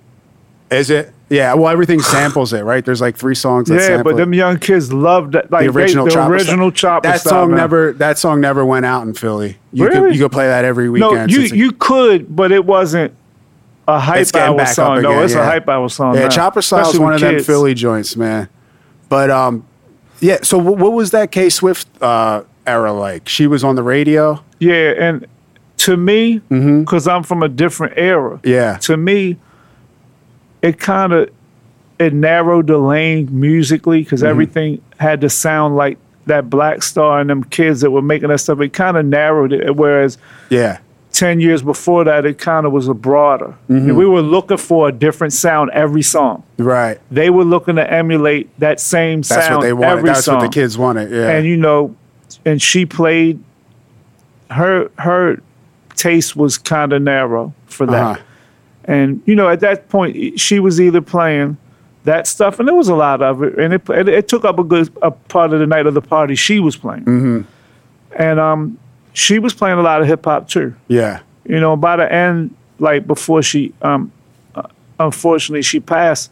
Speaker 1: is it? Yeah. Well, everything samples it, right? There's like three songs. That
Speaker 3: yeah,
Speaker 1: sample
Speaker 3: but
Speaker 1: it.
Speaker 3: them young kids love that. Like
Speaker 1: the original
Speaker 3: they, the
Speaker 1: Chopper style.
Speaker 3: original Chopper
Speaker 1: That
Speaker 3: style.
Speaker 1: song
Speaker 3: man.
Speaker 1: never. That song never went out in Philly. You
Speaker 3: Really?
Speaker 1: could you could play that every weekend.
Speaker 3: No, you
Speaker 1: since it-
Speaker 3: you could, but it wasn't a
Speaker 1: It's
Speaker 3: hype
Speaker 1: getting
Speaker 3: hour
Speaker 1: back up
Speaker 3: song.
Speaker 1: again,
Speaker 3: no, it's
Speaker 1: yeah.
Speaker 3: a hype hour song.
Speaker 1: Yeah,
Speaker 3: now.
Speaker 1: Chopper Styles
Speaker 3: Especially
Speaker 1: one of
Speaker 3: with kids.
Speaker 1: them Philly joints, man. But um, yeah. So wh- what was that K Swift uh, era like? She was on the radio.
Speaker 3: Yeah, and to me,
Speaker 1: Mm-hmm.
Speaker 3: because I'm from a different era.
Speaker 1: Yeah.
Speaker 3: To me, it kind of it narrowed the lane musically because
Speaker 1: Mm-hmm.
Speaker 3: everything had to sound like that Black Star and them kids that were making that stuff. It kind of narrowed it, whereas.
Speaker 1: Yeah,
Speaker 3: 10 years before that, it kind of was a broader.
Speaker 1: Mm-hmm.
Speaker 3: And we were looking for a different sound every song.
Speaker 1: right.
Speaker 3: they were looking to emulate that same
Speaker 1: That's
Speaker 3: sound
Speaker 1: what they wanted.
Speaker 3: every
Speaker 1: That's
Speaker 3: song.
Speaker 1: what the kids wanted. Yeah,
Speaker 3: And you know, and she played her her taste was kind of narrow for that.
Speaker 1: Uh-huh.
Speaker 3: And you know, at that point, she was either playing that stuff, and there was a lot of it, and it it, it took up a good a part of the night of the party she was playing.
Speaker 1: Mm-hmm.
Speaker 3: And um, she was playing a lot of hip hop too
Speaker 1: yeah,
Speaker 3: you know by the end like before she um uh, unfortunately she passed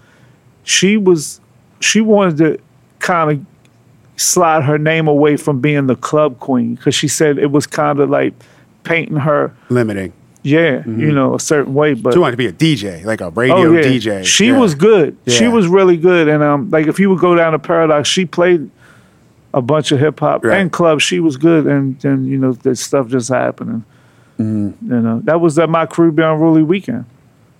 Speaker 3: she was she wanted to kind of slide her name away from being the club queen because she said it was kind of like painting her
Speaker 1: limiting.
Speaker 3: yeah, you know, a certain way. But
Speaker 1: She wanted to be a DJ, like a radio DJ.
Speaker 3: Oh, She
Speaker 1: Yeah.
Speaker 3: was good. She
Speaker 1: Yeah.
Speaker 3: was really good. And um, like if you would go down to Paradox, she played a bunch of hip hop
Speaker 1: Right.
Speaker 3: and clubs. She was good, and then you know the stuff just happening. You know that was at my Caribbean Unruly weekend,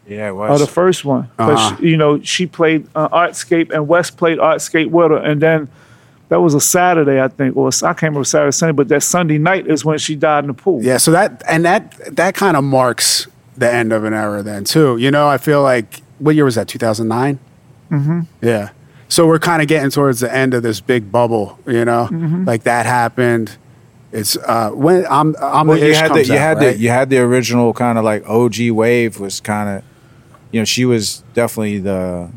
Speaker 2: Yeah, it
Speaker 3: or
Speaker 2: was.
Speaker 3: the first one.
Speaker 1: Uh-huh.
Speaker 3: But she, you know she played uh, Artscape, and West played Artscape with her, and then. That was a Saturday, I think, or a- I can't remember Saturday, Sunday, but that Sunday night is when she died in the pool.
Speaker 1: Yeah, so that and that that kind of marks the end of an era then too. You know, I feel like what year was that? 2009? Mm-hmm. Yeah. So we're kind of getting towards the end of this big bubble, you know?
Speaker 2: Mm-hmm.
Speaker 1: Like that happened. It's uh when I'm I'm
Speaker 2: well,
Speaker 1: the
Speaker 2: you
Speaker 1: Ish
Speaker 2: had the
Speaker 1: comes
Speaker 2: you
Speaker 1: out,
Speaker 2: had
Speaker 1: right?
Speaker 2: the you had the original kind of like OG wave was kind of, you know, she was definitely the,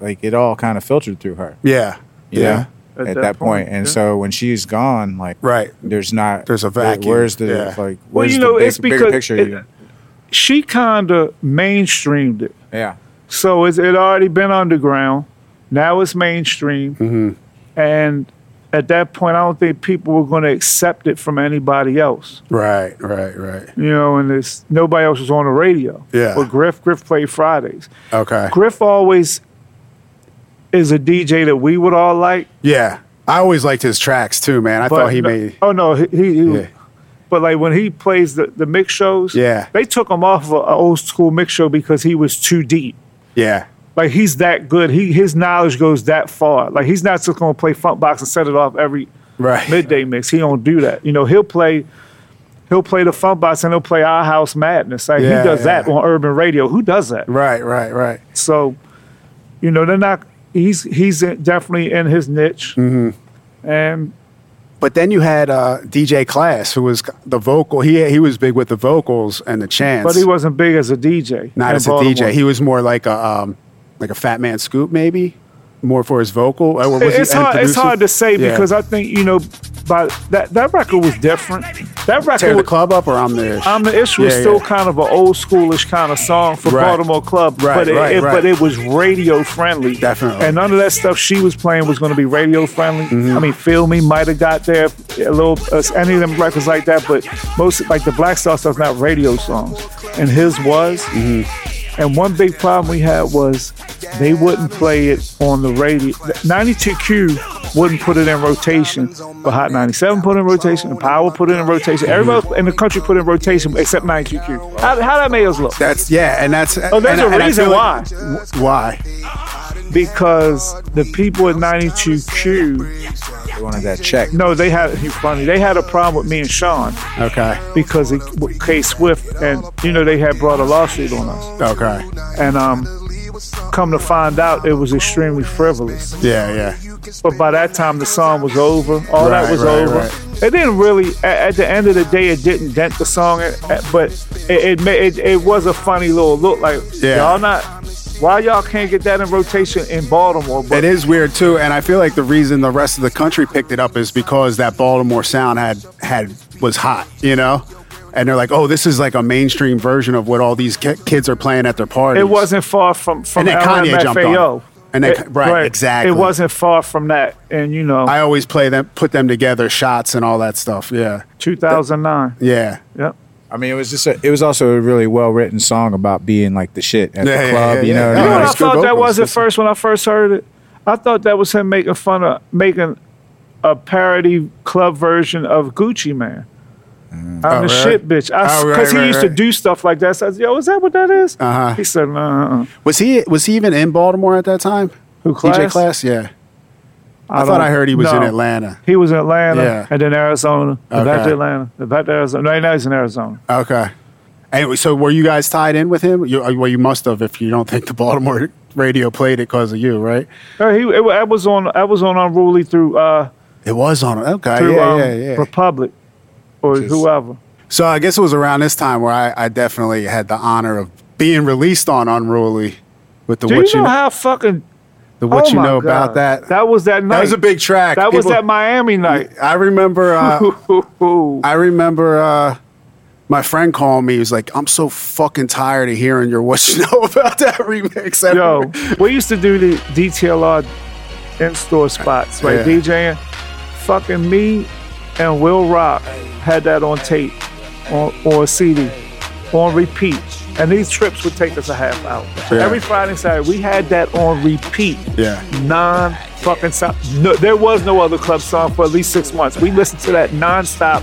Speaker 2: like it all kind of filtered through her.
Speaker 1: Yeah.
Speaker 2: you
Speaker 1: Yeah.
Speaker 2: know, At, that, point, and
Speaker 3: yeah.
Speaker 2: so when she's gone, like
Speaker 1: Right.
Speaker 2: there's not
Speaker 1: There's a
Speaker 2: where-
Speaker 1: vacuum,
Speaker 2: Where's the
Speaker 1: yeah.
Speaker 2: like? Where's
Speaker 3: Well, you
Speaker 2: the
Speaker 3: know,
Speaker 2: big,
Speaker 3: it's
Speaker 2: bigger
Speaker 3: because
Speaker 2: picture?
Speaker 3: it-
Speaker 2: you-
Speaker 3: She kind of mainstreamed it.
Speaker 2: yeah,
Speaker 3: So it's it already been underground. Now it's mainstream.
Speaker 1: Mm-hmm.
Speaker 3: And at that point, I don't think people were going to accept it from anybody else.
Speaker 1: Right, right, right.
Speaker 3: You know, and it's nobody else was on the radio.
Speaker 1: Yeah.
Speaker 3: But Griff, Griff played Fridays.
Speaker 1: Okay.
Speaker 3: Griff always is a DJ that we would all like.
Speaker 1: Yeah. I always liked his tracks too, man. I thought he
Speaker 3: no-
Speaker 1: made
Speaker 3: Oh no, he. he he-
Speaker 1: Yeah.
Speaker 3: But like when he plays the, the mix shows,
Speaker 1: Yeah.
Speaker 3: they took him off of an old school mix show because he was too deep.
Speaker 1: Yeah.
Speaker 3: like he's that good. He his knowledge goes that far. Like he's not just gonna play funk box and set it off every
Speaker 1: Right.
Speaker 3: midday mix. He don't do that. You know, he'll play he'll play the funk box and he'll play our house madness. Like
Speaker 1: Yeah,
Speaker 3: he does that
Speaker 1: yeah.
Speaker 3: on urban radio. Who does that?
Speaker 1: Right, right, right.
Speaker 3: So, you know, they're not he's he's in- definitely in his niche.
Speaker 1: Mm-hmm.
Speaker 3: And
Speaker 1: But then you had uh, DJ Class, who was the vocal. He he was big with the vocals and the chants.
Speaker 3: but he wasn't big as a DJ.
Speaker 1: not
Speaker 3: in
Speaker 1: as a
Speaker 3: Baltimore.
Speaker 1: DJ. He was more like a um, like a Fat Man Scoop, maybe more for his vocal. Or was he
Speaker 3: it's
Speaker 1: and
Speaker 3: hard. It's
Speaker 1: producer?
Speaker 3: hard to say
Speaker 1: Yeah.
Speaker 3: because I think you know, by that that record was different. That record
Speaker 1: tear the
Speaker 3: was,
Speaker 1: club up, or I'm the
Speaker 3: I'm the issue is
Speaker 1: Yeah,
Speaker 3: still
Speaker 1: yeah.
Speaker 3: kind of an old schoolish kind of song for
Speaker 1: Right.
Speaker 3: Baltimore club,
Speaker 1: Right,
Speaker 3: but it,
Speaker 1: right,
Speaker 3: it-
Speaker 1: right.
Speaker 3: but it was radio friendly,
Speaker 1: Definitely.
Speaker 3: And none of that stuff she was playing was going to be radio friendly. I mean, Feel Me might have got there a little, uh, any of them records like that, but most like the Black Star stuff's not radio songs, and his was. And one big problem we had was they wouldn't play it on the radio. 92Q wouldn't put it in rotation, but Hot 97 put it in rotation, and Power put it in rotation. Everybody else in the country put it in rotation except 92Q. How, how that made us look?
Speaker 1: That's yeah, and that's
Speaker 3: Oh, there's
Speaker 1: and,
Speaker 3: a
Speaker 1: and I
Speaker 3: reason
Speaker 1: feel like- w- why.
Speaker 3: Because the people at 92Q,
Speaker 2: they wanted that check.
Speaker 3: no, they had, he's funny, they had a problem with me and Sean
Speaker 1: Okay,
Speaker 3: because it, with K Swift, and, you know, they had brought a lawsuit on us.
Speaker 1: okay,
Speaker 3: And um, come to find out, it was extremely frivolous.
Speaker 1: yeah, yeah,
Speaker 3: But by that time, the song was over. All
Speaker 1: Right,
Speaker 3: that was
Speaker 1: right,
Speaker 3: over.
Speaker 1: right.
Speaker 3: It didn't really. At, at the end of the day, it didn't dent the song, eh, eh, but it it, ma- it it was a funny little look. Like
Speaker 1: Yeah.
Speaker 3: y'all not. Why y'all can't get that in rotation in Baltimore? But
Speaker 1: It is weird too, and I feel like the reason the rest of the country picked it up is because that Baltimore sound had had was hot, you know. And they're like, "Oh, this is like a mainstream version of what all these ki- kids are playing at their parties."
Speaker 3: it wasn't far from from
Speaker 1: And then Kanye jumped on
Speaker 3: LMFAO.
Speaker 1: it. And then-
Speaker 3: It-
Speaker 1: right, exactly.
Speaker 3: It wasn't far from that, and you know,
Speaker 1: I always play them, put them together, shots and all that stuff. Yeah,
Speaker 3: 2009.
Speaker 1: yeah,
Speaker 3: Yep.
Speaker 2: I mean, it was just a, it was also a really well written song about being like the shit at
Speaker 1: Yeah, yeah,
Speaker 2: the club.
Speaker 1: yeah,
Speaker 2: you know,
Speaker 1: yeah.
Speaker 2: what
Speaker 1: You
Speaker 2: I
Speaker 3: You know
Speaker 2: mean?
Speaker 3: what I
Speaker 1: it's good
Speaker 3: thought that
Speaker 1: vocals.
Speaker 3: was at first when I first heard it? I thought that was him making fun of making a parody club version of Gucci Man. I'm the
Speaker 1: right.
Speaker 3: shit bitch.
Speaker 1: Mm. Oh,
Speaker 3: I
Speaker 1: right,
Speaker 3: Because
Speaker 1: right,
Speaker 3: he used to
Speaker 1: right.
Speaker 3: do stuff like that. So I said, yo, is that what that is?
Speaker 1: Uh-huh.
Speaker 3: He said, nah. uh-uh."
Speaker 1: Was he was he even in Baltimore at that time?
Speaker 3: Who,
Speaker 1: DJ
Speaker 3: Class?
Speaker 1: Class, yeah. I, thought
Speaker 3: don't-
Speaker 1: I heard he was in
Speaker 3: no.
Speaker 1: Atlanta.
Speaker 3: He was in Atlanta
Speaker 1: Yeah.
Speaker 3: and then Arizona. And Back
Speaker 1: Okay.
Speaker 3: to Atlanta. and Back to Arizona. Right now he's in Arizona.
Speaker 1: Okay. Anyway, so were you guys tied in with him? You, uh, well, you must have if you don't think the Baltimore radio played it because of you, right?
Speaker 3: No, he, it, I was on I was on Unruly through uh
Speaker 1: It was on. Okay,
Speaker 3: through
Speaker 1: Ah, yeah,
Speaker 3: um,
Speaker 1: yeah, yeah.
Speaker 3: Republic or
Speaker 2: is-
Speaker 3: whoever.
Speaker 1: So I guess it was around this time where I, I definitely had the honor of being released on Unruly with the
Speaker 3: Do
Speaker 1: what
Speaker 3: you
Speaker 1: you know,
Speaker 3: know how fucking
Speaker 1: the what
Speaker 3: Oh
Speaker 1: you
Speaker 3: my
Speaker 1: know
Speaker 3: God.
Speaker 1: about that.
Speaker 3: That was that night.
Speaker 1: was a big track.
Speaker 3: That was
Speaker 1: People-
Speaker 3: that Miami night.
Speaker 1: I remember.
Speaker 3: <laughs>
Speaker 1: Uh,
Speaker 3: Ooh.
Speaker 1: I remember uh, my friend called me. He was like, "I'm so fucking tired of hearing your what you know <laughs> about that remix."
Speaker 3: Yo, we used to do the DTLR in-store spots, right?
Speaker 1: Yeah.
Speaker 3: DJing. Fucking me and Will Rock had that on tape on, or a CD. on repeat. And these trips would take us a half hour.
Speaker 1: Yeah.
Speaker 3: Every Friday and Saturday, we had that on repeat.
Speaker 1: Yeah.
Speaker 3: Non fucking stop. No, there was no other club song for at least six months. We listened to that nonstop.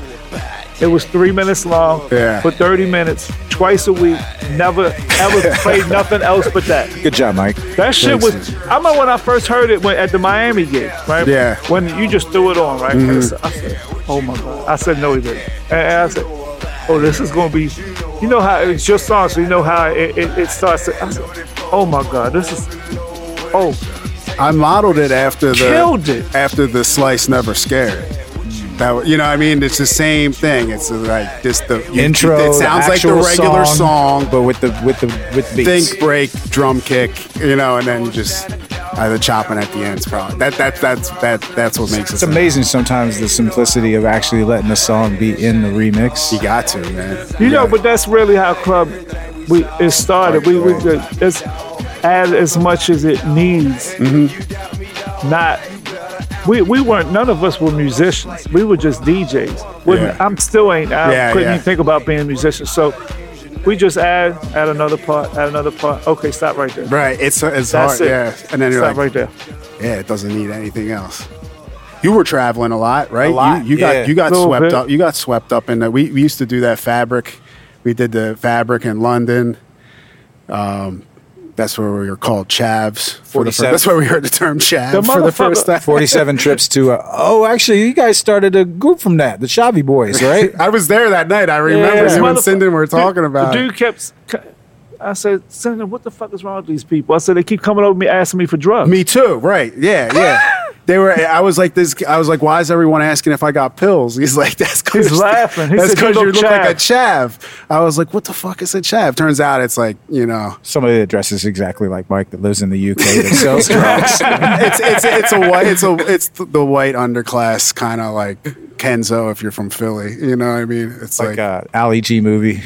Speaker 3: It was three minutes long
Speaker 1: Yeah.
Speaker 3: for 30 minutes, twice a week. Never,
Speaker 1: <laughs>
Speaker 3: ever played nothing else but that.
Speaker 2: Good job, Mike.
Speaker 3: That shit was.
Speaker 1: Thanks,
Speaker 3: I remember when I first heard it when, at the Miami gig, right?
Speaker 1: Yeah.
Speaker 3: When you just threw it on, right? I, said, I said, "Oh my god!" I said, "No, he didn't." And, and I said, "Oh, this is gonna be." You know how it's your song, so you know how it, it, it starts. To, I said, "Oh my god, this is." Oh,
Speaker 1: I modeled it after the
Speaker 3: Killed it.
Speaker 1: after the slice never scared. That wa- you know, what I mean, it's the same thing. It's uh, like this the you-
Speaker 2: Intro.
Speaker 1: It sounds like the
Speaker 2: actual
Speaker 1: regular song,
Speaker 2: but with the with the with beats.
Speaker 1: think break drum kick, you know, and then just either chopping at the end's probably that that that's that that's what makes
Speaker 2: It's
Speaker 1: it.
Speaker 2: amazing sometimes the simplicity of actually letting a song be in the remix.
Speaker 1: You got to man.
Speaker 3: you know,
Speaker 1: gotta-
Speaker 3: but that's really how club we it started. We we just add as much as it needs.
Speaker 1: Mm-hmm.
Speaker 3: Not we we weren't none of us were musicians. We were just DJs. Wouldn't-
Speaker 1: Yeah.
Speaker 3: I'm still ain't. I
Speaker 1: Yeah,
Speaker 3: couldn't
Speaker 1: yeah.
Speaker 3: even think about being a musician. So we just add add another part, add another part. Okay, stop right there.
Speaker 1: right, it's it's
Speaker 3: That's
Speaker 1: hard,
Speaker 3: it.
Speaker 1: yeah. And then you're
Speaker 3: stop
Speaker 1: like,
Speaker 3: right there.
Speaker 1: yeah, it doesn't need anything else. You were traveling a lot, right?
Speaker 2: A lot,
Speaker 1: you, you
Speaker 2: yeah.
Speaker 1: got you got
Speaker 3: Little
Speaker 1: swept
Speaker 3: bit.
Speaker 1: up. You got swept up in the. We, we used to do that fabric. We did the fabric in London. Um, that's where we were called chavs. For the first,
Speaker 2: 47.
Speaker 1: that's where we heard the term chav
Speaker 3: The
Speaker 1: for the first
Speaker 3: motherfucker-
Speaker 1: time.
Speaker 2: <laughs> 47 trips to uh, oh actually you guys started a group from that the Shavi Boys right
Speaker 1: I was there that night. I remember
Speaker 3: Yeah.
Speaker 1: you and
Speaker 3: Motherfu-
Speaker 1: Sinden were talking about.
Speaker 3: The
Speaker 1: it.
Speaker 3: dude kept. I said, Senator, what the fuck is wrong with these people? I said, they keep coming over me asking me for drugs.
Speaker 1: Me too. Right. Yeah. Yeah.
Speaker 3: <laughs>
Speaker 1: They were. I was like this. I was like, why is everyone asking if I got pills? <laughs> He's like, that's because
Speaker 3: He's laughing. He
Speaker 1: that's
Speaker 3: said, "You
Speaker 1: because you
Speaker 3: look
Speaker 1: look like a chav. I was like, what the fuck is a chav? Turns out it's like you know,
Speaker 2: <laughs> somebody that dresses exactly like Mike that lives in the UK that sells <laughs> drugs
Speaker 1: it's it's it's a white it's a it's the white underclass kind of like Kenzo if you're from Philly. You know what I mean? It's
Speaker 2: like
Speaker 1: like,
Speaker 2: uh, Ali G movie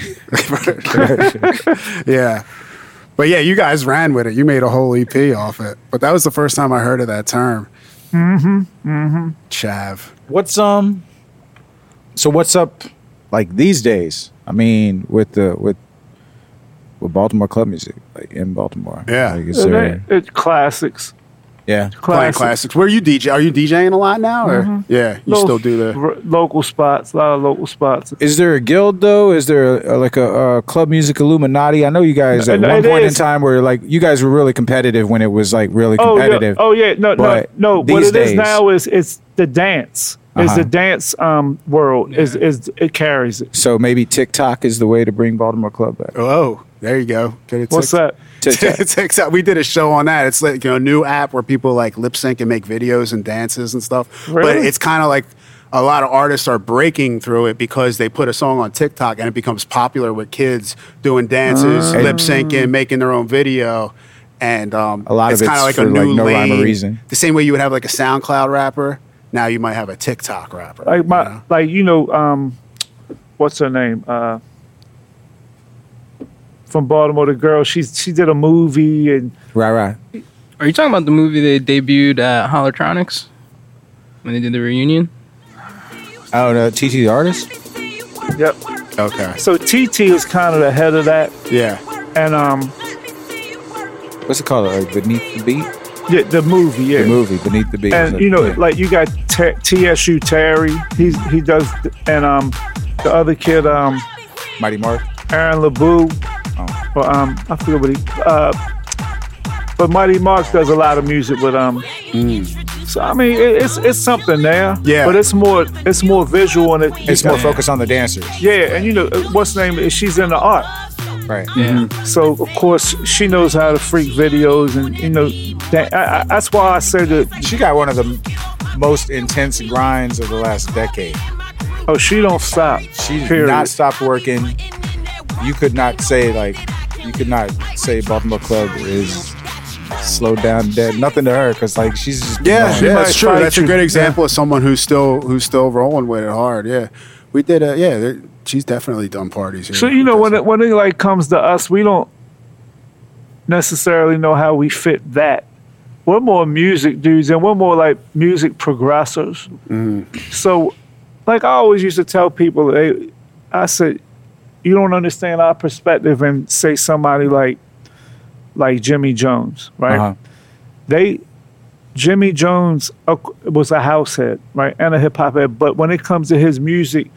Speaker 1: yeah. But yeah, you guys ran with it. You made a whole EP off it. But that was the first time I heard of that term. Mm-hmm. Mm-hmm. Chav.
Speaker 2: what's um so what's up like these days I mean with the with with Baltimore club music like in Baltimore
Speaker 1: Yeah.
Speaker 2: like, is
Speaker 3: And
Speaker 2: there,
Speaker 3: they- it's classics.
Speaker 2: yeah
Speaker 1: playing
Speaker 3: Classics.
Speaker 1: classics. Where you DJ? Are you DJing a lot now? Or yeah, you
Speaker 3: Little
Speaker 1: still do the
Speaker 3: r- local spots, a lot of local spots.
Speaker 2: is there a guild though? Is there a, like a, uh club music Illuminati? I know you guys at
Speaker 3: No,
Speaker 2: one
Speaker 3: it
Speaker 2: point
Speaker 3: is.
Speaker 2: in time were like you guys were really competitive when it was like really
Speaker 3: Oh yeah,
Speaker 2: competitive.
Speaker 3: oh yeah, no, no,
Speaker 2: But
Speaker 3: no. What
Speaker 2: these
Speaker 3: it is
Speaker 2: days-
Speaker 3: now is it's the dance. It's
Speaker 2: Uh-huh.
Speaker 3: the dance um, world. Is is it carries it?
Speaker 2: So maybe TikTok is the way to bring Baltimore club
Speaker 3: <laughs>
Speaker 2: back.
Speaker 1: oh, there you go. Get it
Speaker 3: What's
Speaker 1: ticked-
Speaker 3: that?
Speaker 1: <laughs>
Speaker 2: TikTok.
Speaker 1: Ticked out. We did a show on that. It's like you know, a new app where people like lip sync and make videos and dances and stuff. But
Speaker 3: Really?
Speaker 1: it's kind of like a lot of artists are breaking through it because they put a song on TikTok and it becomes popular with kids doing dances, lip syncing, making their own video. And um,
Speaker 2: A lot of
Speaker 1: it's
Speaker 2: it's
Speaker 1: kind of like
Speaker 2: for,
Speaker 1: a
Speaker 2: like,
Speaker 1: new
Speaker 2: no rhyme
Speaker 1: lane.
Speaker 2: or reason.
Speaker 1: The same way you would have like a SoundCloud rapper, now you might have a TikTok rapper.
Speaker 3: Like my,
Speaker 1: you know?
Speaker 3: like you know, um, what's her name? Uh, from Baltimore, the girl. She's she did a movie and
Speaker 2: right, right.
Speaker 7: Are you talking about the movie they debuted at Holotronics when they did the reunion?
Speaker 2: I don't know. TT the artist.
Speaker 3: yep.
Speaker 1: Okay.
Speaker 3: So TT was kind of the head of that,
Speaker 1: Yeah.
Speaker 3: and um,
Speaker 2: What's it called? Like beneath the beat.
Speaker 3: yeah, the movie, yeah.
Speaker 2: The movie beneath the beat.
Speaker 3: and you know, like you got T- TSU Terry. He's he does, and um, the other kid, um,
Speaker 2: Mighty Mark.
Speaker 3: Aaron LeBou,
Speaker 2: Oh.
Speaker 3: or um, I forget what he. Uh, but Mighty Marks does a lot of music with um.
Speaker 2: Mm.
Speaker 3: So I mean, it, it's it's something there.
Speaker 1: Yeah.
Speaker 3: But it's more it's more visual and it.
Speaker 2: It's more focused on the dancers.
Speaker 3: Yeah, and you know uh, what's her name? She's in the art,
Speaker 2: Right.
Speaker 7: Yeah.
Speaker 3: so of course she knows how to freak videos, and you know that, I, I, that's why I say that.
Speaker 2: She got one of the most intense grinds of the last decade.
Speaker 3: Oh, she don't stop.
Speaker 2: She did
Speaker 3: period.
Speaker 2: not stop working. You could not say like you could not say Baltimore Club is slowed down dead. Nothing to her because like she's just been
Speaker 1: Yeah,
Speaker 2: going.
Speaker 1: yeah,
Speaker 3: might
Speaker 1: that's true.
Speaker 3: fight
Speaker 1: That's a
Speaker 3: you.
Speaker 1: great
Speaker 3: Yeah.
Speaker 1: example of someone who's still who's still rolling with it hard. Yeah, we did a yeah. there- She's definitely done parties. Here.
Speaker 3: So you know when it, when it like comes to us, we don't necessarily know how we fit that. We're more music dudes, and we're more like music progressors. So, like I always used to tell people, they, I said, you don't understand our perspective and say somebody like like Jimmy Jones, right?
Speaker 2: Uh-huh.
Speaker 3: They Jimmy Jones uh, was a house head, right, and a hip hop head. But when it comes to his music,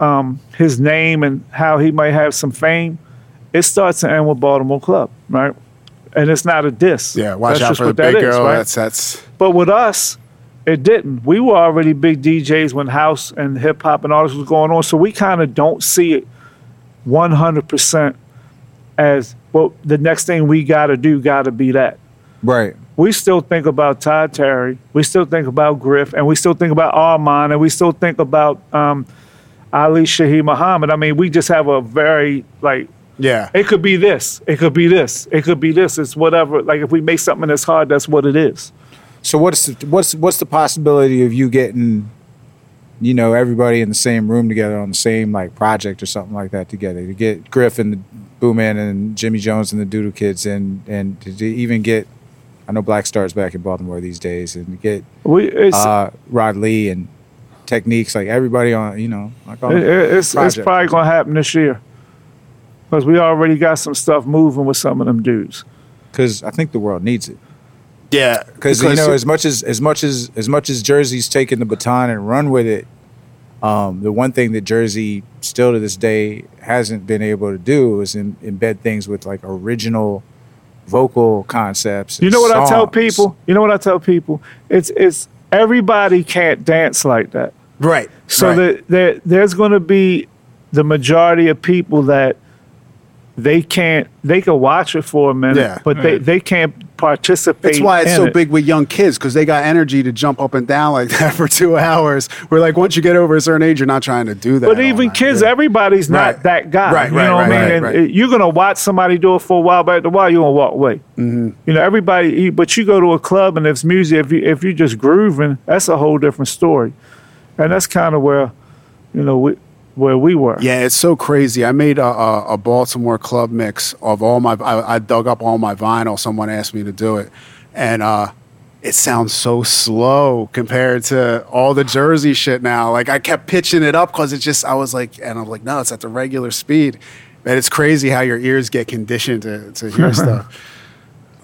Speaker 3: um, his name and how he might have some fame, it starts and ends with Baltimore Club, right? And it's not a diss.
Speaker 1: Yeah, watch
Speaker 3: That's
Speaker 1: out
Speaker 3: just
Speaker 1: for the
Speaker 3: what that
Speaker 1: big
Speaker 3: is,
Speaker 1: girl.
Speaker 3: right?
Speaker 1: That's that's
Speaker 3: But with us, it didn't. We were already big DJs when house and hip hop and all this was going on, so we kind of don't see it 100% as well. The next thing we got to do got to be that.
Speaker 2: Right.
Speaker 3: We still think about Todd Terry, we still think about Griff, and we still think about Armand, and we still think about um, Ali Shahi Muhammad. I mean, we just have a very like
Speaker 1: yeah.
Speaker 3: it could be this, it could be this, it could be this. It's whatever. Like if we make something that's hard, that's what it is.
Speaker 2: So what's the, what's what's the possibility of you getting, you know, everybody in the same room together on the same like project or something like that together to get Griff and the Boomman and Jimmy Jones and the Doodle Kids and and to, to even get, I know Black Star's back in Baltimore these days and get
Speaker 3: We it's
Speaker 2: uh, Rod Lee and techniques like everybody on you know like all
Speaker 3: It- it- it's, it's
Speaker 2: project.
Speaker 3: probably going to happen this year because we already got some stuff moving with some of them dudes.
Speaker 2: because I think the world needs it.
Speaker 1: Yeah.
Speaker 2: because you know as much as as much as as much as Jersey's taken the baton and run with it, um, the one thing that Jersey still to this day hasn't been able to do is em- embed things with like original vocal concepts. and
Speaker 3: You know what I tell
Speaker 2: songs.
Speaker 3: people? You know what I tell people? It's it's everybody can't dance like that.
Speaker 2: Right.
Speaker 3: So
Speaker 2: right.
Speaker 3: that there, there's going to be the majority of people that they can't they can watch it for a minute,
Speaker 1: Yeah.
Speaker 3: but they, they can't participate.
Speaker 1: That's why it's
Speaker 3: in
Speaker 1: so
Speaker 3: it.
Speaker 1: big with young kids because they got energy to jump up and down like <laughs> that for two hours. Where like once you get over a certain age, you're not trying to do that.
Speaker 3: But
Speaker 1: all
Speaker 3: even
Speaker 1: night.
Speaker 3: kids,
Speaker 1: Yeah.
Speaker 3: everybody's not
Speaker 1: Right.
Speaker 3: that guy.
Speaker 1: Right,
Speaker 3: you
Speaker 1: right,
Speaker 3: know what
Speaker 1: right,
Speaker 3: I mean?
Speaker 1: right,
Speaker 3: and
Speaker 1: right.
Speaker 3: it- you're gonna watch somebody do it for a while, but after a while, you're gonna walk away.
Speaker 1: Mm-hmm.
Speaker 3: You know, everybody. you- But you go to a club and it's music. If you if you're just grooving, that's a whole different story, and that's kind of where, you know, we, where we were.
Speaker 1: Yeah, it's so crazy. I made a, a, a Baltimore club mix of all my. I, I dug up all my vinyl. Someone asked me to do it, and uh, it sounds so slow compared to all the Jersey shit now. Like I kept pitching it up because it just. I was like, and I'm like, no, it's at the regular speed. And it's crazy how your ears get conditioned to, to hear <laughs> stuff.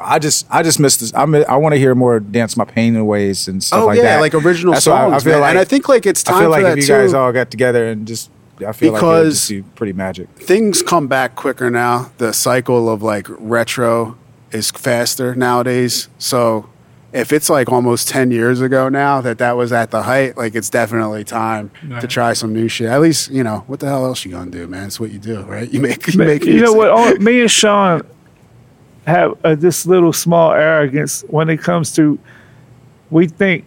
Speaker 2: I just I just miss this. I mi- I want to hear more dance my pain aways and stuff
Speaker 1: oh
Speaker 2: like
Speaker 1: yeah,
Speaker 2: that.
Speaker 1: like original
Speaker 2: That's why
Speaker 1: songs.
Speaker 2: I, feel
Speaker 1: man.
Speaker 2: like
Speaker 1: and I think like it's time
Speaker 2: I feel
Speaker 1: for
Speaker 2: like
Speaker 1: that
Speaker 2: if you
Speaker 1: too.
Speaker 2: guys all got together and just I feel like it would
Speaker 1: Because-
Speaker 2: just be pretty magic.
Speaker 1: things come back quicker now. The cycle of like retro is faster nowadays. So if it's like almost 10 years ago now that that was at the height, like it's definitely time to
Speaker 7: Right.
Speaker 1: try some new shit. At least, you know, what the hell else you gonna do, man? It's what you do, right? You make, you make,
Speaker 3: you know
Speaker 1: music.
Speaker 3: what? all- me and Sean have uh, this little small arrogance when it comes to we think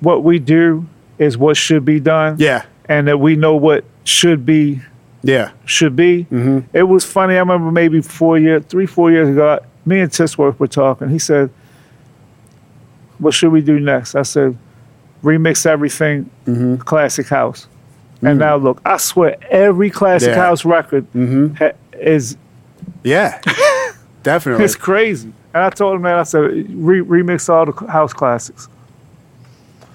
Speaker 3: what we do is what should be done,
Speaker 1: Yeah.
Speaker 3: and that we know what should be
Speaker 1: Yeah.
Speaker 3: should be.
Speaker 1: Mm-hmm.
Speaker 3: It was funny. I remember maybe four years, three, four years ago, me and Tisworth were talking. He said, "What should we do next?" I said, "Remix everything,
Speaker 1: Mm-hmm.
Speaker 3: classic house." And now look, I swear, every classic
Speaker 1: Yeah. Mm-hmm.
Speaker 3: house record ha- is <laughs>
Speaker 1: Yeah. definitely.
Speaker 3: it's crazy. And I told him, man, I said, Re- remix all the house classics.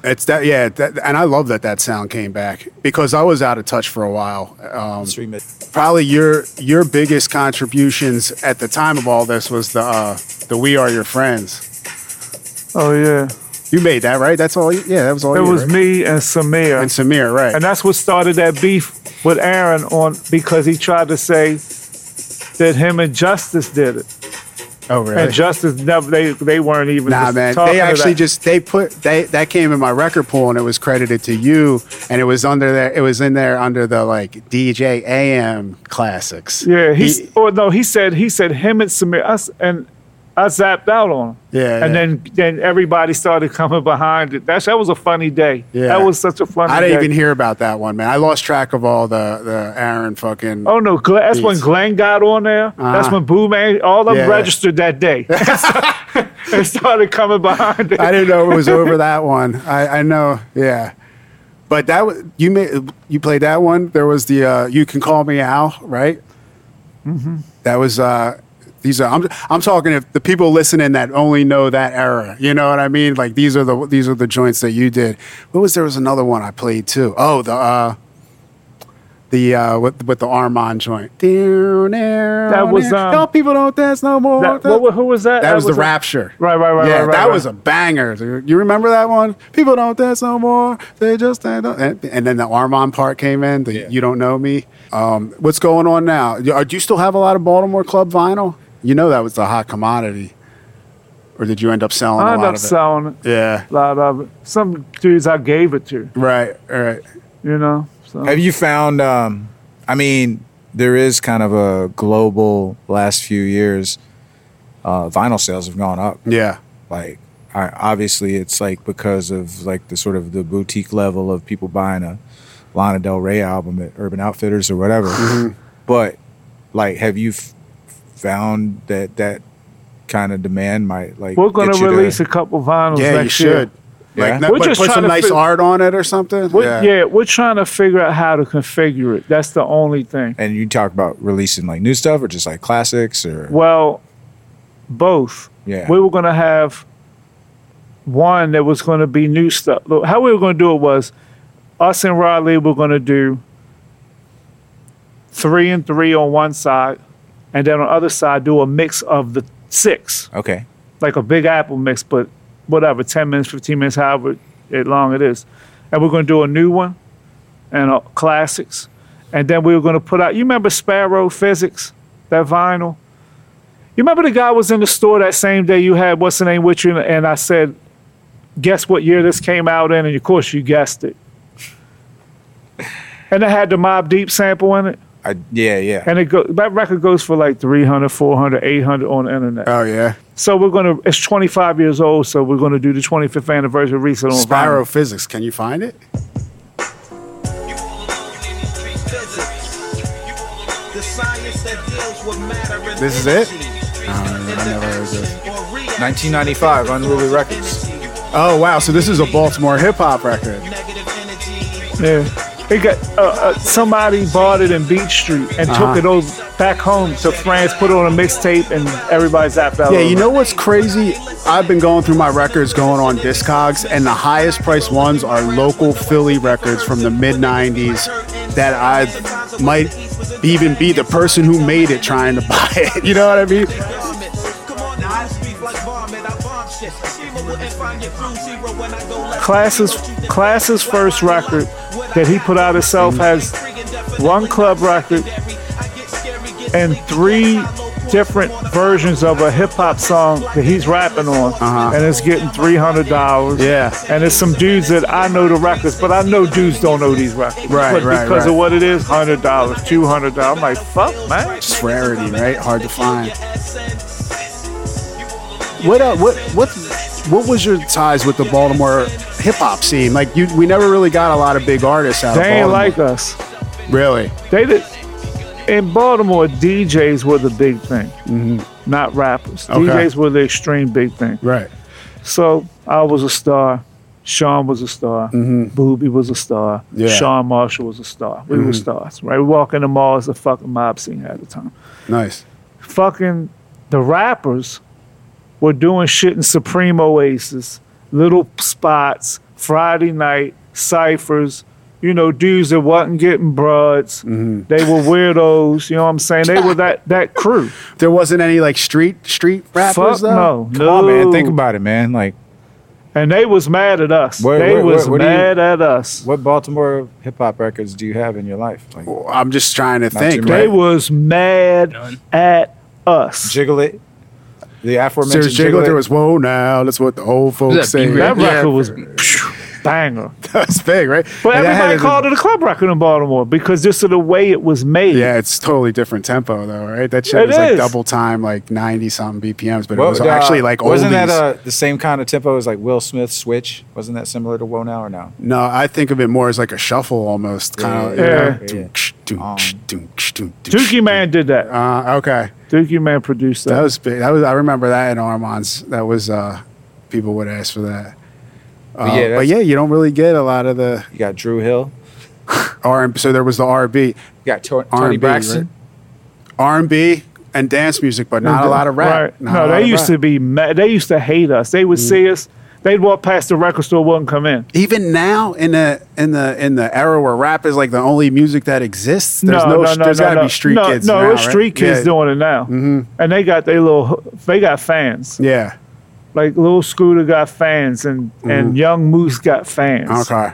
Speaker 1: It's that, yeah. That, and I love that that sound came back because I was out of touch for a while. Um,
Speaker 2: Three minutes.
Speaker 1: probably your your biggest contributions at the time of all this was the uh, the We Are Your Friends.
Speaker 3: Oh yeah,
Speaker 1: You made that right? That's all. You, Oh, yeah, that was all.
Speaker 3: it
Speaker 1: you,
Speaker 3: was
Speaker 1: right?
Speaker 3: me and Samir
Speaker 1: and Samir, right?
Speaker 3: And that's what started that beef with Aaron on because he tried to say that him and Justice did it.
Speaker 1: oh, really?
Speaker 3: And Justice never they they weren't even
Speaker 1: Nah,
Speaker 3: just
Speaker 1: man.
Speaker 3: talking
Speaker 1: They
Speaker 3: to
Speaker 1: actually
Speaker 3: that.
Speaker 1: just they put they that came in my record pool and it was credited to you and it was under there. It was in there under the like DJ AM classics.
Speaker 3: Yeah, he's
Speaker 1: He-
Speaker 3: or no, he said he said him and Samir us and I zapped out on him.
Speaker 1: Yeah,
Speaker 3: And
Speaker 1: yeah.
Speaker 3: then then everybody started coming behind it. That that was a funny day.
Speaker 1: Yeah.
Speaker 3: That was such a funny
Speaker 1: I didn't
Speaker 3: day.
Speaker 1: even hear about that one, man. I lost track of all the the Aaron fucking.
Speaker 3: Oh no! Glenn, that's when
Speaker 1: Jeez.
Speaker 3: Glenn got on there. That's
Speaker 1: Uh-huh.
Speaker 3: when Boo Man, all of them
Speaker 1: Yeah.
Speaker 3: registered
Speaker 1: <laughs>
Speaker 3: that day. <laughs> and started coming behind it.
Speaker 1: I didn't know it was
Speaker 3: <laughs>
Speaker 1: over that one. I, I know, yeah. But that was you made you played that one. There was the uh, you can call me Al, right? Mm-hmm. That was uh, these are I'm I'm talking if the people listening that only know that era. You know what I mean? Like these are the these are the joints that you did. What was there was another one I played too. Oh, the uh, The uh, with with the Armand joint. That
Speaker 3: was, um,
Speaker 1: no people don't dance no more.
Speaker 3: That,
Speaker 1: That-
Speaker 3: what- who was that?
Speaker 1: that was, the rapture.
Speaker 3: Right, right, right,
Speaker 1: yeah,
Speaker 3: right, right,
Speaker 1: that
Speaker 3: right.
Speaker 1: was a banger. dude. You remember that one? People don't dance no more. They just stand up. And, and then the Armand part came in. The You don't know me. Um, what's going on now? Y- are- Do you still have a lot of Baltimore club vinyl? You know that was a hot commodity, or did you end up selling
Speaker 3: I
Speaker 1: a
Speaker 3: ended
Speaker 1: lot
Speaker 3: up
Speaker 1: of it?
Speaker 3: selling
Speaker 1: yeah,
Speaker 3: a lot of it. Some dudes I gave it to,
Speaker 1: right, right.
Speaker 3: you know. So
Speaker 2: Have you found? Um, I mean, there is kind of a global last few years. Uh, vinyl sales have gone up.
Speaker 1: Yeah,
Speaker 2: Like, I, obviously, it's like because of like the sort of the boutique level of people buying a Lana Del Rey album at Urban Outfitters or whatever.
Speaker 3: Mm-hmm.
Speaker 2: But like, have you f- found that that kind of demand might like?
Speaker 3: we're going
Speaker 2: get
Speaker 3: to
Speaker 2: you
Speaker 3: release a couple vinyls
Speaker 1: yeah. You
Speaker 3: next year.
Speaker 1: should.
Speaker 2: Yeah.
Speaker 1: Like, no-
Speaker 3: We're
Speaker 1: but
Speaker 3: just
Speaker 1: put
Speaker 3: trying
Speaker 1: some
Speaker 3: to
Speaker 1: nice
Speaker 3: fi-
Speaker 1: art on it or something.
Speaker 3: We're, yeah. we're trying to figure out how to configure it. That's the only thing.
Speaker 2: And you talk about releasing like new stuff or just like classics or
Speaker 3: Well, both.
Speaker 2: Yeah.
Speaker 3: We were going to have one that was going to be new stuff. Look, how we were going to do it was us and Riley were going to do three and three on one side, and then on the other side, do a mix of the six,
Speaker 2: okay,
Speaker 3: like a big apple mix, but whatever, 10 minutes, 15 minutes, however it long it is. And we're going to do a new one and uh, classics. And then we were going to put out, you remember Sparrow Physics, that vinyl? You remember the guy was in the store that same day you had what's the name with you? And I said, guess what year this came out in? And of course you guessed it. And it had the Mob Deep sample in it.
Speaker 2: I, yeah, yeah.
Speaker 3: And it go, that record goes for like 300, 400, 800 on the internet.
Speaker 1: Oh yeah.
Speaker 3: So we're gonna. It's 25 years old. So we're gonna do the 25th anniversary reset on
Speaker 1: Spyro
Speaker 3: Vinyl.
Speaker 1: Physics. Can you find it? This is it? I never heard this.
Speaker 2: 1995, Unruly Records.
Speaker 1: Oh wow! So this is a Baltimore hip hop record.
Speaker 3: Yeah. It got uh, uh, somebody bought it in Beach Street and
Speaker 1: Uh-huh.
Speaker 3: took it over back home to France, put it on a mixtape, and everybody zapped out.
Speaker 1: Yeah,
Speaker 3: over
Speaker 1: you
Speaker 3: it.
Speaker 1: know what's crazy? I've been going through my records, going on Discogs, and the highest priced ones are local Philly records from the mid '90s that I might even be the person who made it trying to <laughs> buy it. You know what I mean?
Speaker 6: Classes, Classes' first record that he put out himself has one club record
Speaker 3: and three different versions of a hip hop song that he's rapping on, and it's getting three hundred dollars.
Speaker 1: Uh-huh. Yeah.
Speaker 3: and it's some dudes that I know the records, but I know dudes don't know these records.
Speaker 1: Right,
Speaker 3: but
Speaker 1: right,
Speaker 3: Because of
Speaker 1: right.
Speaker 3: what it is, hundred dollars, two hundred dollars. I'm like, fuck, man.
Speaker 1: It's rarity, right? Hard to find. What uh, what what what was your ties with the Baltimore hip hop scene? Like you, we never really got a lot of big artists out.
Speaker 3: They
Speaker 1: of
Speaker 3: ain't
Speaker 1: Baltimore.
Speaker 3: like us.
Speaker 1: really.
Speaker 3: They did. In Baltimore, DJs were the big thing, not rappers.
Speaker 1: Mm-hmm. Okay.
Speaker 3: DJs were the extreme big thing.
Speaker 1: Right.
Speaker 3: So I was a star. Sean was a star. Booby was a star.
Speaker 1: Mm-hmm. Yeah. Mm-hmm.
Speaker 3: Sean Marshall was a star. We were stars, right? We walk in the mall as a fucking mob scene at the time.
Speaker 1: Nice.
Speaker 3: Fucking the rappers were doing shit in Supreme Oasis, little spots, Friday night, ciphers. You know, dudes that wasn't getting broads.
Speaker 2: Mm-hmm.
Speaker 3: They were weirdos. You know what I'm saying? They were that
Speaker 2: <laughs>
Speaker 3: that crew.
Speaker 1: There wasn't any like street street
Speaker 3: Fuck
Speaker 1: rappers though.
Speaker 3: no.
Speaker 2: Come on, man. Think
Speaker 3: No.
Speaker 2: about it, man. Like,
Speaker 3: And they was mad at us.
Speaker 2: Where-
Speaker 3: they
Speaker 2: where-
Speaker 3: was
Speaker 2: where- where do you-
Speaker 3: mad at us.
Speaker 2: what Baltimore hip hop records do you have in your life? Like,
Speaker 1: I'm just trying to
Speaker 2: Not
Speaker 1: think.
Speaker 2: too
Speaker 1: Right?
Speaker 3: They was mad
Speaker 7: None.
Speaker 3: at us.
Speaker 2: Jiggle The aforementioned
Speaker 1: There's Jiggle. There
Speaker 2: Jiggle
Speaker 1: was Whoa Now. That's what the old folks
Speaker 7: Was that
Speaker 1: say.
Speaker 7: B-Rap?
Speaker 3: That
Speaker 7: Yeah.
Speaker 3: record was banger.
Speaker 1: <laughs> That's big, right?
Speaker 3: But
Speaker 1: And that
Speaker 3: everybody
Speaker 1: had a-
Speaker 3: called it a club record in Baltimore because this is the way it was made.
Speaker 1: Yeah, it's totally different tempo though, right? That shit
Speaker 3: It
Speaker 1: was like
Speaker 3: is.
Speaker 1: double time, like ninety something BPMs, but it was actually like oldies.
Speaker 2: uh, wasn't that uh, the same kind of tempo as like Will Smith's Switch? Wasn't that similar to Woe Now or no?
Speaker 1: no, I think of it more as like a shuffle almost, kind of.
Speaker 2: Yeah,
Speaker 1: Yeah.
Speaker 2: yeah. Um,
Speaker 1: Doom, ksh, doom, ksh, doom, ksh, doom, doom,
Speaker 3: Dookie
Speaker 1: ksh.
Speaker 3: Man did that.
Speaker 1: Uh, okay,
Speaker 3: Dookie Man produced
Speaker 1: that
Speaker 3: that.
Speaker 1: was big. That was I remember that in Armand's. That was uh, people would ask for that. Uh,
Speaker 2: yeah,
Speaker 1: but
Speaker 2: that's-
Speaker 1: yeah, you don't really get a lot of the
Speaker 2: You got Drew Hill.
Speaker 1: R. So there was the R&B,
Speaker 2: You got Tor-
Speaker 1: R&B,
Speaker 2: Tony Braxton.
Speaker 1: R&B, and dance music, but not a lot of rap. Mm.
Speaker 3: Right. No, they used to be mad. They used to hate us. They would see us. They'd walk past the record store, wouldn't come in.
Speaker 1: Even now, in the in the in the era where rap is like the only music that exists, there's no, sh- there's got to be street
Speaker 3: no,
Speaker 1: kids.
Speaker 3: No,
Speaker 1: now,
Speaker 3: it's
Speaker 1: right?
Speaker 3: street kids
Speaker 1: yeah. Mm-hmm.
Speaker 3: doing it now, and they got their little. They got fans.
Speaker 1: Yeah.
Speaker 3: Like Lil Scooter got fans, and
Speaker 1: Mm-hmm.
Speaker 3: and Young Moose got fans.
Speaker 1: Okay.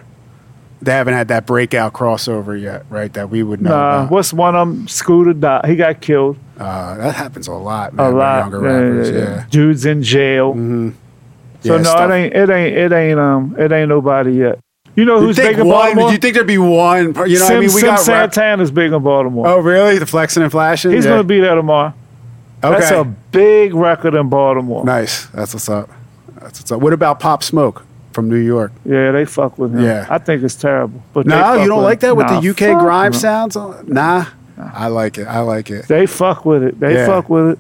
Speaker 1: They haven't had that breakout crossover yet, right? That we would know.
Speaker 3: Nah,
Speaker 1: about.
Speaker 3: Uh, what's one of them? Scooter died. He got killed
Speaker 1: Uh, that happens a lot,
Speaker 3: a
Speaker 1: man. with
Speaker 3: lot.
Speaker 1: Oh, Younger
Speaker 3: Yeah,
Speaker 1: rappers,
Speaker 3: yeah,
Speaker 1: yeah.
Speaker 3: yeah. Dudes in jail. So
Speaker 1: Yeah,
Speaker 3: no,
Speaker 1: stuff.
Speaker 3: it ain't. It ain't. It ain't. Um, it ain't nobody yet. You know
Speaker 1: You
Speaker 3: who's
Speaker 1: think
Speaker 3: big in
Speaker 1: one?
Speaker 3: Baltimore?
Speaker 1: Do you think there'd be one? per- You know, what
Speaker 3: Sim,
Speaker 1: I mean, we
Speaker 3: Sim
Speaker 1: got. Rap-
Speaker 3: Santana's big in Baltimore.
Speaker 1: oh, really? The flexing and flashing.
Speaker 3: He's
Speaker 1: Yeah.
Speaker 3: gonna be there tomorrow.
Speaker 1: Okay.
Speaker 3: That's a big record in Baltimore.
Speaker 1: nice. That's what's up. That's what's up. What about Pop Smoke from New York?
Speaker 3: Yeah, they fuck with him.
Speaker 1: Yeah.
Speaker 3: I think it's terrible. But they
Speaker 1: No,
Speaker 3: fuck
Speaker 1: you don't
Speaker 3: with
Speaker 1: like
Speaker 3: it.
Speaker 1: that with
Speaker 3: Nah,
Speaker 1: the UK
Speaker 3: fuck
Speaker 1: grime
Speaker 3: no.
Speaker 1: sounds. on- Nah, I like it. I like it.
Speaker 3: They fuck with it. They
Speaker 1: Yeah.
Speaker 3: fuck with it.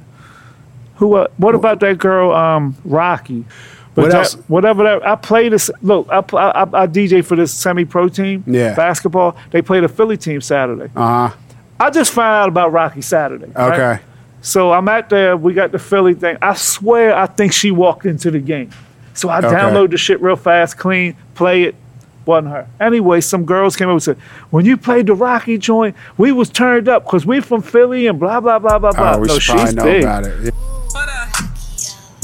Speaker 3: Who? el- What about that girl, um, Rocky? But
Speaker 1: What
Speaker 3: that-
Speaker 1: else?
Speaker 3: Whatever that I play this. Look, I pl- I, I, I DJ for this semi-pro team.
Speaker 1: Yeah.
Speaker 3: Basketball. They play the Philly team Saturday.
Speaker 1: Uh huh.
Speaker 3: I just found out about Rocky Saturday. right?
Speaker 1: Okay.
Speaker 3: So I'm at there. We got the Philly thing. I swear, I think she walked into the game. So I
Speaker 1: Okay.
Speaker 3: download the shit real fast, clean, play it. Wasn't her. Anyway, some girls came over and said, "When you played the Rocky joint, we was turned up because we from Philly and blah blah blah blah blah."
Speaker 1: Oh, we
Speaker 3: no,
Speaker 1: should probably
Speaker 3: she's
Speaker 1: know
Speaker 3: big.
Speaker 1: about it.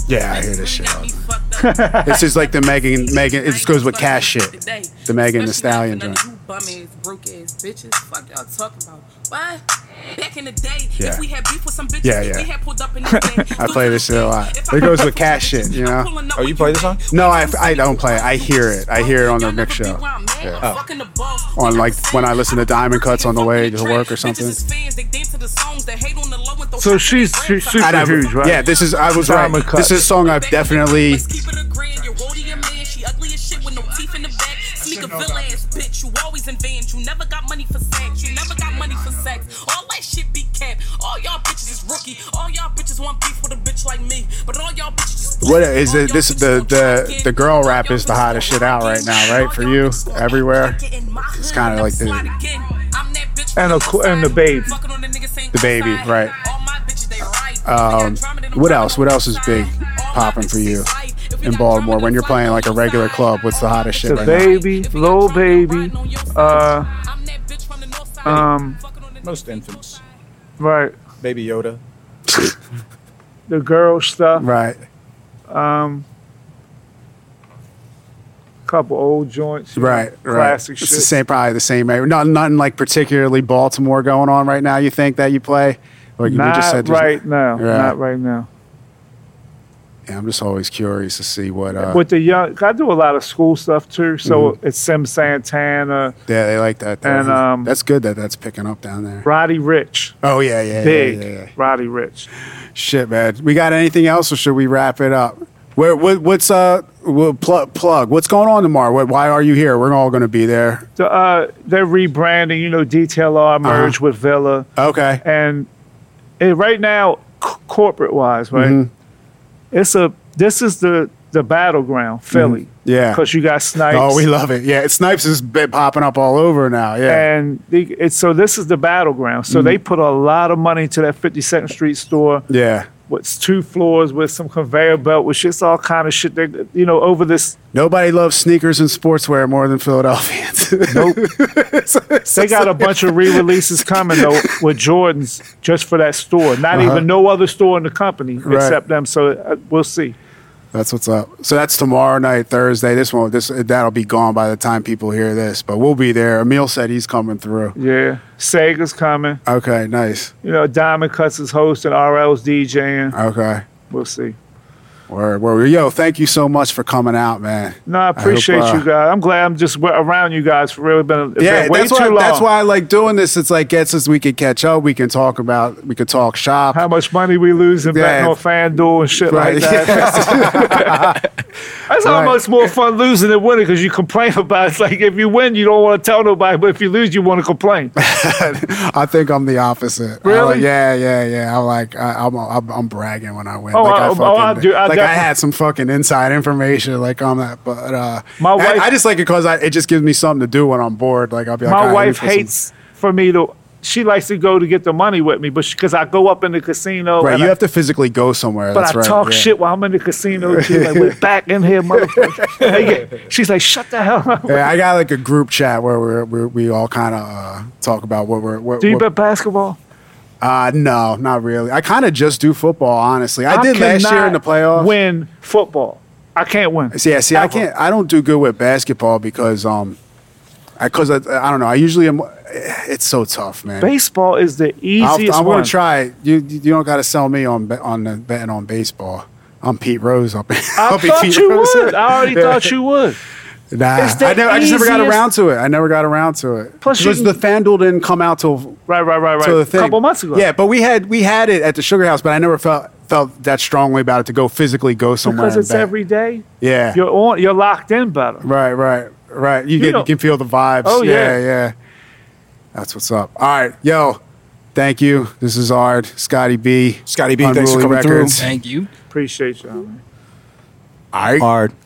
Speaker 1: Yeah, <laughs> I hear this shit. all the time. this is like the Megan. Megan. It just goes with cash shit. The Megan Thee Stallion joint.
Speaker 8: Bum ass, broke ass bitches. Fuck y'all talking about. What? Back in the day,
Speaker 1: Yeah.
Speaker 8: if we had beef with some bitches,
Speaker 1: Yeah, yeah.
Speaker 8: we had pulled
Speaker 1: <laughs>
Speaker 8: up in the day.
Speaker 1: I play this shit a lot.
Speaker 8: If
Speaker 1: It
Speaker 8: I-
Speaker 1: goes with cat shit, you know?
Speaker 8: I'm pulling up
Speaker 2: Oh, you
Speaker 8: when
Speaker 2: play this song?
Speaker 8: late.
Speaker 1: No, I, I don't play it. I hear it. I hear it on the
Speaker 8: Y'all never
Speaker 1: mix
Speaker 8: be
Speaker 1: show.
Speaker 8: where I'm at.
Speaker 1: Yeah. Oh.
Speaker 8: I'm fucking the boss.
Speaker 1: On,
Speaker 8: They
Speaker 1: like,
Speaker 8: never
Speaker 1: when I
Speaker 8: seen
Speaker 1: listen
Speaker 8: me.
Speaker 1: to Diamond Cuts on the way
Speaker 8: Bitches
Speaker 1: to work or something.
Speaker 8: is fans, they dance to the songs, they hate on the low and throw
Speaker 3: So
Speaker 8: shots at
Speaker 3: she's-
Speaker 8: their
Speaker 3: she's
Speaker 8: friends.
Speaker 3: super
Speaker 8: I-
Speaker 1: And I,
Speaker 3: huge, right?
Speaker 1: Yeah, this is I was
Speaker 3: Diamond
Speaker 1: right.
Speaker 3: cut.
Speaker 1: This is a song I've definitely.
Speaker 8: Let's keep it a grand. You're rolling your man. She ugly as shit with no teeth in the back. Sneak a bill ass bitch. You always in vans. You never got money for sex. You never got money for sex. All that shit be capped. All y'all bitches is rookie. All y'all bitches want beef with a bitch like me. But all y'all bitches.
Speaker 1: What is it? This the the the girl rap is the hottest shit out right now, right? For you, everywhere.
Speaker 8: It's
Speaker 1: kinda like the-
Speaker 3: And a qu- and the baby.
Speaker 1: The baby, right.
Speaker 8: Um, what else? What else is big popping for you in Baltimore when you're playing like a regular club? What's the hottest shit
Speaker 3: The
Speaker 8: right now?
Speaker 3: baby, little baby, uh, um,
Speaker 2: Most infants.
Speaker 3: right?
Speaker 2: Baby Yoda.
Speaker 3: The girl stuff.
Speaker 1: Right.
Speaker 3: Couple old joints. you know,
Speaker 1: Right. Right.
Speaker 3: Classic
Speaker 1: it's
Speaker 3: shit.
Speaker 1: the same, probably the same. area. Not nothing like particularly Baltimore going on right now. You think that you play? Or you we
Speaker 3: Not
Speaker 1: there's-
Speaker 3: right now.
Speaker 1: Yeah.
Speaker 3: Not right now.
Speaker 1: Yeah, I'm just always curious to see what. Uh,
Speaker 3: With the young, I do a lot of school stuff too. So
Speaker 1: Mm-hmm.
Speaker 3: it's Sim Santana,
Speaker 1: yeah, they like that. there.
Speaker 3: and, um,
Speaker 1: that's good that that's picking up down there.
Speaker 3: Roddy Rich,
Speaker 1: Oh yeah, yeah, yeah,
Speaker 3: big
Speaker 1: yeah, yeah.
Speaker 3: Roddy Rich.
Speaker 1: Shit, man. We got anything else, or should we wrap it up? Where, what, what's uh well, plug plug? What's going on tomorrow? What, why are you here? We're all going to be there.
Speaker 3: The, uh, they're rebranding. You know,
Speaker 1: Uh-huh.
Speaker 3: DTLR merged with Villa,
Speaker 1: Okay.
Speaker 3: and it, right now, c- corporate wise, right,
Speaker 1: Mm-hmm.
Speaker 3: it's a this is the the battleground, Philly.
Speaker 1: Yeah.
Speaker 3: because you got Snipes.
Speaker 1: Oh, we love it. Yeah, it Snipes is been popping up all over now. Yeah.
Speaker 3: and the, it's, so this is the battleground. So
Speaker 1: Mm-hmm.
Speaker 3: they put a lot of money into that 52nd Street store.
Speaker 1: yeah.
Speaker 3: What's two floors with some conveyor belt with shit's all kind of shit. That, you know, over this
Speaker 1: Nobody loves sneakers and sportswear more than Philadelphians. <laughs> Nope.
Speaker 3: They got a bunch of re-releases coming though with Jordans just for that store. Not
Speaker 1: Uh-huh.
Speaker 3: even no other store in the company except them. So uh, we'll see.
Speaker 1: That's what's up. So that's tomorrow night, Thursday. This one, this that'll be gone by the time people hear this, but we'll be there. Emil said he's coming through.
Speaker 3: Yeah, Sega's coming.
Speaker 1: Okay, nice.
Speaker 3: You know, Diamond Cuts is hosting. RL's DJing.
Speaker 1: Okay.
Speaker 3: We'll see.
Speaker 1: Word, word. Yo, thank you so much for coming out, man.
Speaker 3: No, I
Speaker 1: hope,
Speaker 3: appreciate
Speaker 1: uh,
Speaker 3: you guys. I'm glad I'm just wa- around you guys for really been. it's
Speaker 1: Yeah,
Speaker 3: been way
Speaker 1: that's
Speaker 3: too
Speaker 1: why.
Speaker 3: long.
Speaker 1: That's why I like doing this. It's like gets us. We can catch up. We can talk about. We could talk shop.
Speaker 3: How much money we losing back
Speaker 1: Yeah.
Speaker 3: on FanDuel and shit
Speaker 1: Right,
Speaker 3: like
Speaker 1: <laughs>
Speaker 3: that. That's almost more fun losing than winning because you complain about it. It's like if you win, you don't want to tell nobody, but if you lose, you want to complain.
Speaker 1: I think I'm the opposite. I
Speaker 3: Really?
Speaker 1: like- yeah, yeah, yeah. I'm like I, I'm, I'm I'm bragging when I win.
Speaker 3: Oh,
Speaker 1: like
Speaker 3: I- oh, I do- I
Speaker 1: like I
Speaker 3: definitely-
Speaker 1: had some fucking inside information like on that, but uh,
Speaker 3: My
Speaker 1: I-
Speaker 3: wife-
Speaker 1: I, just like it because it just gives me something to do when I'm bored. Like I'll be like, "All
Speaker 3: My
Speaker 1: right, let me
Speaker 3: wife
Speaker 1: put some-"
Speaker 3: hates for me to she likes to go to get the money with me, but because I go up in the casino,
Speaker 1: Right,
Speaker 3: and
Speaker 1: you
Speaker 3: I-
Speaker 1: have to physically go somewhere.
Speaker 3: but
Speaker 1: that's
Speaker 3: I
Speaker 1: right.
Speaker 3: talk
Speaker 1: yeah.
Speaker 3: shit while I'm in the casino too.
Speaker 1: <laughs>
Speaker 3: Like we're back in here, motherfucker. They get- She's like, shut the hell
Speaker 1: <laughs>
Speaker 3: up.
Speaker 1: Yeah, I got like a group chat where we're, we're we all kind of uh, talk about what we're. What,
Speaker 3: Do you
Speaker 1: what-
Speaker 3: bet basketball?
Speaker 1: uh, no, not really. I kind of just do football, honestly. I, did last year in the
Speaker 3: cannot
Speaker 1: playoffs.
Speaker 3: Win football. I can't win.
Speaker 1: See, yeah, see, I
Speaker 3: Ever.
Speaker 1: can't. I don't do good with basketball because um, because I, I, don't know. I usually am. It's so tough, man.
Speaker 3: Baseball is the
Speaker 1: I'll-
Speaker 3: easiest
Speaker 1: I'm
Speaker 3: one.
Speaker 1: gonna try. You you don't got to sell me on be- on the betting on baseball. I'm Pete Rose. I'll be,
Speaker 3: I
Speaker 1: <laughs> I'll be
Speaker 3: thought
Speaker 1: Pete
Speaker 3: you
Speaker 1: Rose. <laughs>
Speaker 3: would. I already thought you would.
Speaker 1: Nah,
Speaker 3: It's the
Speaker 1: I, never, I just never got
Speaker 3: easiest-
Speaker 1: around to it. I never got around to it.
Speaker 3: Plus, you
Speaker 1: because the
Speaker 3: can-
Speaker 1: FanDuel didn't come out till
Speaker 3: Right, right, right, right.
Speaker 1: to the
Speaker 3: A
Speaker 1: thing.
Speaker 3: couple months ago.
Speaker 1: Yeah, but we had we had it at the Sugar House, but I never felt felt that strongly about it to go physically go somewhere.
Speaker 3: because
Speaker 1: and
Speaker 3: it's
Speaker 1: bet.
Speaker 3: every day.
Speaker 1: Yeah.
Speaker 3: You're on. You're locked in better.
Speaker 1: Right, right, right. You, get,
Speaker 3: know-
Speaker 1: you can feel the vibes.
Speaker 3: Oh,
Speaker 1: yeah,
Speaker 3: yeah.
Speaker 1: yeah. That's what's up. All right, yo, thank you. This is Ard, Scotty B,
Speaker 2: Scotty B, thanks for
Speaker 1: Unruly
Speaker 2: coming through.
Speaker 1: Records.
Speaker 9: Thank you.
Speaker 3: Appreciate y'all. Man.
Speaker 1: All right.
Speaker 2: Hard.